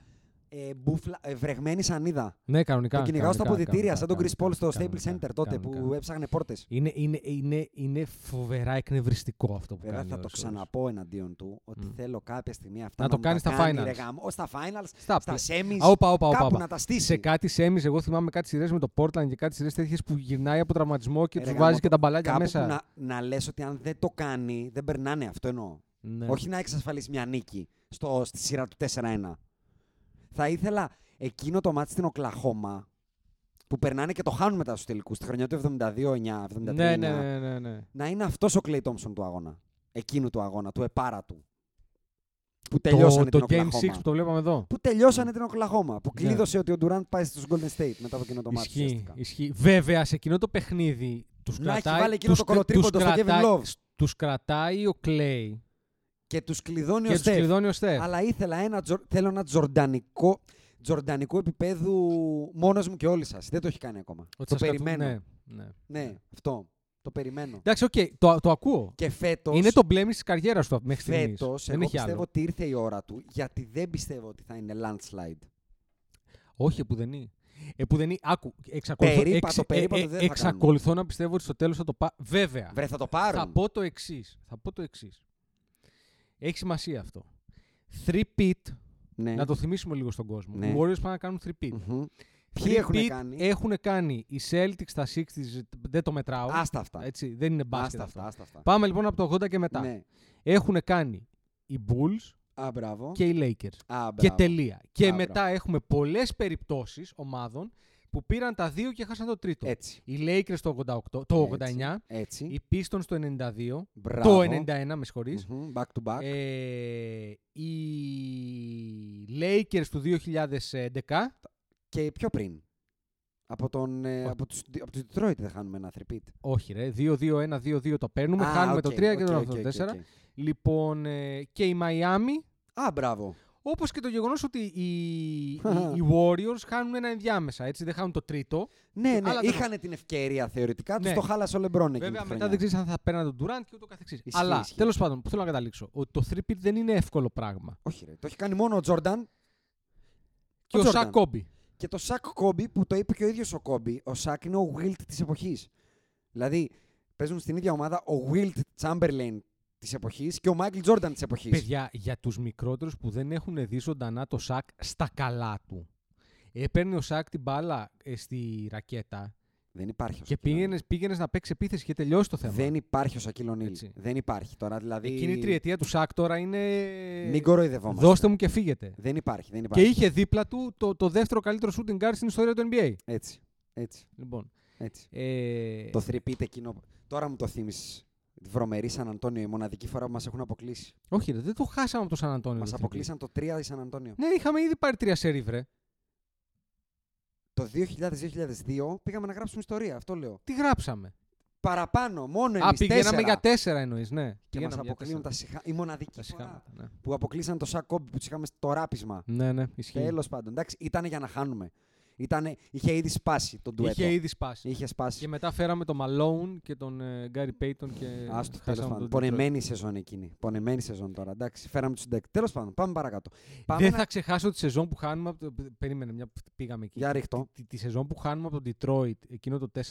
Ε, μπουφλα, ε, βρεγμένη σανίδα.
ναι, κανονικά.
Τον κυνηγάω στα
κανονικά,
αποδητήρια,
κανονικά,
σαν τον Chris Paul
κανονικά,
στο Staples
κανονικά,
Center τότε
κανονικά.
που έψαχνε πόρτες.
Είναι, είναι, είναι, είναι φοβερά εκνευριστικό αυτό που
Βέβαια
κάνει.
θα
ο
το
Σόρις.
ξαναπώ εναντίον του ότι
Μμ.
θέλω κάποια στιγμή αυτά
Να
να,
το
μου
κάνει στα
τα κάνει,
finals.
ρε γαμ- Ω, στα finals,
Στα
στα
play-
semis,
Α, όπα, όπα, όπα,
κάπου
όπα.
να τα στήσει.
Σε κάτι σέμις, εγώ θυμάμαι κάτι σειρές με το Portland και κάτι σειρές τέτοιες που γυρνάει από τραυματισμό και
Ε, Ρε
τους
γάμο
βάζει και
το,
τα μπαλάκια
κάπου
μέσα.
που Να, να λες ότι αν δεν το κάνει, δεν περνάνε. Αυτό εννοώ.
Ναι.
Όχι να εξασφαλίσει μια νίκη στο, στη σειρά του 4-1. Θα ήθελα εκείνο το μάτι στην Οκλαχώμα που περνάνε και το χάνουν μετά στους τελικούς, στη χρονιά του 72-9, 73
ναι, ναι, ναι, ναι, ναι.
να είναι αυτός ο Κλέι Τόμψον του αγώνα. Εκείνου του αγώνα, του επάρα του. Που τελειώσανε
το, το
την
Game 6
Οκλαχώμα.
που το βλέπαμε εδώ.
Που τελειώσανε την Οκλαχώμα. Που
Ναι.
κλείδωσε ότι ο Ντουράντ πάει στους Golden State μετά από εκείνο το μάτι.
Ισχύει, ισχύει. Βέβαια, σε εκείνο το παιχνίδι τους
Να έχει
κρατάει,
βάλει εκείνο
τους
το
κρα-
κολοτρίποντο
τους
στο Kevin
κρατάει-
Love.
Τους κρατάει ο Κλέη
Και τους κλειδώνει ο
και τους
Στεφ.
κλειδώνει ναι. ο Στεφ.
Αλλά ήθελα ένα, τζορ- θέλω ένα τζορντανικό, τζορντανικό επίπεδου μόνος μου και όλοι σας. Δεν το έχει κάνει ακόμα.
Ότι
το
σας κρατούν-
περιμένω. Ναι.
Ναι, ναι.
αυτό. Το περιμένω.
Εντάξει, οκ, το, το ακούω.
Και φέτος.
Είναι το μπλέμι της καριέρας του μέχρι στιγμής.
Φέτος, εγώ
Δεν έχει
πιστεύω
άλλο.
ότι ήρθε η ώρα του, γιατί δεν πιστεύω ότι θα είναι landslide.
Όχι, επουδενή. Επουδενή, άκου. Εξακολουθώ, ε,
Περίπατο, περίπατο δεν θα
εξακολουθώ να πιστεύω ότι στο τέλος θα το πά. Βέβαια.
Βρε, θα το πάρουν.
Θα πω το εξής. Θα πω το εξής. Έχει σημασία αυτό. 3 pit,
Ναι.
να το θυμίσουμε λίγο στον κόσμο.
Ναι.
Οι Warriors πάνε να κάνουν 3 pit.
Μμμ.
Three
Ποιοι έχουν
pit
κάνει.
Έχουν κάνει οι Celtics, τα Sixties, δεν το μετράω.
Άστα αυτά.
Έτσι, δεν είναι μπάσκετ
Άστα
αυτά.
αυτά. Άστα αυτά.
Πάμε λοιπόν από το 80 και μετά.
Ναι.
Έχουν κάνει οι Bulls
Α, μπράβο.
και οι Lakers.
Α,
Και
μπράβο.
τελεία. Και
Μπράβο.
μετά έχουμε πολλές περιπτώσεις ομάδων που πήραν τα δύο και χάσαν το τρίτο.
Έτσι.
Οι Lakers το 88, το 89,
Έτσι.
οι Pistons το 92,
Μπράβο.
το 91, με συγχωρείς,
Μμμ, Back to back.
ε, οι Lakers του 2011,
Και πιο πριν. Από, τον, ε,
Ο-
από, τους, από τους Detroit δεν χάνουμε ένα τριπίτ.
όχι ρε, 2-2-1-2-2 το παίρνουμε, χάνουμε το 3 και το 84. Λοιπόν, ε, και η Miami,
Α, μπράβο.
όπως και το γεγονός ότι οι, οι, οι Warriors χάνουν ένα ενδιάμεσα, έτσι, δεν χάνουν το τρίτο.
Ναι, ναι.
Αλλά τέλος.
Είχαν την ευκαιρία θεωρητικά, τους
Ναι.
το χάλασε ο Λεμπρόν εκείνη
Βέβαια,
τη
μετά
χρονιά.
δεν ξέρεις αν θα παίρνανε τον Durant και ούτω καθεξής.
Ισχύει,
Αλλά
ισχύει.
τέλος πάντων, που θέλω να καταλήξω, ότι το 3-peat δεν είναι εύκολο πράγμα.
Όχι ρε, το έχει κάνει μόνο ο Τζόρνταν
Και ο,
Jordan.
Σακ Κόμπι.
και το Σακ Κόμπι που το είπε και ο ίδιος ο Κόμπι. Ο Σακ είναι ο Γουίλτ της εποχής. Δηλαδή, παίζουν στην ίδια ομάδα ο Γουίλτ Τσάμπερλεν της εποχής και ο Μάικλ Τζόρνταν της εποχής.
Παιδιά, για τους μικρότερους που δεν έχουν δει ζωντανά το Σακ στα καλά του. Έπαιρνε ο Σακ την μπάλα ε, στη ρακέτα
Δεν υπάρχει ο
και
Shaquille
πήγαινες πήγαινες να παίξεις επίθεση και τελειώσει το
O'Neal.
θέμα.
Δεν υπάρχει ο Σακίλ
Έτσι.
Ονίλ. Δεν υπάρχει τώρα. Δηλαδή.
Εκείνη η τριετία του Σακ τώρα είναι.
Μην κοροϊδευόμαστε.
Δώστε μου και φύγετε.
Δεν υπάρχει. Δεν
Και
υπάρχει.
είχε δίπλα του το, το δεύτερο καλύτερο shooting guard στην ιστορία του NBA.
Έτσι. Έτσι.
Λοιπόν,
έτσι.
ε,
Το θρυπείτε εκείνο. Τώρα μου το θύμισες. Βρωμερή Σαν Αντώνιο, η μοναδική φορά που μας έχουν αποκλείσει.
Όχι, ρε, δεν το χάσαμε από το Σαν Αντώνιο.
Μας
το three-peat.
αποκλείσαν το 3 η Σαν Αντώνιο.
Ναι, είχαμε ήδη πάρει τρία σερί, βρε.
Το 2000-2002 πήγαμε να γράψουμε ιστορία. Αυτό λέω.
Τι γράψαμε.
Παραπάνω, μόνο
Α,
εμείς.
πηγαίναμε για τέσσερα εννοείς,
Ε,
ναι.
Και μα
Πηγαίναμε για
αποκλείουν
τέσσερα.
τα συχα... η μοναδική
Τα
φορά
συχάματα, ναι.
που αποκλείσαν το Σακόμπι που τους είχαμε στο ράπισμα.
Ναι, ναι, ισχύει.
Τέλος πάντων. Εντάξει, ήταν για να χάνουμε. Ήτανε... Είχε ήδη σπάσει τον ντουέτο.
Είχε ήδη σπάσει.
Είχε σπάσει.
Και μετά φέραμε τον Μαλόουν και τον ε, Γκάρι Πέιτον και
Άστο, τέλο
χάσαμε
πάντων.
τον
Πονεμένη σεζόν εκείνη. Πονεμένη σεζόν τώρα. Εντάξει, φέραμε τους συντέκτε. Τέλος πάντων, πάμε παρακάτω.
Detroit.
Πάμε
Δεν
να-
θα ξεχάσω τη σεζόν που χάνουμε. Από το... Περίμενε, μια που πήγαμε εκεί.
Για ρίχτω.
Τη, τη σεζόν που χάνουμε από τον Detroit, εκείνο το 4-1,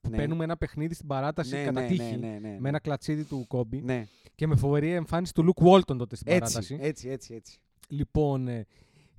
που
Ναι.
παίρνουμε ένα παιχνίδι στην παράταση κατά τύχη.
ναι.
Με ένα κλατσίδι του Κόμπι
Ναι.
και με φοβερή εμφάνιση του Λουκ Walton τότε στην
Έτσι,
παράταση.
έτσι, έτσι, έτσι.
Λοιπόν, ε,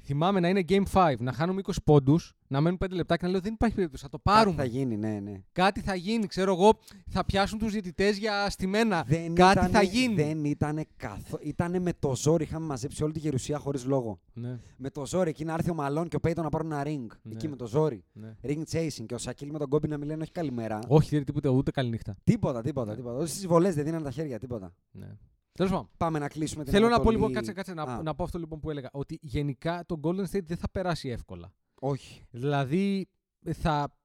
θυμάμαι να είναι Game 5, να χάνουμε 20 πόντους, να μένουν 5 λεπτά και να λέω δεν υπάρχει περίπτωση, θα το πάρουμε.
Κάτι θα γίνει, ναι, ναι.
Κάτι θα γίνει, ξέρω εγώ, θα πιάσουν τους διαιτητές για στημένα. Κάτι
ήτανε-
θα γίνει.
Δεν ήταν καθόλου. Ήτανε με το ζόρι. Είχαμε μαζέψει όλη τη γερουσία χωρίς λόγο.
Ναι,
Με το ζόρι. Εκεί να έρθει ο Μαλόν και ο Πέιτον να πάρουν ένα ring.
Ναι.
Εκεί με το ζόρι.
ναι.
Ring chasing. Και ο Σακίλ με τον κόμπι να μιλάνε όχι καλημέρα.
Όχι, δεν είναι τίποτα, ούτε καλή νύχτα.
Τίποτα, τίποτα, τίποτα. Στι βολές δεν δίνανε τα χέρια, τίποτα.
Ναι. Τέλος πάντων.
Πάμε να κλείσουμε την
Θέλω να πω
Ανατολή.
λοιπόν, κάτσε, κάτσε, να,
Α,
να πω αυτό λοιπόν που έλεγα. Ότι γενικά το Golden State δεν θα περάσει εύκολα.
Όχι.
Δηλαδή θα.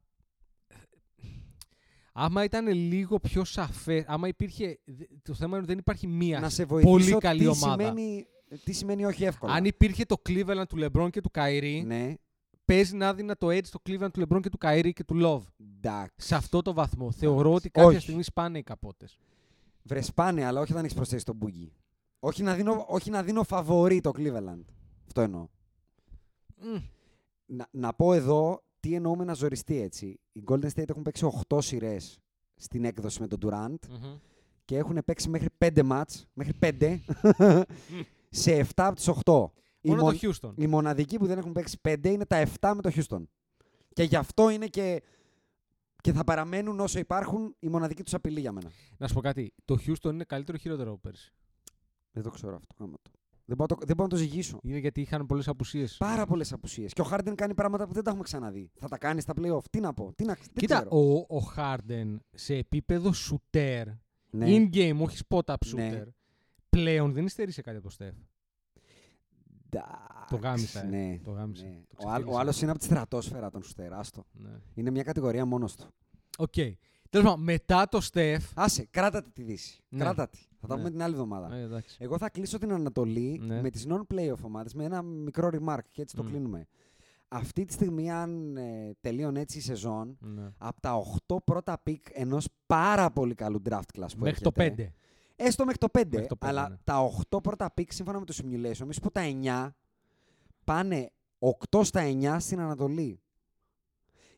Άμα ήταν λίγο πιο σαφέ, άμα υπήρχε. Το θέμα είναι ότι δεν υπάρχει μία
να σε βοηθήσω
πολύ καλή
τι
ομάδα.
Σημαίνει, τι σημαίνει όχι εύκολα.
Αν υπήρχε το Cleveland του LeBron και του Kyrie,
Ναι,
παίζει να δίνα το edge στο Cleveland του LeBron και του Kyrie και του Love.
εντάξει.
Σε αυτό το βαθμό. Θεωρώ ότι κάποια
Ναι. Όχι.
στιγμή σπάνε οι καπότες.
Βρες σπάνε, αλλά όχι όταν έχεις προσθέσει τον Μπούγκι. Όχι να δίνω, όχι να δίνω φαβορή το Cleveland. Αυτό εννοώ. Να, να πω εδώ τι εννοούμε να ζοριστεί έτσι. Οι Golden State έχουν παίξει 8 σειρές στην έκδοση με τον Durant και έχουν παίξει μέχρι 5 μάτς, μέχρι 5, σε 7 από τις 8. Η,
Μόνο
μον-
το Houston.
η μοναδική που δεν έχουν παίξει 5 είναι τα 7 με το Houston. Και γι' αυτό είναι και, και θα παραμένουν όσο υπάρχουν η μοναδική τους απειλή για μένα.
Να σου πω κάτι. Το Houston είναι καλύτερο ή χειρότερο από πέρσι.
Δεν το ξέρω αυτό. Άμα το. Δεν μπορώ, να το, δεν μπορώ να το ζυγίσω.
Είναι γιατί είχαν πολλές απουσίες.
Πάρα πολλές απουσίες. Και ο Χάρντεν κάνει πράγματα που δεν τα έχουμε ξαναδεί. Θα τα κάνει στα playoff. Τι να πω. Τι να, δεν
Κοίτα,
ξέρω.
ο, ο Harden σε επίπεδο shooter,
Ναι.
in game, όχι spot up shooter,
Ναι.
πλέον δεν υστερεί σε κάτι από το Steph.
Εντάξει,
Το γάμισα, ε.
Ναι,
Το γάμισα.
ναι.
Το
Ο, άλλ- ο
ξεφύλισα.
άλλος είναι από τη στρατόσφαιρα των σουτέρ. Άστο.
Ναι.
Είναι μια κατηγορία μόνος του.
Οκ. Τέλος πάντων, μετά το Steph.
Άσε, κράτα τη Δύση.
Ναι.
Κράτα τη. Θα τα
Ναι.
πούμε την άλλη εβδομάδα.
Ε, εντάξει.
Εγώ θα κλείσω την Ανατολή
Ναι.
με τις non-playoff ομάδες με ένα μικρό remark και έτσι το
Μμ.
κλείνουμε. Αυτή τη στιγμή, αν ε, τελείωνε έτσι η σεζόν,
Ναι.
από τα 8 πρώτα πικ ενός πάρα πολύ καλού draft class που
Μέχρι το
έρχεται,
5.
Έστω μέχρι το 5.
Μέχρι το πέντε,
αλλά
ναι.
τα 8 πρώτα πικ, σύμφωνα με το simulation, εμεί που τα 9 πάνε 8 στα 9 στην Ανατολή.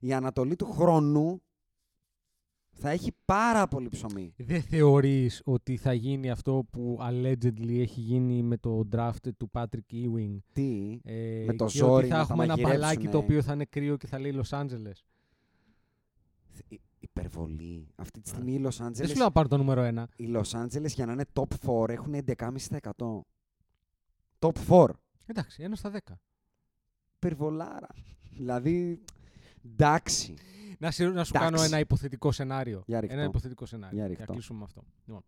Η Ανατολή του χρόνου θα έχει πάρα πολύ ψωμί.
Δεν θεωρείς ότι θα γίνει αυτό που allegedly έχει γίνει με το draft του Patrick Ewing.
Τι.
Ε,
Με το
και
ζόρι
ότι θα
να τα
έχουμε ένα μπαλάκι
μαγειρέψουνε.
το οποίο θα είναι κρύο και θα λέει Los Angeles.
υ- Υπερβολή. Αυτή τη στιγμή οι Los
Δεν σου
Angeles,
λέω να πάρω το νούμερο 1.
οι Los Angeles για να είναι top 4 έχουν 11,5%. Top 4.
Εντάξει, 1 στα 10.
Υπερβολάρα. δηλαδή, εντάξει.
Να, σε- να σου
Εντάξει.
κάνω ένα υποθετικό σενάριο.
Για ρίχτω.
ένα υποθετικό σενάριο.
Για
και
ρίχτω.
να κλείσουμε με αυτό. Λοιπόν.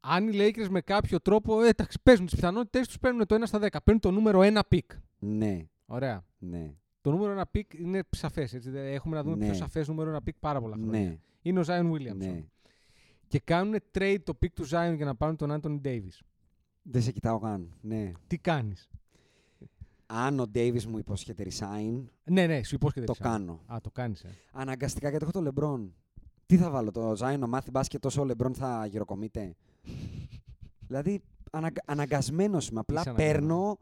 Αν οι Lakers με κάποιο τρόπο ε, εντάξει, παίζουν τις πιθανότητες τους, παίρνουν το 1 στα 10. Παίρνουν το νούμερο 1 πικ.
Ναι,
Ωραία.
ναι,
Το νούμερο 1 πικ είναι σαφές. Έχουμε να δούμε
Ναι.
πιο σαφές νούμερο 1 πικ πάρα πολλά χρόνια.
ναι,
Είναι ο Zion Williamson.
ναι.
Και κάνουν trade το πικ του Zion για να πάρουν τον Anthony Davis.
Δεν σε κοιτάω καν. Ναι.
Τι κάνεις.
Αν ο Ντέιβις μου υποσχέται resign,
Ναι, ναι, σου υπόσχεται.
το
έτσι, Άν.
κάνω.
Α, το κάνεις. Ε.
Αναγκαστικά γιατί έχω το Λεμπρόν. Τι θα βάλω, το Ζάιν να μάθει μπάσκετ τόσο ο Λεμπρόν θα γυροκομείται. δηλαδή, αναγκα... αναγκασμένος είμαι. Απλά
Είσαι αναγκασμένος.
παίρνω,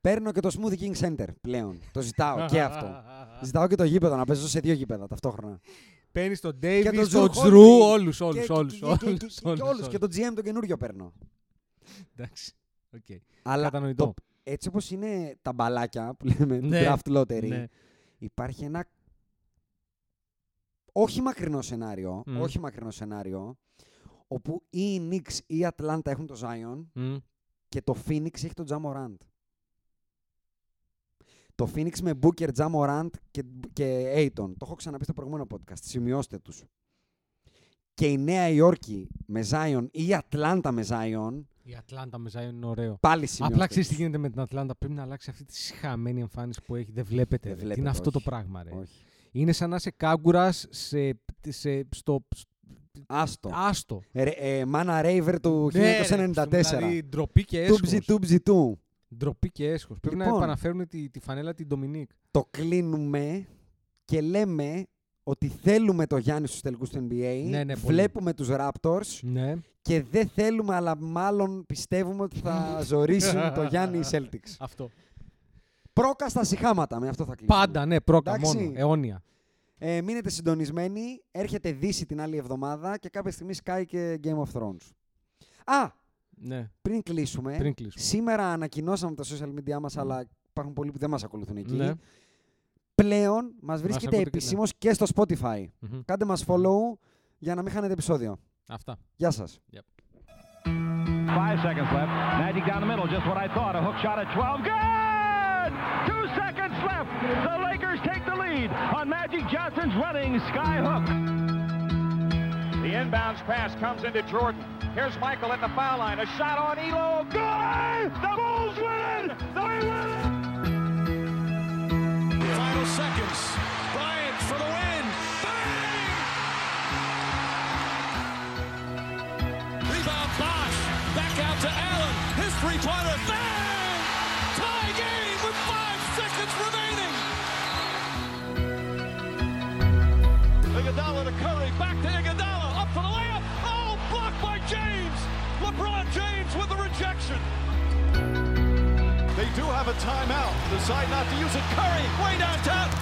παίρνω και το Smoothie King Center πλέον. το ζητάω και αυτό. ζητάω και το γήπεδο, να παίζω σε δύο γήπεδα ταυτόχρονα.
Παίρνεις τον Davis,
τον
τον
Drew
Τζρου,
Holiday.
όλου, όλους.
και, και- και- και- και- και όλους. Και το GM το καινούριο παίρνω.
Εντάξει. Okay.
Αλλά
Κατανοητό.
το- έτσι όπως είναι τα μπαλάκια που λέμε, του
Ναι,
draft lottery,
Ναι.
υπάρχει ένα όχι μακρινό σενάριο,
Μμμ.
όχι μακρινό σενάριο, όπου ή οι Knicks ή η Ατλάντα έχουν το Zion
Μμ.
και το Phoenix έχει τον Jamorant. Το Phoenix με Booker, Jamorant και, και Aiton. Το έχω ξαναπεί στο προηγούμενο podcast. Σημειώστε τους. Και η Νέα Υόρκη με Zion ή η Ατλάντα με Zion,
Η Ατλάντα με Zion είναι ωραίο.
πάλι σημειώστε
Απλά ξέρεις τι
τους.
γίνεται με την Ατλάντα. Πρέπει να αλλάξει αυτή τη χαμένη εμφάνιση που έχει. Δεν βλέπετε.
Δεν
ρε. τι
βλέπετε,
είναι αυτό το
όχι.
πράγμα, ρε.
Όχι.
Είναι σαν να είσαι κάγκουρας σε, σε, στο.
Άστο.
Άστο.
Ρε, ε, Μάνα Ρέιβερ του
Ναι, ρε,
1994.
Δηλαδή ντροπή και
Τούμπζι,
έσχος.
τούμπζι, του.
Ντροπή και έσχος. Πρέπει να
Λοιπόν.
επαναφέρουν τη, τη φανέλα την Ντομινίκ.
Το κλείνουμε και λέμε ότι θέλουμε το Γιάννη στους τελικούς του NBA,
Ναι, ναι, πολύ.
βλέπουμε τους Raptors
Ναι.
και δεν θέλουμε, αλλά μάλλον πιστεύουμε ότι θα ζορίσουν το Γιάννη οι Celtics.
Αυτό.
Πρόκα στα συχάματα, με αυτό θα κλείσουμε.
Πάντα, ναι, πρόκα
Εντάξει.
μόνο. Αιώνια.
Ε, μείνετε συντονισμένοι, έρχεται Δύση την άλλη εβδομάδα και κάποια στιγμή σκάει και Game of Thrones. Α,
Ναι,
πριν κλείσουμε,
πριν κλείσουμε.
σήμερα ανακοινώσαμε τα social media μας, αλλά υπάρχουν πολλοί που δεν μας ακολουθούν εκεί.
Ναι.
Πλέον μας βρίσκεται
ακούτε και- Ναι.
επισήμως και στο Spotify.
Μμμ.
Κάντε μας follow για να μην χάνετε επεισόδιο.
Αυτά.
Γεια σας.
Five seconds left. Magic down the middle, just what I thought. A hook shot at 12. Good! Two seconds left. The Lakers take the lead on Magic Johnson's running sky hook.
The inbounds pass comes into Jordan. Here's Michael at the foul line. A shot on Elo. Good! The Bulls win it! They win it!
Final seconds. Bryant for the win. Bang! Rebound Bosch. Back out to Allen. His three-pointer. Bang! Tie game with five seconds remaining. Iguodala to Curry. Back to Iguodala. Up for the layup. Oh, blocked by James. LeBron James with the rejection. They do have a timeout. Decide not to Oh, use it. Curry way downtown.